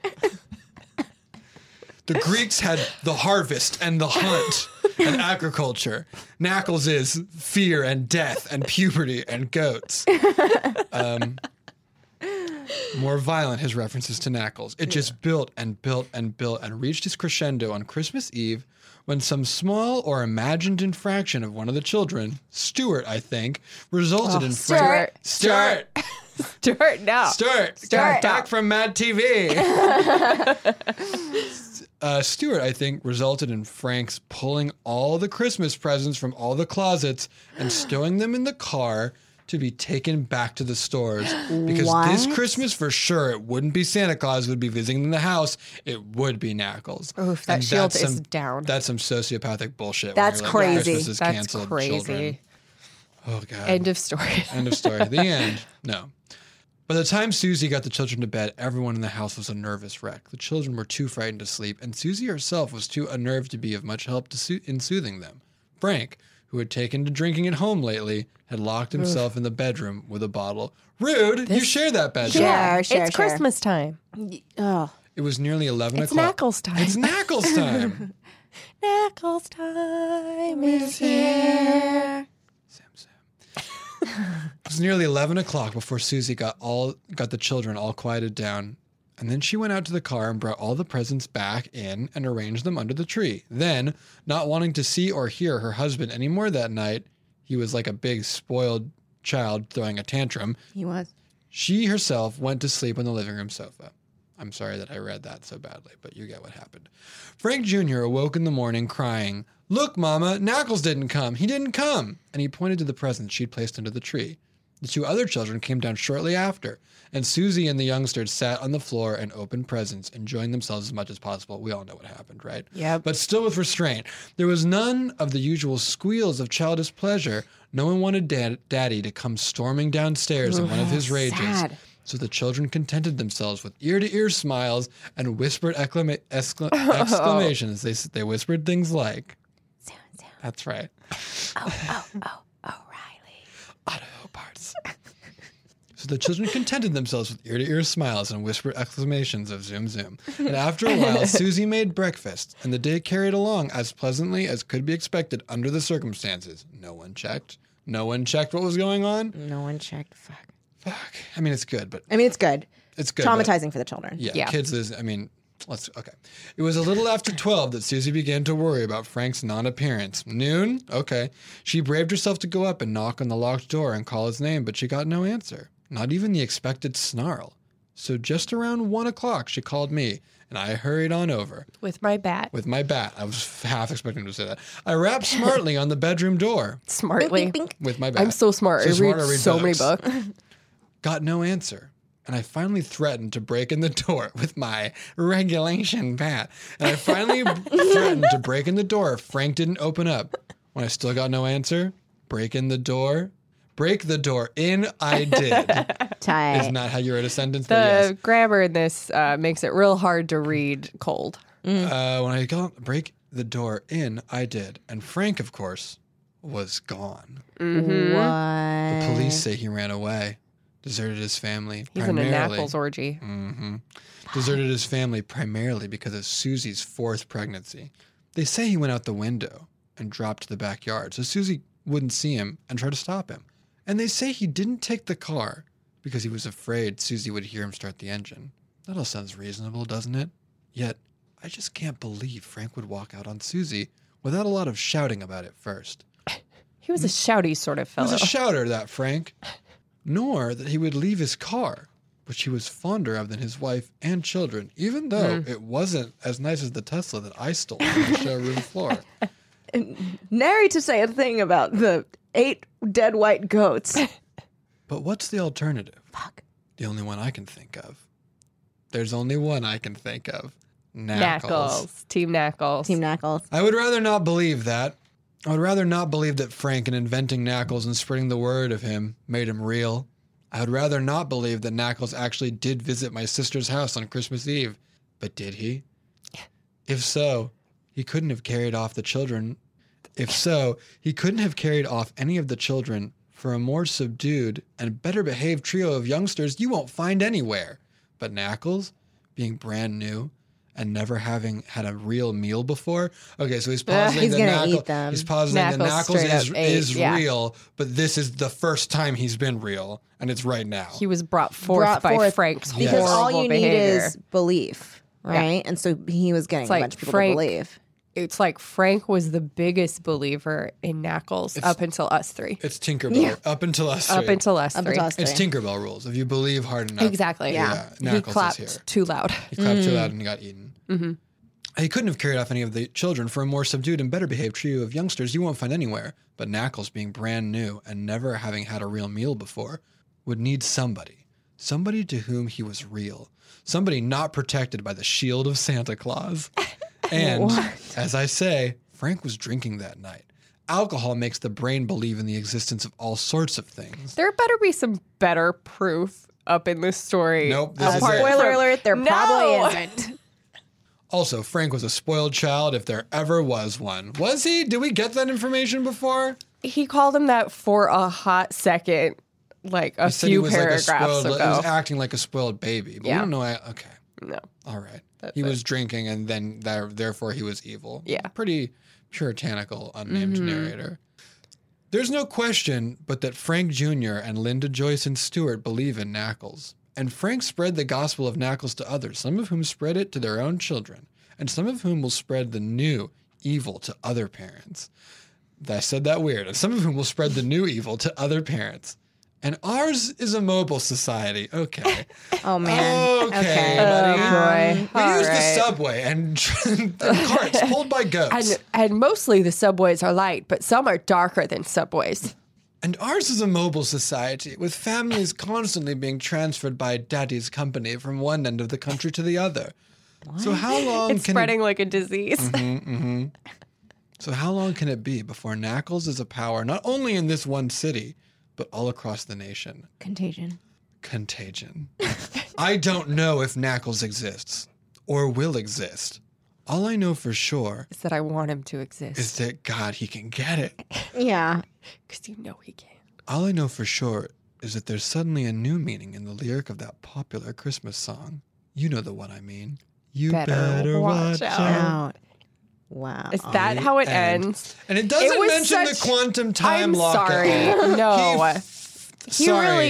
[SPEAKER 5] The Greeks had the harvest and the hunt and agriculture. Knuckles is fear and death and puberty and goats. Um, more violent, his references to Knuckles. It just built and built and built and reached its crescendo on Christmas Eve when some small or imagined infraction of one of the children, Stuart, I think, resulted in Frank. Oh, Stuart!
[SPEAKER 4] Dirt now.
[SPEAKER 5] Stuart,
[SPEAKER 4] Stuart.
[SPEAKER 5] back from Mad TV. uh, Stuart, I think, resulted in Frank's pulling all the Christmas presents from all the closets and stowing them in the car to be taken back to the stores. Because this
[SPEAKER 3] What?
[SPEAKER 5] Christmas, for sure, it wouldn't be Santa Claus would be visiting the house. It would be Knuckles.
[SPEAKER 4] Oof, that
[SPEAKER 5] And
[SPEAKER 4] shield
[SPEAKER 5] that's
[SPEAKER 4] is
[SPEAKER 5] some-
[SPEAKER 4] down.
[SPEAKER 5] That's some sociopathic bullshit. when
[SPEAKER 3] That's
[SPEAKER 5] you're like,
[SPEAKER 3] crazy.
[SPEAKER 5] Christmas is
[SPEAKER 4] That's
[SPEAKER 5] canceled,
[SPEAKER 4] crazy.
[SPEAKER 5] children. Oh god.
[SPEAKER 4] End of story.
[SPEAKER 5] End of story. the end. No. By the time Susie got the children to bed, everyone in the house was a nervous wreck. The children were too frightened to sleep, and Susie herself was too unnerved to be of much help to soo- in soothing them. Frank, who had taken to drinking at home lately, had locked himself in the bedroom with a bottle. Rude! you share that bedroom.
[SPEAKER 3] Sure, sure,
[SPEAKER 4] it's
[SPEAKER 3] sure.
[SPEAKER 4] Christmas time.
[SPEAKER 3] Oh,
[SPEAKER 5] It was nearly 11
[SPEAKER 4] It's
[SPEAKER 5] o'clock.
[SPEAKER 4] Knuckles time.
[SPEAKER 5] It's Knuckles time.
[SPEAKER 4] Knuckles time is here.
[SPEAKER 5] It was nearly eleven o'clock before Susie got all got the children all quieted down, and then she went out to the car and brought all the presents back in and arranged them under the tree. Then, not wanting to see or hear her husband anymore that night, he was like a big spoiled child throwing a tantrum.
[SPEAKER 3] he was.
[SPEAKER 5] She herself went to sleep on the living room sofa. I'm sorry that I read that so badly, but you get what happened. Frank Jr. awoke in the morning crying, Look, Mama, Knuckles didn't come. He didn't come. And he pointed to the present she'd placed under the tree. The two other children came down shortly after, and Susie and the youngsters sat on the floor and opened presents, enjoying themselves as much as possible. We all know what happened, right? Yeah. But still with restraint. There was none of the usual squeals of childish pleasure. No one wanted dad- Daddy to come storming downstairs in one of his rages.
[SPEAKER 3] sad.
[SPEAKER 5] So the children contented themselves with ear to ear smiles and whispered exclama- excla- exclamations. They, s- they whispered things like,
[SPEAKER 3] Soon, soon.
[SPEAKER 5] That's right.
[SPEAKER 3] Oh, oh, oh, Riley.
[SPEAKER 5] Auto parts. so the children contented themselves with ear to ear smiles and whispered exclamations of zoom zoom. And after a while, Susie made breakfast, and the day carried along as pleasantly as could be expected under the circumstances. No one checked. No one checked what was going on.
[SPEAKER 3] No one checked. Fuck.
[SPEAKER 5] Fuck. I mean, it's good, but
[SPEAKER 3] I mean, it's good.
[SPEAKER 5] it's good. but-
[SPEAKER 3] Traumatizing for the children.
[SPEAKER 5] Yeah,
[SPEAKER 4] Yeah.
[SPEAKER 5] kids is, I mean, let's, okay. It was a little after 12 that Susie began to worry about Frank's non appearance. Noon? Okay. She braved herself to go up and knock on the locked door and call his name, but she got no answer, not even the expected snarl. So just around one o'clock, she called me, and I hurried on over
[SPEAKER 4] With my bat.
[SPEAKER 5] with my bat. I was half expecting to say that. I rapped smartly on the bedroom door
[SPEAKER 4] Smartly.
[SPEAKER 5] with my bat.
[SPEAKER 4] I'm so smart. I read
[SPEAKER 5] smart,
[SPEAKER 4] so many books.
[SPEAKER 5] Got no answer. and I finally threatened to break in the door with my regulation bat. And I finally threatened to break in the door. Frank didn't open up. When I still got no answer, break in the door. Break the door in I did.
[SPEAKER 3] Tight.
[SPEAKER 5] Is not how you wrote a sentence,
[SPEAKER 4] The
[SPEAKER 5] but yes.
[SPEAKER 4] grammar in this uh, makes it real hard to read cold. mm.
[SPEAKER 5] Uh, when I got break the door in, I did. And Frank, of course, was gone.
[SPEAKER 4] Mm-hmm.
[SPEAKER 5] The
[SPEAKER 3] What?
[SPEAKER 5] police say he ran away, deserted his family.
[SPEAKER 4] He's in a
[SPEAKER 5] primarily.
[SPEAKER 4] Knuckles orgy.
[SPEAKER 5] hmm Deserted his family primarily because of Susie's fourth pregnancy. They say he went out the window and dropped to the backyard, so Susie wouldn't see him and try to stop him. And they say he didn't take the car because he was afraid Susie would hear him start the engine. That all sounds reasonable, doesn't it? Yet, I just can't believe Frank would walk out on Susie without a lot of shouting about it first.
[SPEAKER 4] He was a shouty sort of
[SPEAKER 5] He
[SPEAKER 4] fellow.
[SPEAKER 5] was a shouter, that Frank. Nor that he would leave his car, which he was fonder of than his wife and children, even though it wasn't as nice as the Tesla that I stole from the showroom floor.
[SPEAKER 7] Nary to say a thing about the eight dead white goats.
[SPEAKER 5] But what's the alternative?
[SPEAKER 3] Fuck.
[SPEAKER 5] The only one I can think of. There's only one I can think of.
[SPEAKER 4] Knuckles. Team Knuckles.
[SPEAKER 3] Team Knuckles.
[SPEAKER 5] I would rather not believe that. I would rather not believe that Frank, in inventing Knuckles and spreading the word of him, made him real. I would rather not believe that Knuckles actually did visit my sister's house on Christmas Eve. But did he? If so, he couldn't have carried off the children. If so, he couldn't have carried off any of the children for a more subdued and better behaved trio of youngsters you won't find anywhere. But Knuckles, being brand new and never having had a real meal before. Okay, so he's positing
[SPEAKER 3] he's
[SPEAKER 5] that
[SPEAKER 3] gonna
[SPEAKER 5] Knuckles,
[SPEAKER 3] eat them.
[SPEAKER 5] he's positing that
[SPEAKER 4] Knuckles
[SPEAKER 5] Knuckles
[SPEAKER 4] straight
[SPEAKER 5] is,
[SPEAKER 4] up ate,
[SPEAKER 5] is
[SPEAKER 4] yeah.
[SPEAKER 5] real, but this is the first time he's been real, and it's right now.
[SPEAKER 4] He was brought forth
[SPEAKER 3] Brought
[SPEAKER 4] by
[SPEAKER 3] forth
[SPEAKER 4] Frank's
[SPEAKER 5] Yes.
[SPEAKER 3] Because all
[SPEAKER 4] horrible
[SPEAKER 3] you
[SPEAKER 4] behavior.
[SPEAKER 3] need is belief, right? And so he was getting
[SPEAKER 4] It's
[SPEAKER 3] a
[SPEAKER 4] like
[SPEAKER 3] bunch of people
[SPEAKER 4] Frank-
[SPEAKER 3] to believe.
[SPEAKER 4] It's like Frank was the biggest believer in Knuckles up until us three.
[SPEAKER 5] it's Tinkerbell up until us.
[SPEAKER 4] Up
[SPEAKER 5] three.
[SPEAKER 4] until us
[SPEAKER 3] Up
[SPEAKER 4] three.
[SPEAKER 3] until us
[SPEAKER 5] it's
[SPEAKER 3] three.
[SPEAKER 5] Tinkerbell rules. If you believe hard enough,
[SPEAKER 4] Exactly.
[SPEAKER 5] Yeah,
[SPEAKER 4] He
[SPEAKER 5] Knuckles is here.
[SPEAKER 4] clapped too loud.
[SPEAKER 5] He clapped too loud and got eaten. He couldn't have carried off any of the children for a more subdued and better behaved trio of youngsters you won't find anywhere. But Knuckles, being brand new and never having had a real meal before, would need somebody. Somebody to whom he was real. Somebody not protected by the shield of Santa Claus. And as I say, Frank was drinking that night. Alcohol makes the brain believe in the existence of all sorts of things.
[SPEAKER 4] There better be some better proof up in this story.
[SPEAKER 5] Nope, this is
[SPEAKER 4] Apart
[SPEAKER 5] it.
[SPEAKER 4] from-
[SPEAKER 3] Spoiler alert, there
[SPEAKER 4] No!
[SPEAKER 3] probably isn't.
[SPEAKER 5] Also, Frank was a spoiled child if there ever was one. Was he? Did we get that information before?
[SPEAKER 4] He called him that for a hot second, like a
[SPEAKER 5] He said he
[SPEAKER 4] few
[SPEAKER 5] was like a
[SPEAKER 4] paragraphs
[SPEAKER 5] spoiled, he
[SPEAKER 4] ago.
[SPEAKER 5] was acting like a spoiled baby. But we
[SPEAKER 4] Yeah.
[SPEAKER 5] don't know. Okay,
[SPEAKER 4] no.
[SPEAKER 5] all right. he was drinking, and then there, therefore he was evil.
[SPEAKER 4] Yeah. Mm-hmm.
[SPEAKER 5] pretty puritanical, unnamed narrator. There's no question but that Frank Jr. and Linda Joyce and Stewart believe in Knuckles. And Frank spread the gospel of Knuckles to others, some of whom spread it to their own children, and some of whom will spread the new evil to other parents. I said that weird. And some of whom will spread the new evil to other parents. And ours is a mobile society. Okay.
[SPEAKER 3] Oh man.
[SPEAKER 5] Okay,
[SPEAKER 3] Okay.
[SPEAKER 5] buddy.
[SPEAKER 4] boy.
[SPEAKER 5] We
[SPEAKER 4] All
[SPEAKER 5] use
[SPEAKER 4] right.
[SPEAKER 5] the subway and, and carts pulled by goats.
[SPEAKER 4] And,
[SPEAKER 5] And,
[SPEAKER 4] and mostly the subways are light, but some are darker than subways.
[SPEAKER 5] ours is a mobile society with families constantly being transferred by daddy's company from one end of the country to the other. So how long
[SPEAKER 4] It's
[SPEAKER 5] can Mm-hmm.
[SPEAKER 4] spreading like a disease.
[SPEAKER 5] so how long can it be before Knuckles is a power not only in this one city but all across the nation?
[SPEAKER 3] Contagion.
[SPEAKER 5] Contagion. I don't know if Knuckles exists or will exist. All I know for sure
[SPEAKER 4] Is that I want him to exist
[SPEAKER 5] is that God, he can get it.
[SPEAKER 3] Yeah.
[SPEAKER 4] because you know he can.
[SPEAKER 5] All I know for sure is that there's suddenly a new meaning in the lyric of that popular Christmas song. You know the one I mean. You
[SPEAKER 4] Better
[SPEAKER 5] better,
[SPEAKER 4] watch
[SPEAKER 5] watch,
[SPEAKER 4] out.
[SPEAKER 5] out.
[SPEAKER 3] Out. Wow.
[SPEAKER 4] Um, Is that how it
[SPEAKER 5] And-
[SPEAKER 4] ends?
[SPEAKER 5] And it doesn't
[SPEAKER 4] was
[SPEAKER 5] mention the
[SPEAKER 4] such-
[SPEAKER 5] quantum time
[SPEAKER 4] I'm
[SPEAKER 5] lock. at
[SPEAKER 4] sorry.
[SPEAKER 5] all.
[SPEAKER 4] No.
[SPEAKER 5] He
[SPEAKER 4] He
[SPEAKER 5] Sorry.
[SPEAKER 4] really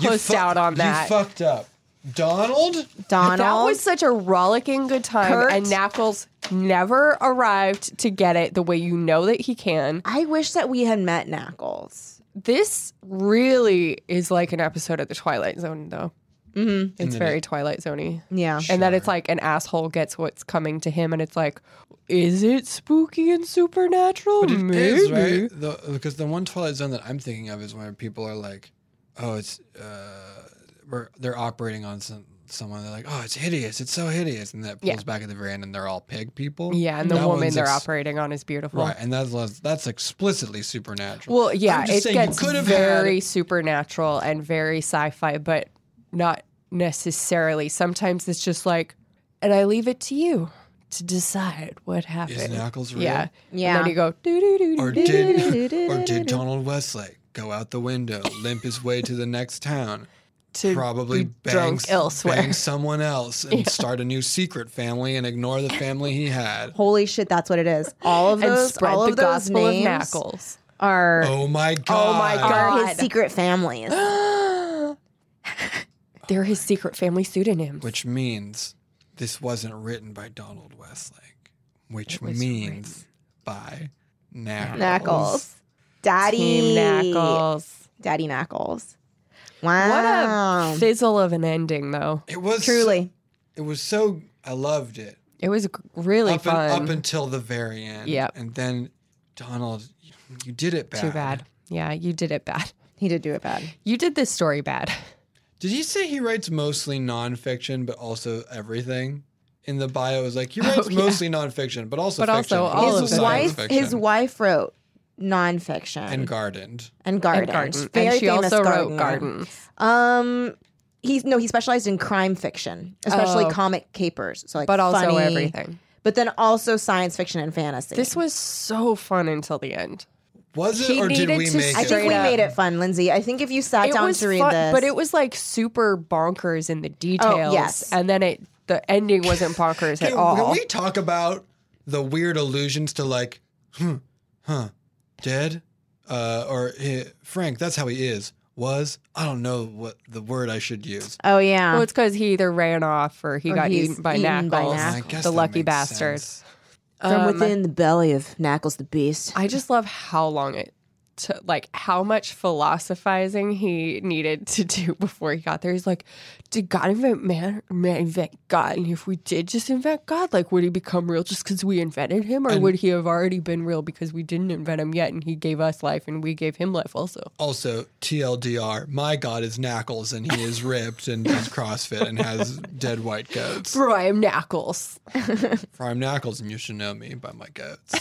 [SPEAKER 5] You
[SPEAKER 4] pussed
[SPEAKER 5] fu-
[SPEAKER 4] out on that.
[SPEAKER 5] You fucked up. Donald?
[SPEAKER 3] Donald.
[SPEAKER 4] That was such a rollicking good time,
[SPEAKER 3] Kurt?
[SPEAKER 4] and Knuckles never arrived to get it the way you know that he can.
[SPEAKER 3] I wish that we had met Knuckles.
[SPEAKER 4] This really is like an episode of The Twilight Zone, though. Mm-hmm. It's very Twilight Zoney,
[SPEAKER 3] Yeah.
[SPEAKER 4] and that it's like an asshole gets what's coming to him, and it's like, is it spooky and supernatural?
[SPEAKER 5] But it
[SPEAKER 4] Maybe.
[SPEAKER 5] is right? The- because the one Twilight Zone that I'm thinking of is where people are like, oh, it's uh, or they're operating on some someone. They're like, oh, it's hideous. It's so hideous, and that pulls
[SPEAKER 4] Yeah.
[SPEAKER 5] back at the very end, and they're all pig people.
[SPEAKER 4] Yeah, and the
[SPEAKER 5] That
[SPEAKER 4] woman
[SPEAKER 5] one's
[SPEAKER 4] they're
[SPEAKER 5] ex-
[SPEAKER 4] operating on is beautiful.
[SPEAKER 5] Right, and that's less- that's explicitly supernatural.
[SPEAKER 4] Well, yeah,
[SPEAKER 5] I'm just
[SPEAKER 4] it
[SPEAKER 5] saying you
[SPEAKER 4] gets
[SPEAKER 5] could have
[SPEAKER 4] very
[SPEAKER 5] had-
[SPEAKER 4] supernatural and very sci-fi, but not necessarily. Sometimes it's just like, and I leave it to you to decide what happened.
[SPEAKER 5] Is Knuckles real?
[SPEAKER 4] yeah,
[SPEAKER 3] Yeah.
[SPEAKER 4] And then you go do do do
[SPEAKER 5] Or did or did Donald Westlake go out the window, limp his way to the next town,
[SPEAKER 4] to
[SPEAKER 5] probably
[SPEAKER 4] be
[SPEAKER 5] bang,
[SPEAKER 4] drunk
[SPEAKER 5] s-
[SPEAKER 4] elsewhere.
[SPEAKER 5] bang someone else, and start a new secret family and ignore the family he had?
[SPEAKER 3] Holy shit, that's what it is. All of
[SPEAKER 4] and
[SPEAKER 3] those,
[SPEAKER 4] spread
[SPEAKER 3] all
[SPEAKER 4] the
[SPEAKER 3] of those
[SPEAKER 4] gospel of
[SPEAKER 3] names
[SPEAKER 4] Knuckles.
[SPEAKER 3] are
[SPEAKER 5] Oh my god!
[SPEAKER 4] my
[SPEAKER 3] are
[SPEAKER 4] God.
[SPEAKER 3] his secret families.
[SPEAKER 4] They're his secret family pseudonyms.
[SPEAKER 5] Which means this wasn't written by Donald Westlake, which
[SPEAKER 4] was
[SPEAKER 5] means by Knackles.
[SPEAKER 3] Knuckles, Daddy
[SPEAKER 4] Team Knuckles.
[SPEAKER 3] Daddy Knuckles.
[SPEAKER 4] What
[SPEAKER 3] Wow,
[SPEAKER 4] a fizzle of an ending, though.
[SPEAKER 5] It was
[SPEAKER 3] truly.
[SPEAKER 5] It was so I loved it
[SPEAKER 4] It was g- really
[SPEAKER 5] up,
[SPEAKER 4] fun.
[SPEAKER 5] and, up until the very end.
[SPEAKER 4] Yep.
[SPEAKER 5] and then Donald, you- you did it bad.
[SPEAKER 4] Too bad. Yeah, you did it bad.
[SPEAKER 3] He did do it bad.
[SPEAKER 4] You did this story bad.
[SPEAKER 5] Did you say he writes mostly nonfiction, but also everything? In the bio, it was like he writes mostly nonfiction, but also
[SPEAKER 4] Oh, But
[SPEAKER 5] fiction,
[SPEAKER 4] also all
[SPEAKER 5] also
[SPEAKER 4] of
[SPEAKER 3] his
[SPEAKER 4] it.
[SPEAKER 5] science
[SPEAKER 3] wife,
[SPEAKER 5] fiction.
[SPEAKER 3] his wife wrote nonfiction
[SPEAKER 5] and
[SPEAKER 3] and,
[SPEAKER 5] gardened.
[SPEAKER 3] gardens.
[SPEAKER 4] And garden.
[SPEAKER 3] Very
[SPEAKER 4] and she
[SPEAKER 3] famous
[SPEAKER 4] also
[SPEAKER 3] gardener.
[SPEAKER 4] wrote garden.
[SPEAKER 3] Um, he's no, he specialized in crime fiction, especially
[SPEAKER 4] Oh.
[SPEAKER 3] comic capers. So like,
[SPEAKER 4] But also
[SPEAKER 3] funny-
[SPEAKER 4] everything.
[SPEAKER 3] But then also science fiction and fantasy.
[SPEAKER 4] This was so fun until the end.
[SPEAKER 5] Was it
[SPEAKER 4] He
[SPEAKER 5] or did
[SPEAKER 4] needed
[SPEAKER 5] we
[SPEAKER 4] to
[SPEAKER 5] make
[SPEAKER 3] I
[SPEAKER 5] it?
[SPEAKER 3] think we
[SPEAKER 4] straight up.
[SPEAKER 3] made it fun, Lindsay. I think if you sat
[SPEAKER 4] it
[SPEAKER 3] down
[SPEAKER 4] was
[SPEAKER 3] to read
[SPEAKER 4] fun,
[SPEAKER 3] this, Oh,
[SPEAKER 4] but it was like super bonkers in the details.
[SPEAKER 3] yes.
[SPEAKER 4] And then it the ending wasn't bonkers at
[SPEAKER 5] Can,
[SPEAKER 4] all.
[SPEAKER 5] can we talk about the weird allusions to like, hmm, huh, dead, uh, or eh, Frank? That's how he is. Was I don't know what the word I should use.
[SPEAKER 3] oh yeah,
[SPEAKER 4] Well, it's because he either ran off or he
[SPEAKER 3] Or
[SPEAKER 4] got
[SPEAKER 3] he's
[SPEAKER 4] eaten by
[SPEAKER 3] eaten by
[SPEAKER 4] Knuckles,
[SPEAKER 5] And
[SPEAKER 3] Knuckles.
[SPEAKER 5] I guess
[SPEAKER 4] the
[SPEAKER 5] that
[SPEAKER 4] lucky
[SPEAKER 5] makes
[SPEAKER 4] bastard.
[SPEAKER 5] sense.
[SPEAKER 3] from
[SPEAKER 4] um,
[SPEAKER 3] within the belly of Knuckles the Beast.
[SPEAKER 4] I just love how long it took, like how much philosophizing he needed to do before he got there. He's like, did God invent man, or man invent God? And if we did just invent God, like would he become real just because we invented him, or would he have already been real because we didn't invent him yet and he gave us life and we gave him life also?
[SPEAKER 5] Also, TLDR, my god is Knuckles and he is ripped and does CrossFit and has dead white goats.
[SPEAKER 4] Bro, I am Knuckles,
[SPEAKER 5] For I'm Knuckles and you should know me by my goats.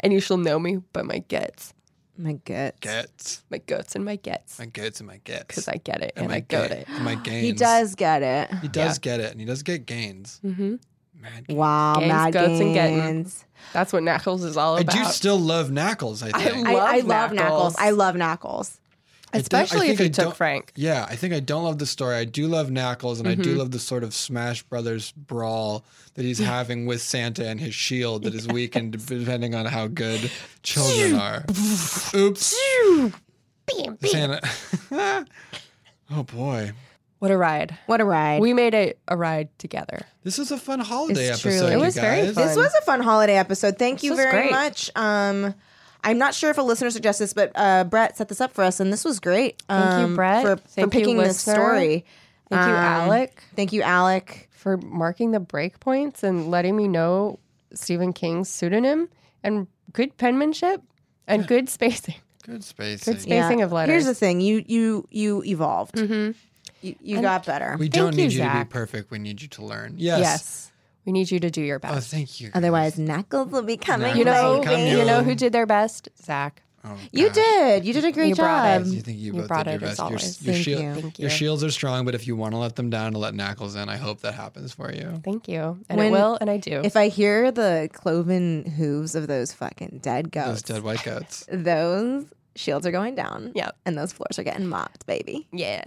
[SPEAKER 4] and you shall know me by my gets,
[SPEAKER 3] My gut.
[SPEAKER 5] Gets.
[SPEAKER 4] my goats, and my gets,
[SPEAKER 5] My goats and my gets.
[SPEAKER 4] because I get it
[SPEAKER 5] and
[SPEAKER 4] and,
[SPEAKER 5] my
[SPEAKER 4] I got
[SPEAKER 5] ga-
[SPEAKER 4] it.
[SPEAKER 5] And my gains.
[SPEAKER 3] He does get it.
[SPEAKER 5] He does get it and he does get gains.
[SPEAKER 4] hmm
[SPEAKER 5] Mad
[SPEAKER 3] Wow,
[SPEAKER 4] Gains,
[SPEAKER 3] mad
[SPEAKER 4] goats, and getting.
[SPEAKER 3] gains.
[SPEAKER 4] That's what Knuckles is all
[SPEAKER 5] I
[SPEAKER 4] about.
[SPEAKER 5] do still love Knuckles, I think.
[SPEAKER 3] I, I
[SPEAKER 4] Love
[SPEAKER 3] love Knuckles.
[SPEAKER 4] Knuckles.
[SPEAKER 3] I love Knuckles.
[SPEAKER 5] I don't- I
[SPEAKER 4] Especially
[SPEAKER 5] think
[SPEAKER 4] if you
[SPEAKER 5] I
[SPEAKER 4] took
[SPEAKER 5] don't-
[SPEAKER 4] Frank. Mm-hmm.
[SPEAKER 5] Yeah, I think I don't love the story. I do love Knuckles, and I do love the sort of Smash Brothers brawl that he's having with Santa and his shield that is weakened depending on how good children are. Oops. Santa. oh boy,
[SPEAKER 4] What a ride.
[SPEAKER 3] What a ride.
[SPEAKER 4] We made it a ride together.
[SPEAKER 5] this is a fun holiday
[SPEAKER 3] It's true.
[SPEAKER 5] episode.
[SPEAKER 3] It
[SPEAKER 5] you
[SPEAKER 4] was very
[SPEAKER 5] guys.
[SPEAKER 4] fun.
[SPEAKER 3] this was a fun holiday episode. Thank you
[SPEAKER 4] was
[SPEAKER 3] very
[SPEAKER 4] great.
[SPEAKER 3] much. Um, I'm not sure if a listener suggested this, but uh, Brett set this up for us, and this was great. Um,
[SPEAKER 4] Thank you, Brett.
[SPEAKER 3] for, for
[SPEAKER 4] Thank you,
[SPEAKER 3] picking this
[SPEAKER 4] listener.
[SPEAKER 3] story.
[SPEAKER 4] Thank you,
[SPEAKER 3] Um,
[SPEAKER 4] Alec,
[SPEAKER 3] Thank you, Alec.
[SPEAKER 4] for marking the breakpoints and letting me know Stephen King's pseudonym and good penmanship and good spacing.
[SPEAKER 5] Good
[SPEAKER 4] Good
[SPEAKER 5] spacing.
[SPEAKER 4] spacing of letters.
[SPEAKER 3] Uh,
[SPEAKER 4] Mm-hmm.
[SPEAKER 3] Here's the thing: you you you evolved. You, you got better.
[SPEAKER 5] We don't
[SPEAKER 4] Thank
[SPEAKER 5] need
[SPEAKER 4] you,
[SPEAKER 5] you, to
[SPEAKER 4] Zach.
[SPEAKER 5] be perfect. We need you to learn. Yes.
[SPEAKER 4] yes. We need you to do your
[SPEAKER 5] Oh,
[SPEAKER 4] best.
[SPEAKER 5] thank you.
[SPEAKER 3] Otherwise, Knuckles will be coming.
[SPEAKER 4] you know,
[SPEAKER 5] Come
[SPEAKER 4] you.
[SPEAKER 5] you.
[SPEAKER 4] know who did their best? Zach.
[SPEAKER 5] Oh,
[SPEAKER 3] you
[SPEAKER 5] gosh.
[SPEAKER 3] did. You did a great
[SPEAKER 4] You brought
[SPEAKER 3] job.
[SPEAKER 4] it.
[SPEAKER 5] You think you,
[SPEAKER 4] Um, You
[SPEAKER 5] both
[SPEAKER 4] brought
[SPEAKER 5] did your
[SPEAKER 4] it as
[SPEAKER 5] best. Your,
[SPEAKER 4] always.
[SPEAKER 5] your
[SPEAKER 3] Thank
[SPEAKER 5] shield-
[SPEAKER 3] you.
[SPEAKER 4] Thank
[SPEAKER 5] Your
[SPEAKER 4] you.
[SPEAKER 5] shields are strong, but if you want to let them down to let Knuckles in, I hope that happens for you.
[SPEAKER 4] Thank you. And I
[SPEAKER 3] When-
[SPEAKER 4] will and I do.
[SPEAKER 3] If I hear the cloven hooves of those fucking dead
[SPEAKER 5] Those
[SPEAKER 3] goats,
[SPEAKER 5] dead white goats.
[SPEAKER 3] those shields are going down.
[SPEAKER 4] Yep.
[SPEAKER 3] And those floors are getting mopped, baby.
[SPEAKER 4] yeah.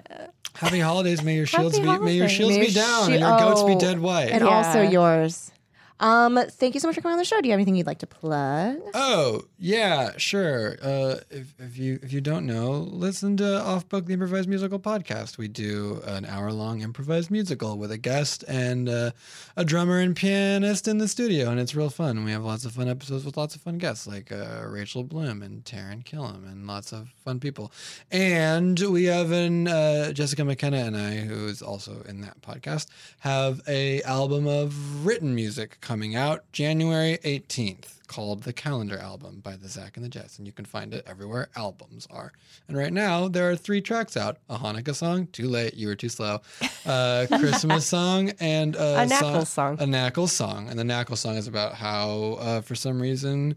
[SPEAKER 5] Happy holidays. May your shields
[SPEAKER 4] Happy
[SPEAKER 5] be may your
[SPEAKER 4] holidays.
[SPEAKER 5] shields
[SPEAKER 4] May
[SPEAKER 5] be
[SPEAKER 4] your
[SPEAKER 5] down
[SPEAKER 4] shi-
[SPEAKER 5] and your goats be
[SPEAKER 4] oh.
[SPEAKER 5] dead white.
[SPEAKER 3] And
[SPEAKER 4] Yeah.
[SPEAKER 3] also yours. Um, thank you so much for coming on the show. Do you have anything you'd like to plug?
[SPEAKER 5] Oh yeah, sure. Uh, if, if you if you don't know, listen to Off Book, the improvised musical podcast. We do an hour long improvised musical with a guest and uh, a drummer and pianist in the studio, and it's real fun. We have lots of fun episodes with lots of fun guests like uh, Rachel Bloom and Taryn Killam, and lots of fun people. And we have an uh, Jessica McKenna and I, who is also in that podcast, have a album of written music coming out January 18th, called The Calendar Album by the Zack and the Jets. And you can find it everywhere albums are. And right now, there are three tracks out a Hanukkah song, Too Late, You Were Too Slow, a Christmas song, and a,
[SPEAKER 4] A Knuckles song.
[SPEAKER 5] A Knuckles song. And the Knuckles song is about how, uh, for some reason,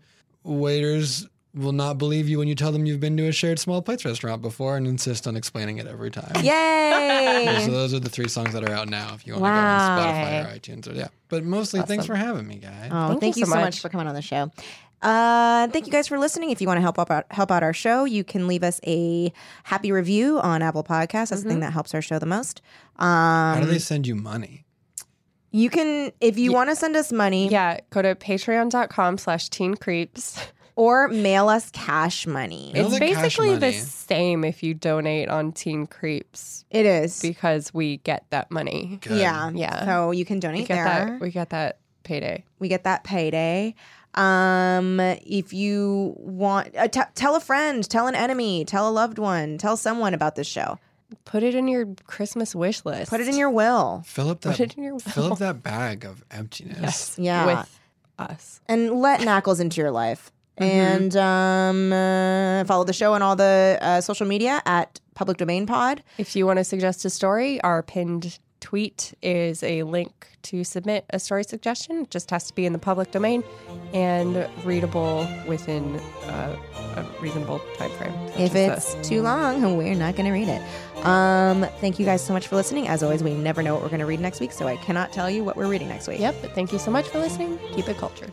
[SPEAKER 5] waiters will not believe you when you tell them you've been to a shared small plates restaurant before and insist on explaining it every time. Yeah, so
[SPEAKER 3] Yay!
[SPEAKER 5] those are the three songs that are out now. If you want
[SPEAKER 3] Wow.
[SPEAKER 5] to go on Spotify or iTunes, or yeah. But mostly, thanks for having me, guys.
[SPEAKER 3] Oh,
[SPEAKER 4] Thank
[SPEAKER 3] thank, you so much. for coming on the show. Uh, thank you guys for listening. If you want to help out help out our show, you can leave us a happy review on Apple Podcasts. That's the thing that helps our show the most.
[SPEAKER 5] How
[SPEAKER 3] Um,
[SPEAKER 5] do they send you money?
[SPEAKER 3] you can if you want to send us money
[SPEAKER 4] Yeah, go to patreon.com slash teen creeps.
[SPEAKER 3] or mail us cash money.
[SPEAKER 5] Mail
[SPEAKER 4] It's
[SPEAKER 5] the cash
[SPEAKER 4] basically the
[SPEAKER 5] money.
[SPEAKER 4] same if you donate on Teen Creeps
[SPEAKER 3] It is.
[SPEAKER 4] because we get that money.
[SPEAKER 5] Good.
[SPEAKER 3] Yeah.
[SPEAKER 4] Yeah.
[SPEAKER 3] So you can
[SPEAKER 4] We
[SPEAKER 3] donate
[SPEAKER 4] get
[SPEAKER 3] there.
[SPEAKER 4] that we get that payday.
[SPEAKER 3] we get that payday um if you want uh, t- tell a friend tell an enemy tell a loved one tell someone about this show
[SPEAKER 4] Put it in your Christmas wish list.
[SPEAKER 3] put it in your will
[SPEAKER 5] Fill up
[SPEAKER 4] put
[SPEAKER 5] that
[SPEAKER 4] it in your
[SPEAKER 5] fill up that bag of emptiness.
[SPEAKER 4] Yes.
[SPEAKER 3] Yeah.
[SPEAKER 4] With us.
[SPEAKER 3] and let knuckles into your life and um uh, follow the show on all the uh, social media at public domain pod
[SPEAKER 4] If you want to suggest a story, our pinned tweet is a link to submit a story suggestion. It just has to be in the public domain and readable within uh, a reasonable time frame.
[SPEAKER 3] if it's too long we're not gonna read it um thank you guys so much for listening as always we never know what we're gonna read next week so i cannot tell you what we're reading next week
[SPEAKER 4] Yep. But thank you so much for listening. Keep it cultured.